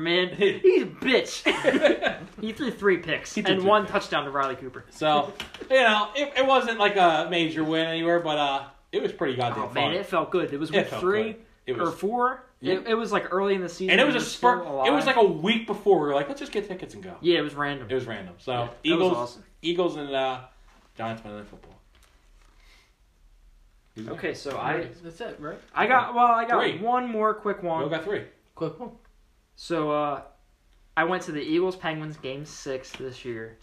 Speaker 2: *laughs*
Speaker 3: man, he's a bitch. *laughs* he threw three picks
Speaker 2: He threw
Speaker 3: and
Speaker 2: three
Speaker 3: one
Speaker 2: picks.
Speaker 3: touchdown to Riley Cooper.
Speaker 2: *laughs* So you know, it, it wasn't like a major win anywhere, but uh, it was pretty goddamn
Speaker 3: Oh
Speaker 2: fun.
Speaker 3: man, it felt good. It was
Speaker 2: It
Speaker 3: week
Speaker 2: felt
Speaker 3: three
Speaker 2: good. It
Speaker 3: or
Speaker 2: was
Speaker 3: four. It, it was like early in the season.
Speaker 2: and it was
Speaker 3: we
Speaker 2: a
Speaker 3: were still
Speaker 2: spur. It was
Speaker 3: alive.
Speaker 2: like a week before we were like, let's just get tickets and go.
Speaker 3: yeah, it was random.
Speaker 2: It was random. So
Speaker 3: Yeah, that was
Speaker 2: Eagles,
Speaker 3: awesome.
Speaker 2: Eagles, and uh, Giants Monday Night Football.
Speaker 3: okay, so I
Speaker 4: That's it, right?
Speaker 3: I got well, I got
Speaker 2: Three.
Speaker 3: one more quick
Speaker 2: we
Speaker 3: one.
Speaker 2: all got three.
Speaker 4: Quick one.
Speaker 3: So uh, I went to the Eagles Penguins game six this year,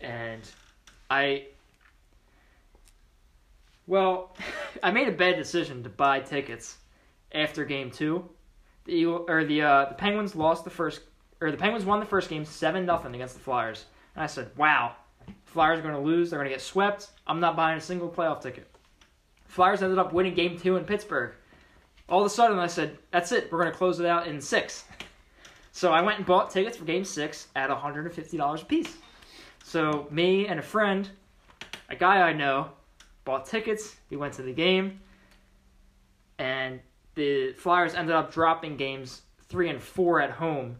Speaker 3: and I well, *laughs* I made a bad decision to buy tickets after game two. The Eagle or the uh, the Penguins lost the first or the Penguins won the first game seven nothing against the Flyers, and I said, "Wow, Flyers are going to lose. They're going to get swept. I'm not buying a single playoff ticket." Flyers ended up winning game two in Pittsburgh. All of a sudden, I said, "That's it. We're going to close it out in six. So I went and bought tickets for game six at $150 a piece. So me and a friend, a guy I know, bought tickets. We went to the game. And the Flyers ended up dropping games three and four at home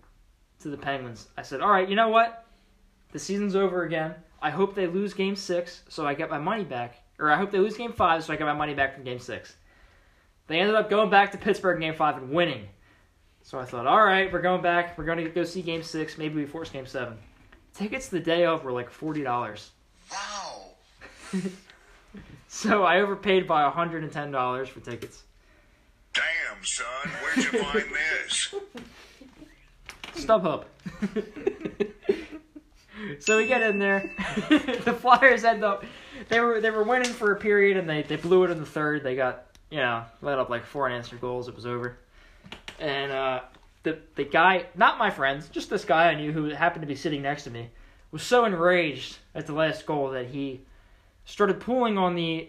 Speaker 3: to the Penguins. I said, all right, you know what? The season's over again. I hope they lose game six so I get my money back. Or I hope they lose game five so I get my money back from game six. They ended up going back to Pittsburgh in game five and winning. So I thought, all right, we're going back. We're going to go see game six. Maybe we force game seven. Tickets the day of were like $40.
Speaker 5: Wow.
Speaker 3: *laughs* So I overpaid by $110 for tickets.
Speaker 5: Damn, son, where'd you find
Speaker 3: *laughs*
Speaker 5: this?
Speaker 3: StubHub. *laughs* so we get in there. *laughs* the Flyers end up they were they were winning for a period and they, they blew it in the third. They got you know let up like four unanswered goals. It was over. And uh, the the guy, not my friends, just this guy I knew who happened to be sitting next to me, was so enraged at the last goal that he started pulling on the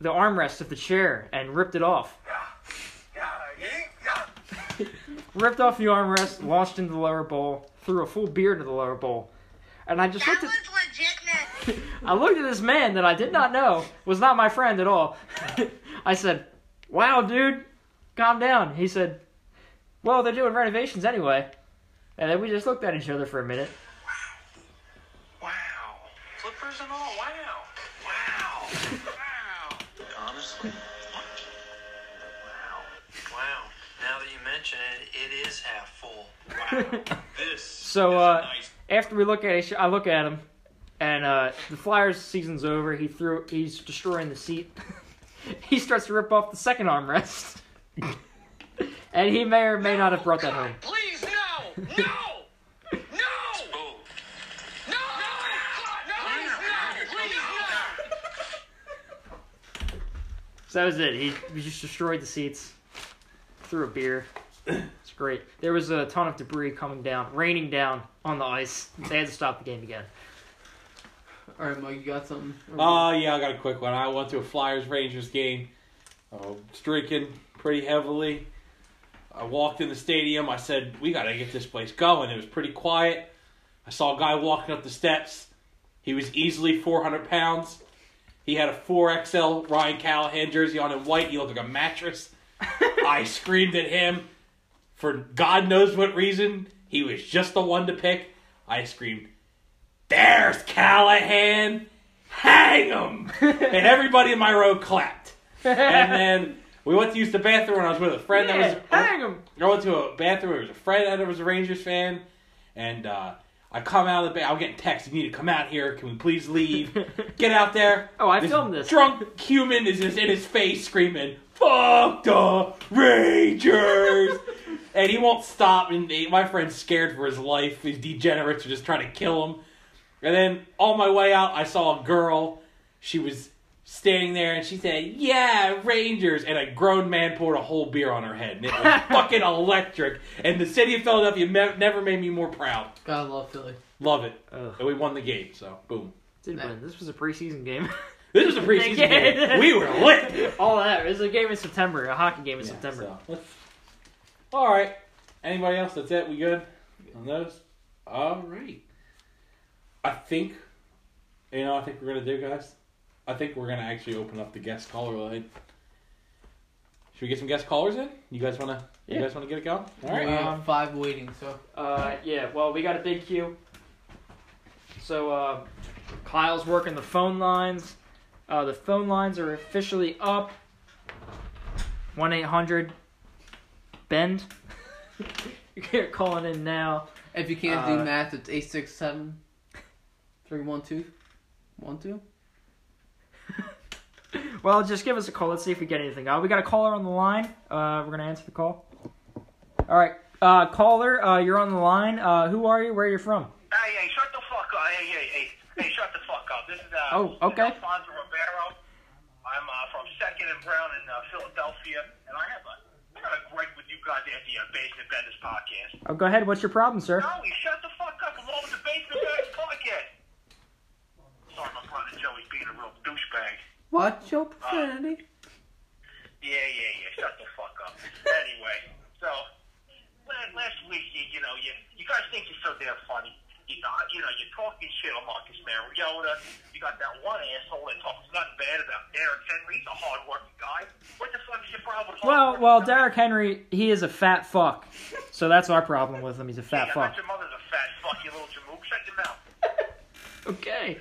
Speaker 3: the armrest of the chair and ripped it off. ripped off the armrest, launched into the lower bowl, threw a full beer into the lower bowl. And I just
Speaker 1: That
Speaker 3: looked
Speaker 1: was
Speaker 3: at
Speaker 1: legitness.
Speaker 3: I looked at this man that I did not know was not my friend at all. *laughs* I said, "Wow, dude, calm down." He said, "Well, they're doing renovations anyway." And then we just looked at each other for a minute.
Speaker 5: all. Wow. Wow. Wow. Honestly. Wow. Wow. Now that you mention it, it is half full.
Speaker 3: *laughs*
Speaker 5: Wow. this.
Speaker 3: So
Speaker 5: is
Speaker 3: uh,
Speaker 5: nice.
Speaker 3: after we look at it, I look at him, and uh, the Flyers' season's over. He threw. He's destroying the seat. *laughs* he starts to rip off the second armrest, *laughs* and he may or may not have brought that home.
Speaker 5: Please, no! No! No! No! No! God, no! Please, no! Please, no!
Speaker 3: So that was it. He, he just destroyed the seats, threw a beer. It's great. There was a ton of debris coming down, raining down on the ice. They had to stop the game again.
Speaker 4: All right, Mike, you got something?
Speaker 3: Uh,
Speaker 2: Oh, yeah, I got a quick one. I went to a Flyers Rangers game. I was drinking pretty heavily. I walked in the stadium. I said, We got to get this place going. It was pretty quiet. I saw a guy walking up the steps. He was easily 400 pounds. He had a 4XL Ryan Callahan jersey on in white. He looked like a mattress. I screamed at him for God knows what reason. He was just the one to pick. I screamed, There's Callahan! hang him! and everybody in my row clapped. And then we went to use the bathroom, and I was with a friend
Speaker 3: Yeah,
Speaker 2: that was.
Speaker 3: hang him.
Speaker 2: I went to a bathroom. There was a friend that was a Rangers fan, and uh, I come out of the bathroom. I'm getting texts. You need to come out here. Can we please
Speaker 3: *laughs*
Speaker 2: leave? Get out there.
Speaker 3: Oh, I filmed this.
Speaker 2: Drunk human is just in his face screaming, "Fuck the
Speaker 3: *laughs*
Speaker 2: Rangers!" and he won't stop. And he- my friend's scared for his life. These degenerates are just trying to kill him. And then on my way out, I saw a girl. She was standing there and she said, Yeah, Rangers. And a grown man poured a whole beer on her head. And it was fucking electric. And the city of Philadelphia me- never made me more proud.
Speaker 4: God, love Philly.
Speaker 2: Love it.
Speaker 3: Ugh.
Speaker 2: And we won the game, so boom.
Speaker 3: Didn't win. This was a preseason game. *laughs*
Speaker 2: This was a preseason
Speaker 3: Yeah.
Speaker 2: game. We were lit.
Speaker 3: All that. It was a game in September, a hockey game in September.
Speaker 2: Yeah, so, let's- All right. Anybody else? That's it. We good on those? All right. I think, you know, I think we're gonna do, guys. I think we're gonna actually open up the guest caller line. Should we get some guest callers in? You guys wanna? You
Speaker 3: Yeah.
Speaker 2: guys wanna get it going? All
Speaker 4: We
Speaker 2: right.
Speaker 4: have
Speaker 3: Um,
Speaker 4: five waiting, so
Speaker 3: Uh, yeah, well, we got a big queue. So, uh, Kyle's working the phone lines. Uh, the phone lines are officially up. 1 800 Bend. *laughs* You're calling in now.
Speaker 4: if you can't
Speaker 3: uh,
Speaker 4: do math, it's eight six seven three one two one two.
Speaker 3: Well, just give us a call. Let's see if we get anything. Uh, we got a caller on the line. Uh, we're going to answer the call. All right. Uh, caller, uh, you're on the line. Uh, who are you? Where are you from?
Speaker 1: Hey, hey, shut the fuck up. Hey, hey, hey, hey, shut the fuck up. This is uh,
Speaker 3: Oh, okay.
Speaker 1: this is Alfonso Ribeiro. I'm uh, from Second and Brown in uh, Philadelphia, and I have a, I got a gripe with you guys at the uh, Basement Benders podcast.
Speaker 3: Oh, go ahead. What's your problem, sir?
Speaker 1: No, you shut the fuck up. I'm over the Basement Benders podcast. Sorry, my brother Joey's being a real douchebag.
Speaker 4: Watch your
Speaker 2: Uh,
Speaker 4: profanity.
Speaker 1: Yeah, yeah, yeah. Shut the fuck up. Anyway, so la- last week, you, you know, you you guys think you're so damn funny. You know, you know, you're talking shit on Marcus Mariota. You got that one asshole that talks nothing bad about Derrick Henry. He's a hardworking guy. What the fuck is your problem? With
Speaker 3: Well,
Speaker 1: hardworking
Speaker 3: well,
Speaker 1: guys?
Speaker 3: Derrick Henry, he is a fat fuck. So that's our problem with him. He's a fat
Speaker 1: Yeah,
Speaker 3: fuck.
Speaker 1: but your mother's a fat fuck, you little jamook. Shut your mouth.
Speaker 3: Okay.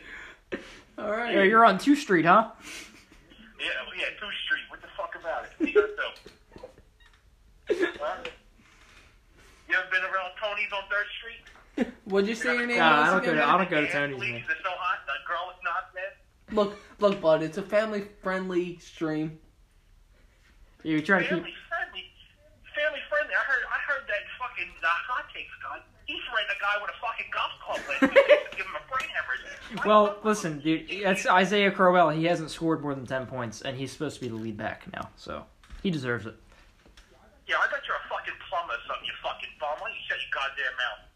Speaker 4: All right.
Speaker 3: Yeah, you're on 2 Street, huh?
Speaker 1: Yeah, oh, yeah, Two Street. What the fuck about it? What you gonna do?
Speaker 3: *laughs*
Speaker 1: Huh? You ever been around Tony's on Third Street?
Speaker 4: What'd you say your name
Speaker 3: Nah, I
Speaker 4: was
Speaker 3: don't go
Speaker 4: again?
Speaker 3: to- I don't go to
Speaker 1: Yeah,
Speaker 3: Tony's,
Speaker 1: please,
Speaker 3: man.
Speaker 1: they're so hot. The girl is not there.
Speaker 4: Look, look, bud. It's a family-friendly stream.
Speaker 3: You're trying to keep.
Speaker 1: Family friendly. Family friendly. I heard. I heard that fucking the hot takes guy. He threatened a guy with a fucking golf club last week. Give him a brain hemorrhage.
Speaker 3: *laughs*
Speaker 1: Why
Speaker 3: Well,
Speaker 1: the fuck-
Speaker 3: listen, dude. That's Isaiah Crowell. He hasn't scored more than 10 points, and he's supposed to be the lead back now. So he deserves it.
Speaker 1: Yeah, I bet you're a fucking plumber or something. You fucking bum. Why don't you shut your goddamn mouth?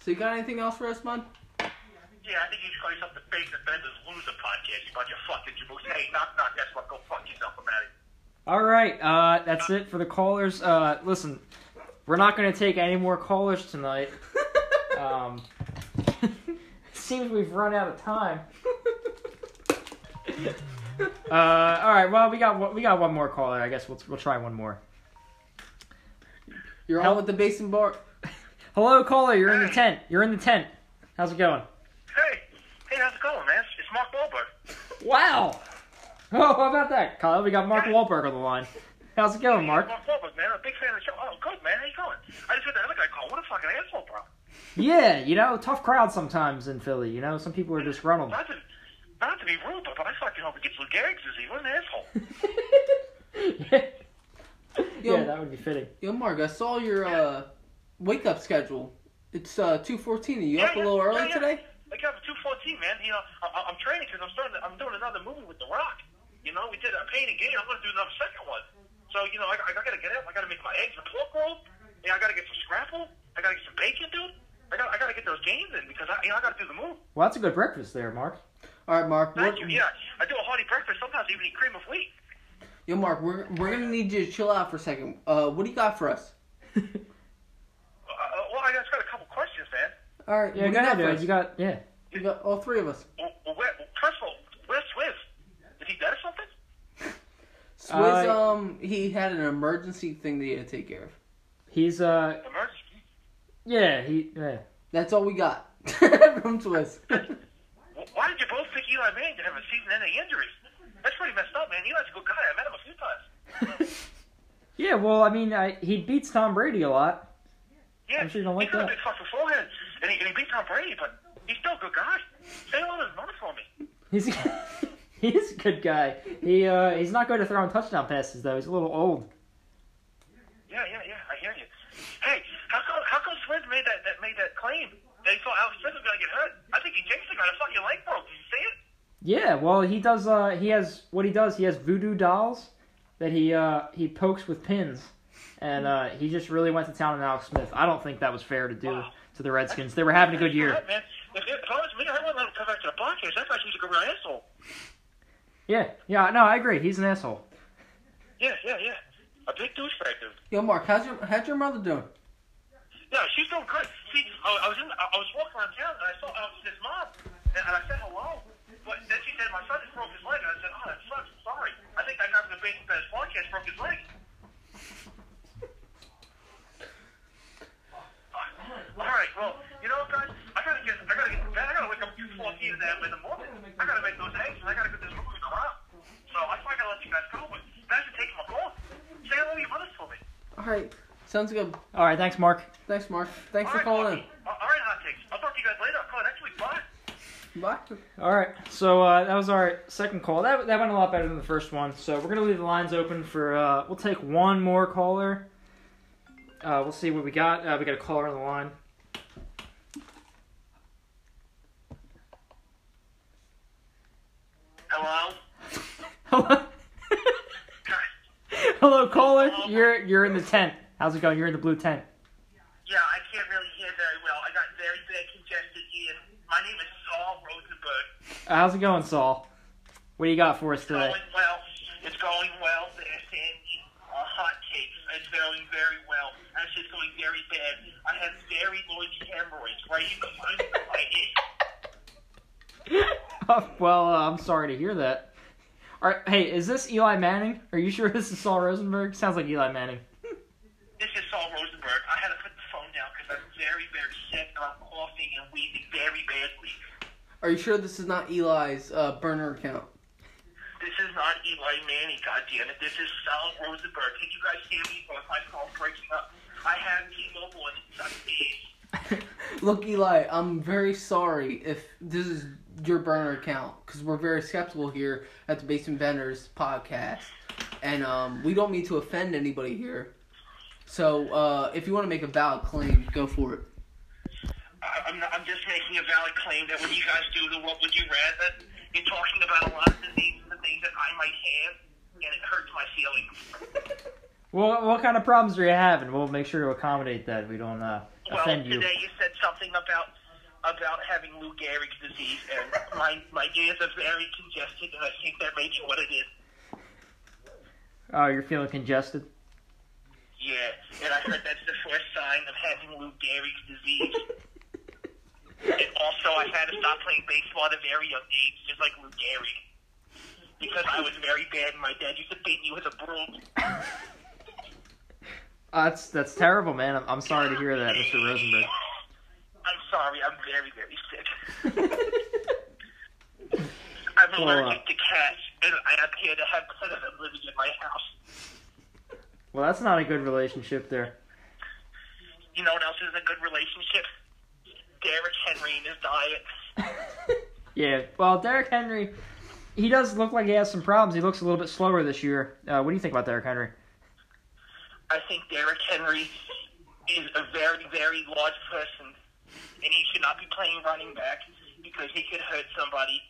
Speaker 4: So you got anything else for us, bud?
Speaker 1: Yeah, I think you should call yourself the Base Defenders Loser Podcast. You bunch of fucking jaboos. Hey, knock knock. That's what. Go fuck yourself. I'm out of here.
Speaker 3: All right. Uh, that's it for the callers. Uh, listen, we're not going to take any more callers tonight. Um, *laughs* seems we've run out of time. Uh, all right. Well, we got one- we got one more caller. I guess we'll we'll try one more.
Speaker 4: *laughs* You're
Speaker 3: Help.
Speaker 4: on with the basin bar.
Speaker 3: Hello, caller. You're in the tent. You're in the tent. How's it going?
Speaker 1: Hey, hey, how's it going, man? Mark Wahlberg.
Speaker 3: Wow. Oh, how about that, Kyle? We got Mark Wahlberg on the line. How's it going, Mark?
Speaker 1: Mark Wahlberg, man. I'm a big fan of the show. Oh, good, man. How you going? I just heard the other guy call. What a fucking asshole, bro.
Speaker 3: Yeah, you know, tough crowd sometimes in Philly. You know, some people are disgruntled.
Speaker 1: Not to, not to be rude, but I fucking hope he gets Lou Gehrig's disease. What an asshole.
Speaker 3: *laughs* yeah,
Speaker 4: Yo.
Speaker 3: that would be fitting.
Speaker 4: Yo, Mark, I saw your uh, wake up schedule. It's uh, two fourteen. Are you
Speaker 1: Yeah,
Speaker 4: up a
Speaker 1: yeah,
Speaker 4: little
Speaker 1: yeah,
Speaker 4: early
Speaker 1: yeah.
Speaker 4: today?
Speaker 1: I got up at 214, man. You know, I- I, I'm training because I'm starting. To, I'm doing another movie with The Rock. You know, we did a pain and gain. I'm going to do another second one. So you know, I, I got to get up. I got to make my eggs and pork roll. Yeah, I got to get some scrapple. I got to get some bacon, dude. I got I got to get those gains in because I you know I got to do the move.
Speaker 3: Well, that's a good breakfast there,
Speaker 4: *laughs*
Speaker 3: Mark.
Speaker 4: All right, Mark.
Speaker 1: Thank
Speaker 4: we're-
Speaker 1: you. Yeah, I do a hearty breakfast. Sometimes even eat cream of wheat.
Speaker 4: Yo, Mark, we're we're gonna need you to chill out for a second. Uh, what do you got for us?
Speaker 1: Uh, Uh, well, I just got a couple questions, man.
Speaker 4: All right,
Speaker 3: Yeah, go
Speaker 4: what do you got
Speaker 3: ahead,
Speaker 4: for
Speaker 3: dude.
Speaker 4: us?
Speaker 3: You got yeah.
Speaker 4: You got all three of us.
Speaker 1: Well, well, where, well, first of all, where's Swiss? Is he dead or something?
Speaker 4: Swizz,
Speaker 3: Uh,
Speaker 4: um, he had an emergency thing that he had to take care of.
Speaker 3: He's uh
Speaker 1: Emergency.
Speaker 3: yeah he
Speaker 4: *laughs*
Speaker 3: yeah.
Speaker 4: That's all we got *laughs* from Swizz.
Speaker 1: *laughs* Wh- Why did you both pick Eli Manning to have a season-ending injury? That's pretty messed up, man. Eli's a good guy. I met him a few times.
Speaker 3: Yeah, well, I mean, I, he beats Tom Brady a lot.
Speaker 1: Yeah,
Speaker 3: I'm sure you don't like
Speaker 1: he's got
Speaker 3: that.
Speaker 1: a big fucking forehead, and he, and he beat Tom Brady, but he's still a good guy. Say hello to his mother for me.
Speaker 3: He's *laughs* he's a good guy. He uh he's not good at throwing touchdown passes though. He's a little old.
Speaker 1: Yeah, yeah, yeah. I hear you. Hey, how come how come Swins made that, that made that claim that he thought Alex Smith was gonna get hurt? I think he jinxed the guy. The fucking leg broke. Did you see it?
Speaker 3: Yeah, well, he does. Uh, he has what he does. He has voodoo dolls that he uh he pokes with pins, and uh, he just really went to town on Alex Smith. I don't think that was fair to do to the Redskins. They were having a good year.
Speaker 1: *laughs* Alright, man. If, if I was me, I wouldn't let him come back to the podcast. That guy seems like a real asshole.
Speaker 3: Yeah, yeah. No, I agree. He's an asshole.
Speaker 1: Yeah, yeah, yeah. A big douchebag, dude.
Speaker 4: Yo, Mark, how's your how's your mother doing?
Speaker 1: Yeah, she's doing good. See, I, I was in, I, I was walking around town and I saw I was his mom, and, and I said hello. But then she said my son just broke his leg. And I said, oh, that sucks. I'm sorry. I think that guy from the basement best podcast broke his leg. All right, well, you know what, guys? I gotta get, I gotta get to bed. I gotta wake up two fourteen in the in the morning. I gotta make those eggs, and I gotta get this movie going out. So I probably gotta let you guys go. But thanks for taking my call. Say hello to your mother for me.
Speaker 4: All right, sounds good.
Speaker 3: All right, thanks, Mark.
Speaker 4: Thanks, Mark. Thanks for
Speaker 1: All right,
Speaker 4: calling
Speaker 1: Bucky. All all right, hot takes. I'll talk to you guys later. I'll call you next week. Bye.
Speaker 4: in. Bye.
Speaker 3: All right, so uh, that was our second call. That that went a lot better than the first one. So we're gonna leave the lines open for. Uh, we'll take one more caller. Uh, we'll see what we got. Uh, we got a caller on the line. *laughs*
Speaker 1: Hello.
Speaker 3: Hello, hello, caller. You're you're in the tent. How's it going? You're in the blue tent.
Speaker 1: Yeah, I can't really hear very well. I got very bad congested ears. My name is Saul Rosenberg.
Speaker 3: Uh, how's it going, Saul? What do you got for us
Speaker 1: It's
Speaker 3: today? *laughs*
Speaker 1: going well. It's going well there, Sandy. Uh, hot takes. It's going very well. Actually, it's going very bad. I have very large hemorrhoids right in the front of my head.
Speaker 3: well, uh, I'm sorry to hear that. All right, hey, is this Eli Manning? Are you sure this is Saul Rosenberg? Sounds like Eli Manning.
Speaker 1: This is Saul Rosenberg. I had to put the phone down because I'm very, very sick. and I'm coughing and wheezing very badly.
Speaker 4: Are you sure this is not Eli's uh, burner account?
Speaker 1: This is not Eli Manning, goddammit. This is Sal Rosenberg. Can you guys hear me or if I call breaking up? I have T-Mobile and it sucks
Speaker 4: *laughs*
Speaker 1: days.
Speaker 4: Look, Eli, I'm very sorry if this is your burner account because we're very skeptical here at the Basement Vendors podcast, and um, we don't mean to offend anybody here. So, uh, if you want to make a valid claim, go for it.
Speaker 1: I- I'm, not, I'm just making a valid claim that when you guys do the What Would You Rather, you're talking about a lot of diseases and things that I might have, and it hurts my feelings.
Speaker 3: Well, what kind of problems are you having? We'll make sure to accommodate that. We don't uh,
Speaker 1: Well,
Speaker 3: offend you.
Speaker 1: today you said something about about having Lou Gehrig's disease, and my, my ears are very congested, and I think that may be what it is.
Speaker 3: Oh, you're feeling congested.
Speaker 1: Yeah, and I heard that's the first sign of having Lou Gehrig's disease. and also, I had to stop playing baseball at a very young age, just like Lou Gehrig, because I was very bad, and my dad used to beat me with a broom.
Speaker 3: Uh, that's that's terrible, man. I'm, I'm sorry to hear that, Mr. Rosenberg.
Speaker 1: I'm sorry, I'm very, very sick. I'm
Speaker 3: Well, uh,
Speaker 1: allergic to cats, and I appear to have pet of them living in my house.
Speaker 3: *laughs* Well, that's not a good relationship there.
Speaker 1: You know what else is a good relationship? Derrick Henry and his diet.
Speaker 3: Yeah. Well, Derrick Henry, he does look like he has some problems. He looks a little bit slower this year. Uh, what do you think about Derrick *laughs* Henry?
Speaker 1: I think Derrick Henry is a very, very large person, and he should not be playing running back because he could hurt somebody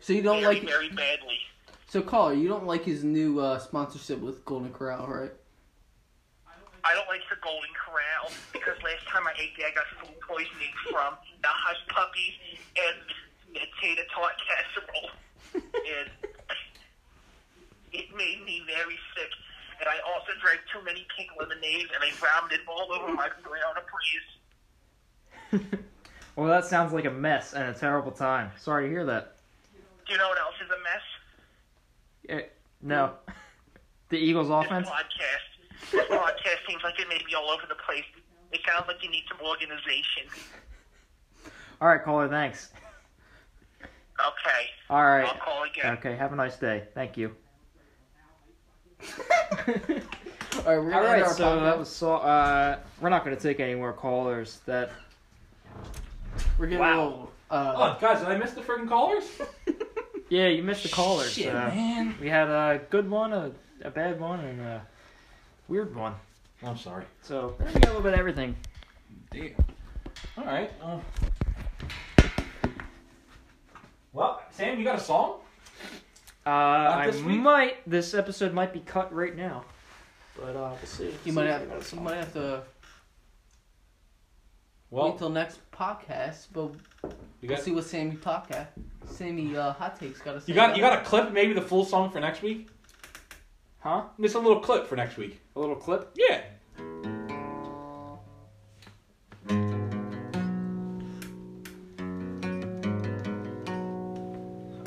Speaker 4: So you don't
Speaker 1: very,
Speaker 4: like
Speaker 1: very badly.
Speaker 4: so caller, you don't like his new uh, sponsorship with Golden Corral, right?
Speaker 1: I don't like the Golden Corral because last time I ate there, I got food poisoning from the hush puppies and the tater tot casserole, and it made me very sick. And I also drank too many pink lemonades, and I vomited all over
Speaker 4: *laughs*
Speaker 1: my brown breeze.
Speaker 3: Well, that sounds like a mess and a terrible time. Sorry to hear that.
Speaker 1: Do you know what else is a mess?
Speaker 3: Eh, no. *laughs* The Eagles offense?
Speaker 1: This podcast. This podcast seems like it may be all over the place. It sounds like you need some organization.
Speaker 3: All right, caller, thanks.
Speaker 1: Okay,
Speaker 3: All right.
Speaker 1: I'll call again.
Speaker 3: Okay, have a nice day. Thank you.
Speaker 4: All right, we're
Speaker 3: *laughs*
Speaker 4: gonna
Speaker 3: All
Speaker 4: end
Speaker 3: right,
Speaker 4: our
Speaker 3: so
Speaker 4: podcast.
Speaker 3: that was so. Uh, we're not going to take any more callers. That
Speaker 4: we're getting
Speaker 3: wow.
Speaker 4: a little. Uh,
Speaker 2: Oh,
Speaker 4: *laughs*
Speaker 2: guys, did I miss the freaking callers?
Speaker 3: yeah, you missed the callers.
Speaker 4: Shit,
Speaker 3: uh,
Speaker 4: man.
Speaker 3: We had a good one, a, a bad one, and a weird one.
Speaker 2: I'm sorry.
Speaker 3: So we got a little bit of everything.
Speaker 2: Damn. All right. Uh... Well, Sam, you got a song?
Speaker 3: Uh, I
Speaker 2: this week?
Speaker 3: might. This episode might be cut right now, but uh, we'll see.
Speaker 4: You might have you might have to wait
Speaker 2: Well,
Speaker 4: till next podcast, but
Speaker 2: you
Speaker 4: we'll
Speaker 2: got
Speaker 4: see what Sammy podcast, Sammy uh, hot takes got to say.
Speaker 2: you got you
Speaker 4: about
Speaker 2: got a clip, maybe the full song for next week.
Speaker 3: Huh?
Speaker 2: Just a little clip for next week.
Speaker 3: A little clip.
Speaker 2: Yeah.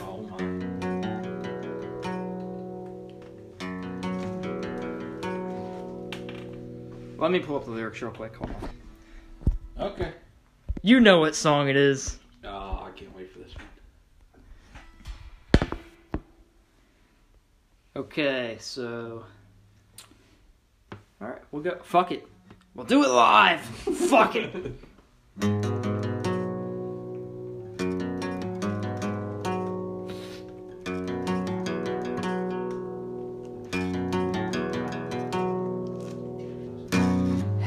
Speaker 2: Oh my.
Speaker 3: Let me pull up the lyrics real quick. Hold on.
Speaker 2: Okay.
Speaker 3: You know what song it is.
Speaker 2: Oh, I can't wait for *laughs* this one.
Speaker 3: Okay, so. Alright, we'll go. Fuck it. We'll do it live! *laughs* Fuck it!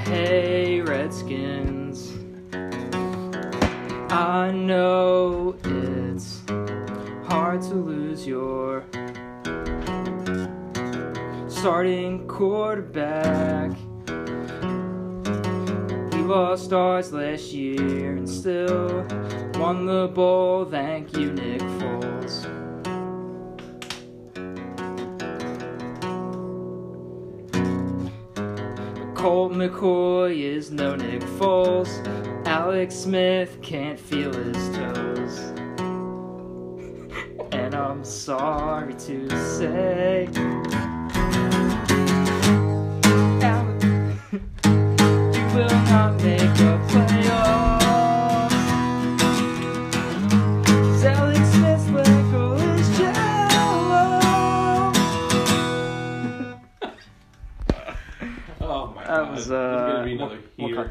Speaker 3: Hey, Redskins. I know it's hard to lose your starting quarterback. We lost ours last year and still won the bowl. Thank you, Nick Foles. Colt McCoy is no Nick Foles. Alex Smith can't feel his toes. And I'm sorry to say. Allen, you will not make the playoffs. Alex Smith's legal is jello.
Speaker 2: Oh my
Speaker 3: That
Speaker 2: god.
Speaker 3: was,
Speaker 2: This is
Speaker 3: uh,
Speaker 2: gonna be another
Speaker 3: we'll- we'll
Speaker 2: year.
Speaker 3: cut